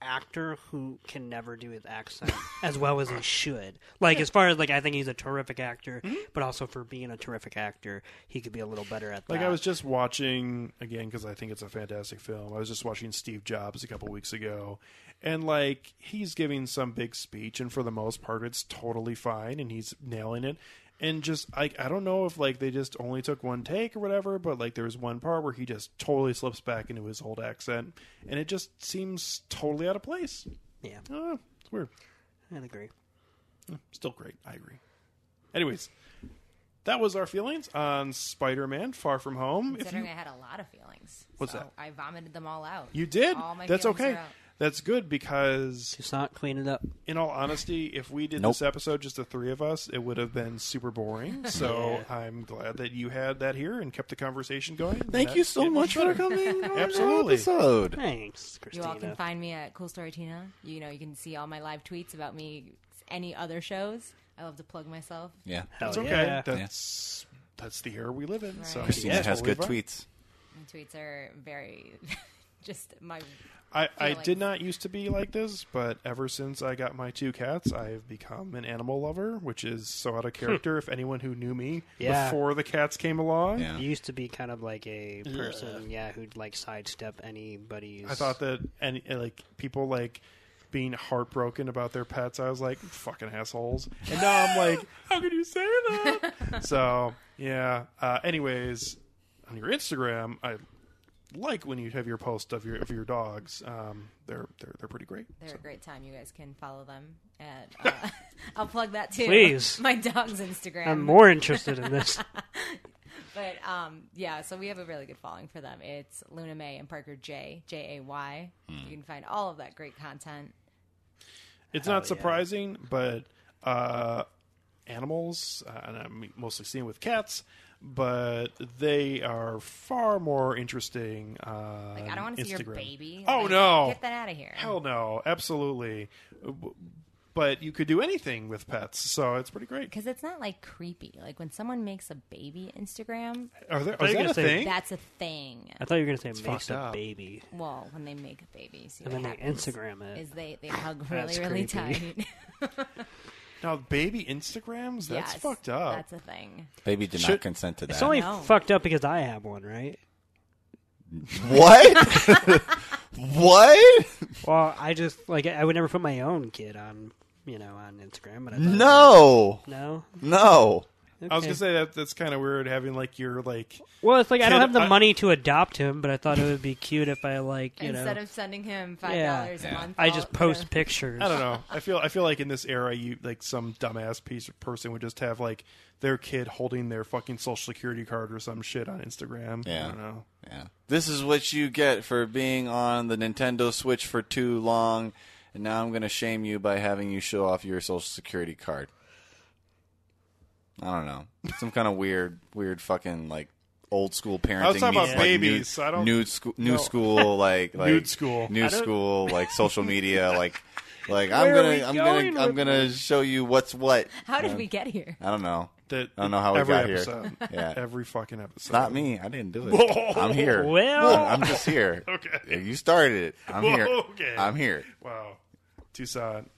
Speaker 2: actor who can never do his accent as well as he should. Like as far as like I think he's a terrific actor,
Speaker 1: Mm-hmm.
Speaker 2: but also for being a terrific actor, he could be a little better at
Speaker 1: Like
Speaker 2: that.
Speaker 1: I was just watching again because I think it's a fantastic film. I was just watching Steve Jobs a couple weeks ago, and like he's giving some big speech, and for the most part, it's totally fine, and he's nailing it. And just I I don't know if like they just only took one take or whatever, but like there was one part where he just totally slips back into his old accent, and it just seems totally out of place.
Speaker 2: yeah,
Speaker 1: Uh, it's weird.
Speaker 2: I'd agree.
Speaker 1: Still great. I agree. Anyways. That was our feelings on Spider-Man: Far From Home. If
Speaker 4: Considering
Speaker 1: you-
Speaker 4: I had a lot of feelings.
Speaker 1: What's
Speaker 4: So
Speaker 1: that?
Speaker 4: I vomited them all out.
Speaker 1: You did.
Speaker 4: All my
Speaker 1: That's
Speaker 4: feelings
Speaker 1: okay.
Speaker 4: are out.
Speaker 1: That's good because,
Speaker 2: Just not clean it up.
Speaker 1: in all honesty, if we did
Speaker 3: Nope.
Speaker 1: this episode just the three of us, it would have been super boring. So I'm glad that you had that here and kept the conversation going.
Speaker 3: Thank
Speaker 1: That-
Speaker 3: you so
Speaker 1: it-
Speaker 3: much for coming. on our
Speaker 1: Absolutely.
Speaker 3: Episode.
Speaker 2: Thanks,
Speaker 4: You
Speaker 2: Christina.
Speaker 4: all can find me at Cool Story Tina. You know, you can see all my live tweets about me, any other shows. I love to plug myself.
Speaker 3: Yeah.
Speaker 2: Hell
Speaker 1: It's okay.
Speaker 2: yeah.
Speaker 1: That's that's the era we live in. So
Speaker 4: Right.
Speaker 3: Christina
Speaker 1: it's
Speaker 3: has
Speaker 1: totally
Speaker 3: good
Speaker 1: fine.
Speaker 3: tweets.
Speaker 4: My tweets are very just my
Speaker 1: I, I
Speaker 4: feelings.
Speaker 1: did not used to be like this, but ever since I got my two cats, I've become an animal lover, which is so out of character. if anyone who knew me
Speaker 2: Yeah.
Speaker 1: before the cats came along,
Speaker 3: Yeah.
Speaker 2: You used to be kind of like a person, yeah, who'd like sidestep anybody's.
Speaker 1: I thought that any like people like being heartbroken about their pets. I was like, fucking assholes. And now I'm like, how could you say that? so yeah. Uh, anyways, on your Instagram, I like when you have your post of your of your dogs. Um, they're they're they're pretty great.
Speaker 4: They're a great time. You guys can follow them. At, uh, I'll plug that too.
Speaker 2: Please.
Speaker 4: My dog's Instagram.
Speaker 2: I'm more interested in this.
Speaker 4: But um, yeah, so we have a really good following for them. It's Luna May and Parker J, J A Y.
Speaker 1: Hmm.
Speaker 4: You can find all of that great content.
Speaker 1: It's not surprising, but uh, animals, uh, and I'm mostly seeing with cats, but they are far more interesting. Uh,
Speaker 4: Like, I don't want to see your
Speaker 1: Instagram.
Speaker 4: baby.
Speaker 1: Oh,
Speaker 4: Like,
Speaker 1: no.
Speaker 4: Get that out of here.
Speaker 1: Hell no, absolutely. B- But you could do anything with pets, so it's pretty great.
Speaker 4: Because it's not like creepy. Like when someone makes a baby Instagram,
Speaker 1: Are there,
Speaker 2: thought
Speaker 1: is
Speaker 2: you were
Speaker 1: that a
Speaker 2: gonna say-
Speaker 1: thing?
Speaker 4: that's a thing.
Speaker 2: I thought you were going to say
Speaker 1: fucked
Speaker 2: makes a
Speaker 1: up.
Speaker 2: baby,
Speaker 4: Well, when they make a baby, see
Speaker 2: and
Speaker 4: what
Speaker 2: then they
Speaker 4: happens
Speaker 2: Instagram it.
Speaker 4: is they they hug really
Speaker 2: That's
Speaker 4: really
Speaker 2: creepy.
Speaker 4: tight.
Speaker 1: now, baby Instagrams? That's
Speaker 4: Yes,
Speaker 1: fucked up.
Speaker 4: That's a thing.
Speaker 3: Baby did
Speaker 1: Should-
Speaker 3: not consent to that.
Speaker 2: It's only
Speaker 4: No.
Speaker 2: fucked up because I have one, right?
Speaker 3: What? what?
Speaker 2: Well, I just like I would never put my own kid on, you know, on Instagram. But I thought-
Speaker 3: No.
Speaker 2: no,
Speaker 3: No.
Speaker 1: I was gonna say that that's kind of weird having like your like
Speaker 2: Well, it's like I don't
Speaker 1: Kid, uh,
Speaker 2: have the
Speaker 1: I-
Speaker 2: money to adopt him, but I thought it would be cute if I like you
Speaker 4: Instead
Speaker 2: know
Speaker 4: of sending him five
Speaker 2: Yeah.
Speaker 4: dollars a
Speaker 3: Yeah.
Speaker 4: month,
Speaker 2: I
Speaker 4: I'll-
Speaker 2: just post
Speaker 4: uh,
Speaker 2: pictures.
Speaker 1: I don't know. I feel I feel like in this era, you like some dumbass piece of person would just have like their kid holding their fucking social security card or some shit on Instagram. I
Speaker 3: Yeah.
Speaker 1: don't know.
Speaker 3: Yeah. This is what you get for being on the Nintendo Switch for too long, and now I'm going to shame you by having you show off your social security card. I don't know. Some kind of weird, weird fucking like old school parenting.
Speaker 1: I was talking
Speaker 3: meets,
Speaker 1: about
Speaker 3: like,
Speaker 1: babies,
Speaker 3: New,
Speaker 1: so I don't-
Speaker 3: new, sco- new
Speaker 1: no.
Speaker 3: school, like, like
Speaker 1: Nude school.
Speaker 3: new
Speaker 2: I don't-
Speaker 3: school, like social media, like, like I'm
Speaker 2: Where are
Speaker 3: gonna,
Speaker 2: we
Speaker 3: I'm
Speaker 2: going
Speaker 3: gonna, I'm
Speaker 2: with
Speaker 3: gonna show you what's what.
Speaker 4: How did we get here?
Speaker 3: I don't know.
Speaker 1: That
Speaker 3: I don't know how we
Speaker 1: every
Speaker 3: got
Speaker 1: episode,
Speaker 3: here. Yeah,
Speaker 1: Every fucking episode.
Speaker 3: not me. I didn't do it. I'm here.
Speaker 2: Well-
Speaker 3: I'm, I'm just here.
Speaker 1: Okay.
Speaker 3: You started it. I'm here.
Speaker 1: Okay.
Speaker 3: I'm here.
Speaker 1: Wow. Tucson.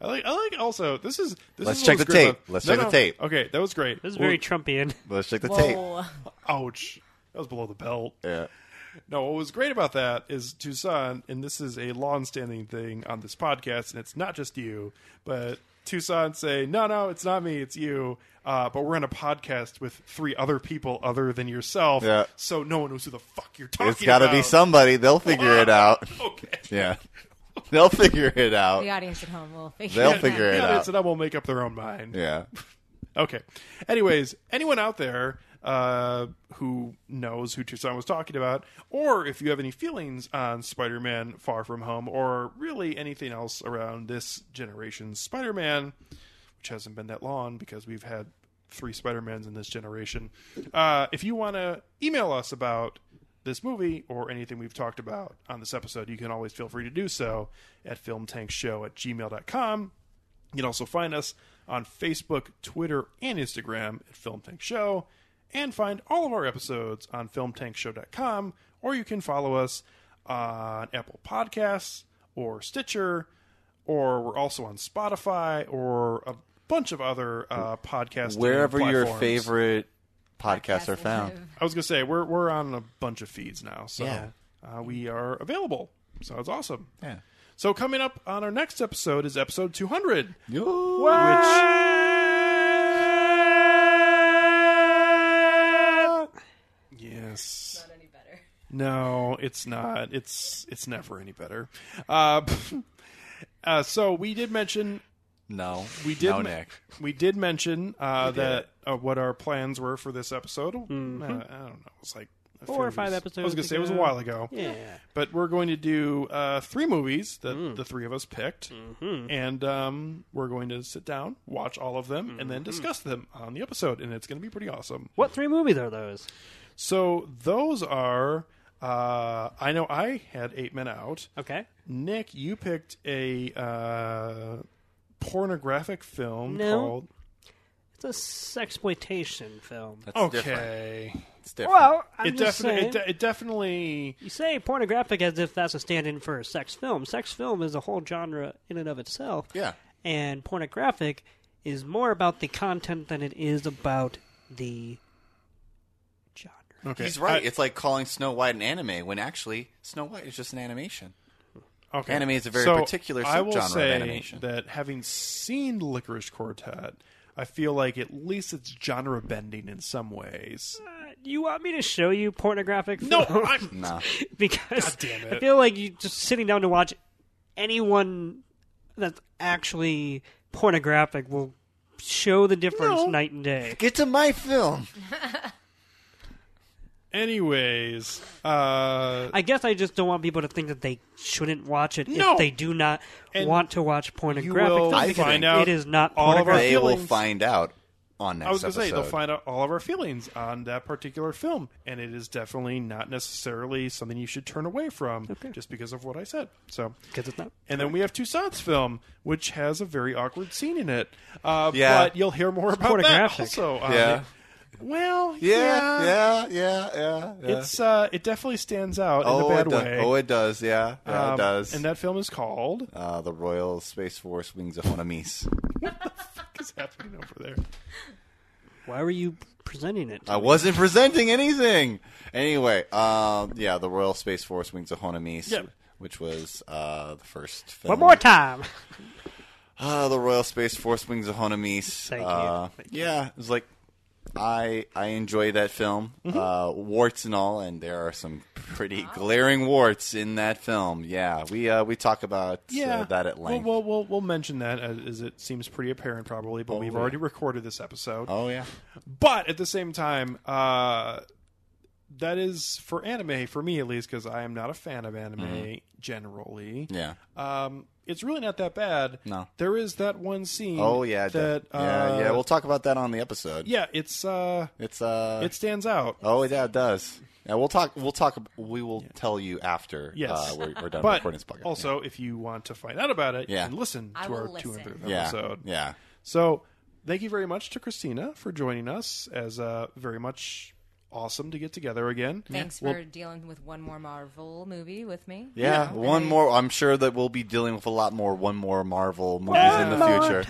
Speaker 1: I like. I like. Also, this is. This
Speaker 3: Let's
Speaker 1: is
Speaker 3: check
Speaker 1: what was
Speaker 3: the
Speaker 1: great
Speaker 3: tape.
Speaker 1: about-
Speaker 3: Let's
Speaker 1: No,
Speaker 3: check the
Speaker 1: no.
Speaker 3: tape.
Speaker 1: Okay, that was great.
Speaker 2: This is very Trumpian.
Speaker 3: Let's check the tape.
Speaker 4: Whoa.
Speaker 1: Ouch. That was below the belt.
Speaker 3: Yeah.
Speaker 1: No, what was great about that is Tucson, and this is a long-standing thing on this podcast, and it's not just you, but Tucson say, "No, no, it's not me, it's you." Uh, but we're in a podcast with three other people other than yourself,
Speaker 3: Yeah.
Speaker 1: so no one knows who the fuck you're talking.
Speaker 3: It's got to be
Speaker 1: about.
Speaker 3: somebody. They'll figure it out.
Speaker 1: Okay.
Speaker 3: Yeah. They'll figure it out.
Speaker 4: The audience at home will figure.
Speaker 3: They'll
Speaker 4: it out.
Speaker 3: figure it
Speaker 1: Yeah,
Speaker 3: out.
Speaker 1: and I will make up their own mind.
Speaker 3: Yeah.
Speaker 1: Okay. Anyways, anyone out there uh, who knows who Tucson was talking about, or if you have any feelings on Spider Man Far From Home, or really anything else around this generation's Spider Man, which hasn't been that long because we've had three Spider Mans in this generation, uh, if you want to email us about this movie or anything we've talked about on this episode, you can always feel free to do so at filmtankshow at gmail.com. You can also find us on Facebook, Twitter, and Instagram at Film Tank Show, and find all of our episodes on filmtankshow.com, or you can follow us on Apple Podcasts or Stitcher, or we're also on Spotify or a bunch of other uh, podcasts.
Speaker 3: Wherever your
Speaker 1: platforms.
Speaker 3: favorite podcasts are
Speaker 4: Podcast
Speaker 3: found.
Speaker 4: live.
Speaker 1: I was gonna say we're we're on a bunch of feeds now, so
Speaker 3: Yeah.
Speaker 1: uh, we are available. So it's awesome.
Speaker 3: Yeah.
Speaker 1: So coming up on our next episode is episode 200. Which Yes.
Speaker 4: Not any better.
Speaker 1: No, it's not. It's it's never any better. Uh, uh, so we did mention
Speaker 3: No.
Speaker 1: we did
Speaker 3: No,
Speaker 1: men-
Speaker 3: Nick.
Speaker 1: we did mention uh, that uh, what our plans were for this episode. Uh, I don't know. It was like a
Speaker 2: Mm-hmm. Four or
Speaker 1: few
Speaker 2: five
Speaker 1: years- I was
Speaker 2: episodes
Speaker 1: gonna say it was a
Speaker 2: ago.
Speaker 1: while ago.
Speaker 2: yeah.
Speaker 1: But we're going to do uh, three movies that
Speaker 2: Mm.
Speaker 1: the three of us picked,
Speaker 2: Mm-hmm.
Speaker 1: and um, we're going to sit down, watch all of them, and then
Speaker 2: Mm-hmm.
Speaker 1: discuss them on the episode. And it's going to be pretty awesome.
Speaker 2: What three movies are those?
Speaker 1: So those are. Uh, I know I had Eight Men Out.
Speaker 2: Okay.
Speaker 1: Nick, you picked a uh, pornographic film
Speaker 2: No.
Speaker 1: called.
Speaker 2: It's a sexploitation film.
Speaker 3: That's different.
Speaker 1: Okay,
Speaker 3: It's different.
Speaker 2: Well, I'm
Speaker 1: it
Speaker 2: just
Speaker 1: definitely
Speaker 2: saying.
Speaker 1: it, de- it definitely
Speaker 2: you say pornographic as if that's a stand-in for a sex film. Sex film is a whole genre in and of itself.
Speaker 3: Yeah.
Speaker 2: And pornographic is more about the content than it is about the genre.
Speaker 1: okay.
Speaker 3: He's right.
Speaker 1: I-
Speaker 3: it's like calling Snow White an anime when actually Snow White is just an animation.
Speaker 1: Okay.
Speaker 3: Anime is a very
Speaker 1: so
Speaker 3: particular
Speaker 1: I will
Speaker 3: subgenre of
Speaker 1: say
Speaker 3: animation.
Speaker 1: That having seen Licorice Quartet, I feel like at least it's genre bending in some ways.
Speaker 2: Uh, you want me to show you pornographic film?
Speaker 1: No, I'm,
Speaker 3: No.
Speaker 2: because
Speaker 1: damn
Speaker 2: I
Speaker 1: it.
Speaker 2: feel like you just sitting down to watch anyone that's actually pornographic will show the difference
Speaker 1: No.
Speaker 2: night and day.
Speaker 3: Get to my film.
Speaker 1: anyways, uh,
Speaker 2: I guess I just don't want people to think that they shouldn't watch it
Speaker 1: No.
Speaker 2: if they do not
Speaker 1: And
Speaker 2: want to watch pornographic
Speaker 1: will
Speaker 2: films.
Speaker 1: I
Speaker 2: because
Speaker 1: find
Speaker 2: it
Speaker 1: out
Speaker 2: is not
Speaker 1: all of our-
Speaker 2: pornographic.
Speaker 3: They will
Speaker 1: feelings-
Speaker 3: find out on next
Speaker 1: I was gonna
Speaker 3: episode.
Speaker 1: say they'll find out all of our feelings on that particular film, and it is definitely not necessarily something you should turn away from just because of what I said. So.
Speaker 2: Because it's not.
Speaker 1: And then we have Toussaint's film, which has a very awkward scene in it. Uh,
Speaker 3: Yeah.
Speaker 1: But you'll hear more about that
Speaker 2: pornographic.
Speaker 1: also. on
Speaker 3: Yeah.
Speaker 1: it. Well,
Speaker 3: yeah, yeah, yeah, yeah. yeah.
Speaker 1: It's uh, it definitely stands out in a bad
Speaker 3: it do-
Speaker 1: way.
Speaker 3: Oh, it does. Yeah, yeah
Speaker 1: Um,
Speaker 3: it does.
Speaker 1: And that film is called. What
Speaker 3: uh, the Royal Space Force Wings of Honamis.
Speaker 1: is happening over there?
Speaker 2: Why were you presenting it?
Speaker 3: I wasn't presenting anything. Anyway, um, yeah, the Royal Space Force Wings of Honamis,
Speaker 1: Yeah.
Speaker 3: which was uh, the first film.
Speaker 2: One more time.
Speaker 3: Uh, the Royal Ah, Space Force Wings of Honamis.
Speaker 2: Thank you.
Speaker 3: uh,
Speaker 2: Thank
Speaker 3: Yeah, it was like I I enjoy that film,
Speaker 1: Mm-hmm.
Speaker 3: uh, warts and all, and there are some pretty glaring warts in that film. Yeah, we uh, we talk about uh, that at length.
Speaker 1: We'll, we'll, we'll, we'll mention that as, as it seems pretty apparent, probably. But we've already recorded this episode.
Speaker 3: oh yeah,
Speaker 1: But at the same time, uh, that is for anime for me at least because I am not a fan of anime
Speaker 3: Mm-hmm.
Speaker 1: generally.
Speaker 3: yeah.
Speaker 1: Um, it's really not that bad.
Speaker 3: No.
Speaker 1: there is that one scene.
Speaker 3: Oh yeah,
Speaker 1: that
Speaker 3: def- yeah,
Speaker 1: uh,
Speaker 3: yeah. We'll talk about that on the episode.
Speaker 1: yeah, it's uh,
Speaker 3: It's uh,
Speaker 1: it stands out.
Speaker 3: oh yeah, it does. Yeah, we'll talk. We'll talk. ab- We will tell you after.
Speaker 1: Yes.
Speaker 3: uh, we're, we're done
Speaker 1: But
Speaker 3: recording this podcast.
Speaker 1: also, if you want to find out about it,
Speaker 3: Yeah.
Speaker 1: you can listen
Speaker 4: I
Speaker 1: to our
Speaker 4: will
Speaker 1: two and
Speaker 4: listen.
Speaker 1: third
Speaker 3: yeah,
Speaker 1: episode.
Speaker 3: yeah.
Speaker 1: So, thank you very much to Christina for joining us. As uh, very much awesome to get together again.
Speaker 4: Thanks
Speaker 1: We'll-
Speaker 4: for dealing with one more Marvel movie with me.
Speaker 3: Yeah, one more. I'm sure that we'll be dealing with a lot more one more Marvel movies in the future.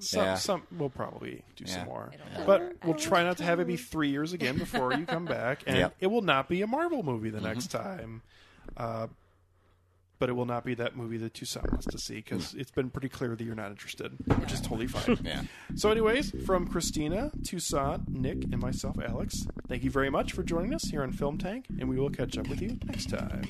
Speaker 1: Some,
Speaker 3: Yeah.
Speaker 1: some we'll probably do some
Speaker 3: Yeah.
Speaker 1: more,
Speaker 4: It'll
Speaker 1: but
Speaker 4: matter.
Speaker 1: we'll try not to have it be three years again before you come back, and
Speaker 3: Yep. Mm-hmm.
Speaker 1: it will not be a Marvel movie the next time. Uh, but it will not be that movie that Tucson wants to see because it's been pretty clear that you're not interested, which is totally fine.
Speaker 3: Mm. Yeah.
Speaker 1: So, anyways, from Christina, Toussaint, Nick, and myself, Alex, thank you very much for joining us here on Film Tank, and we will catch up with you next time.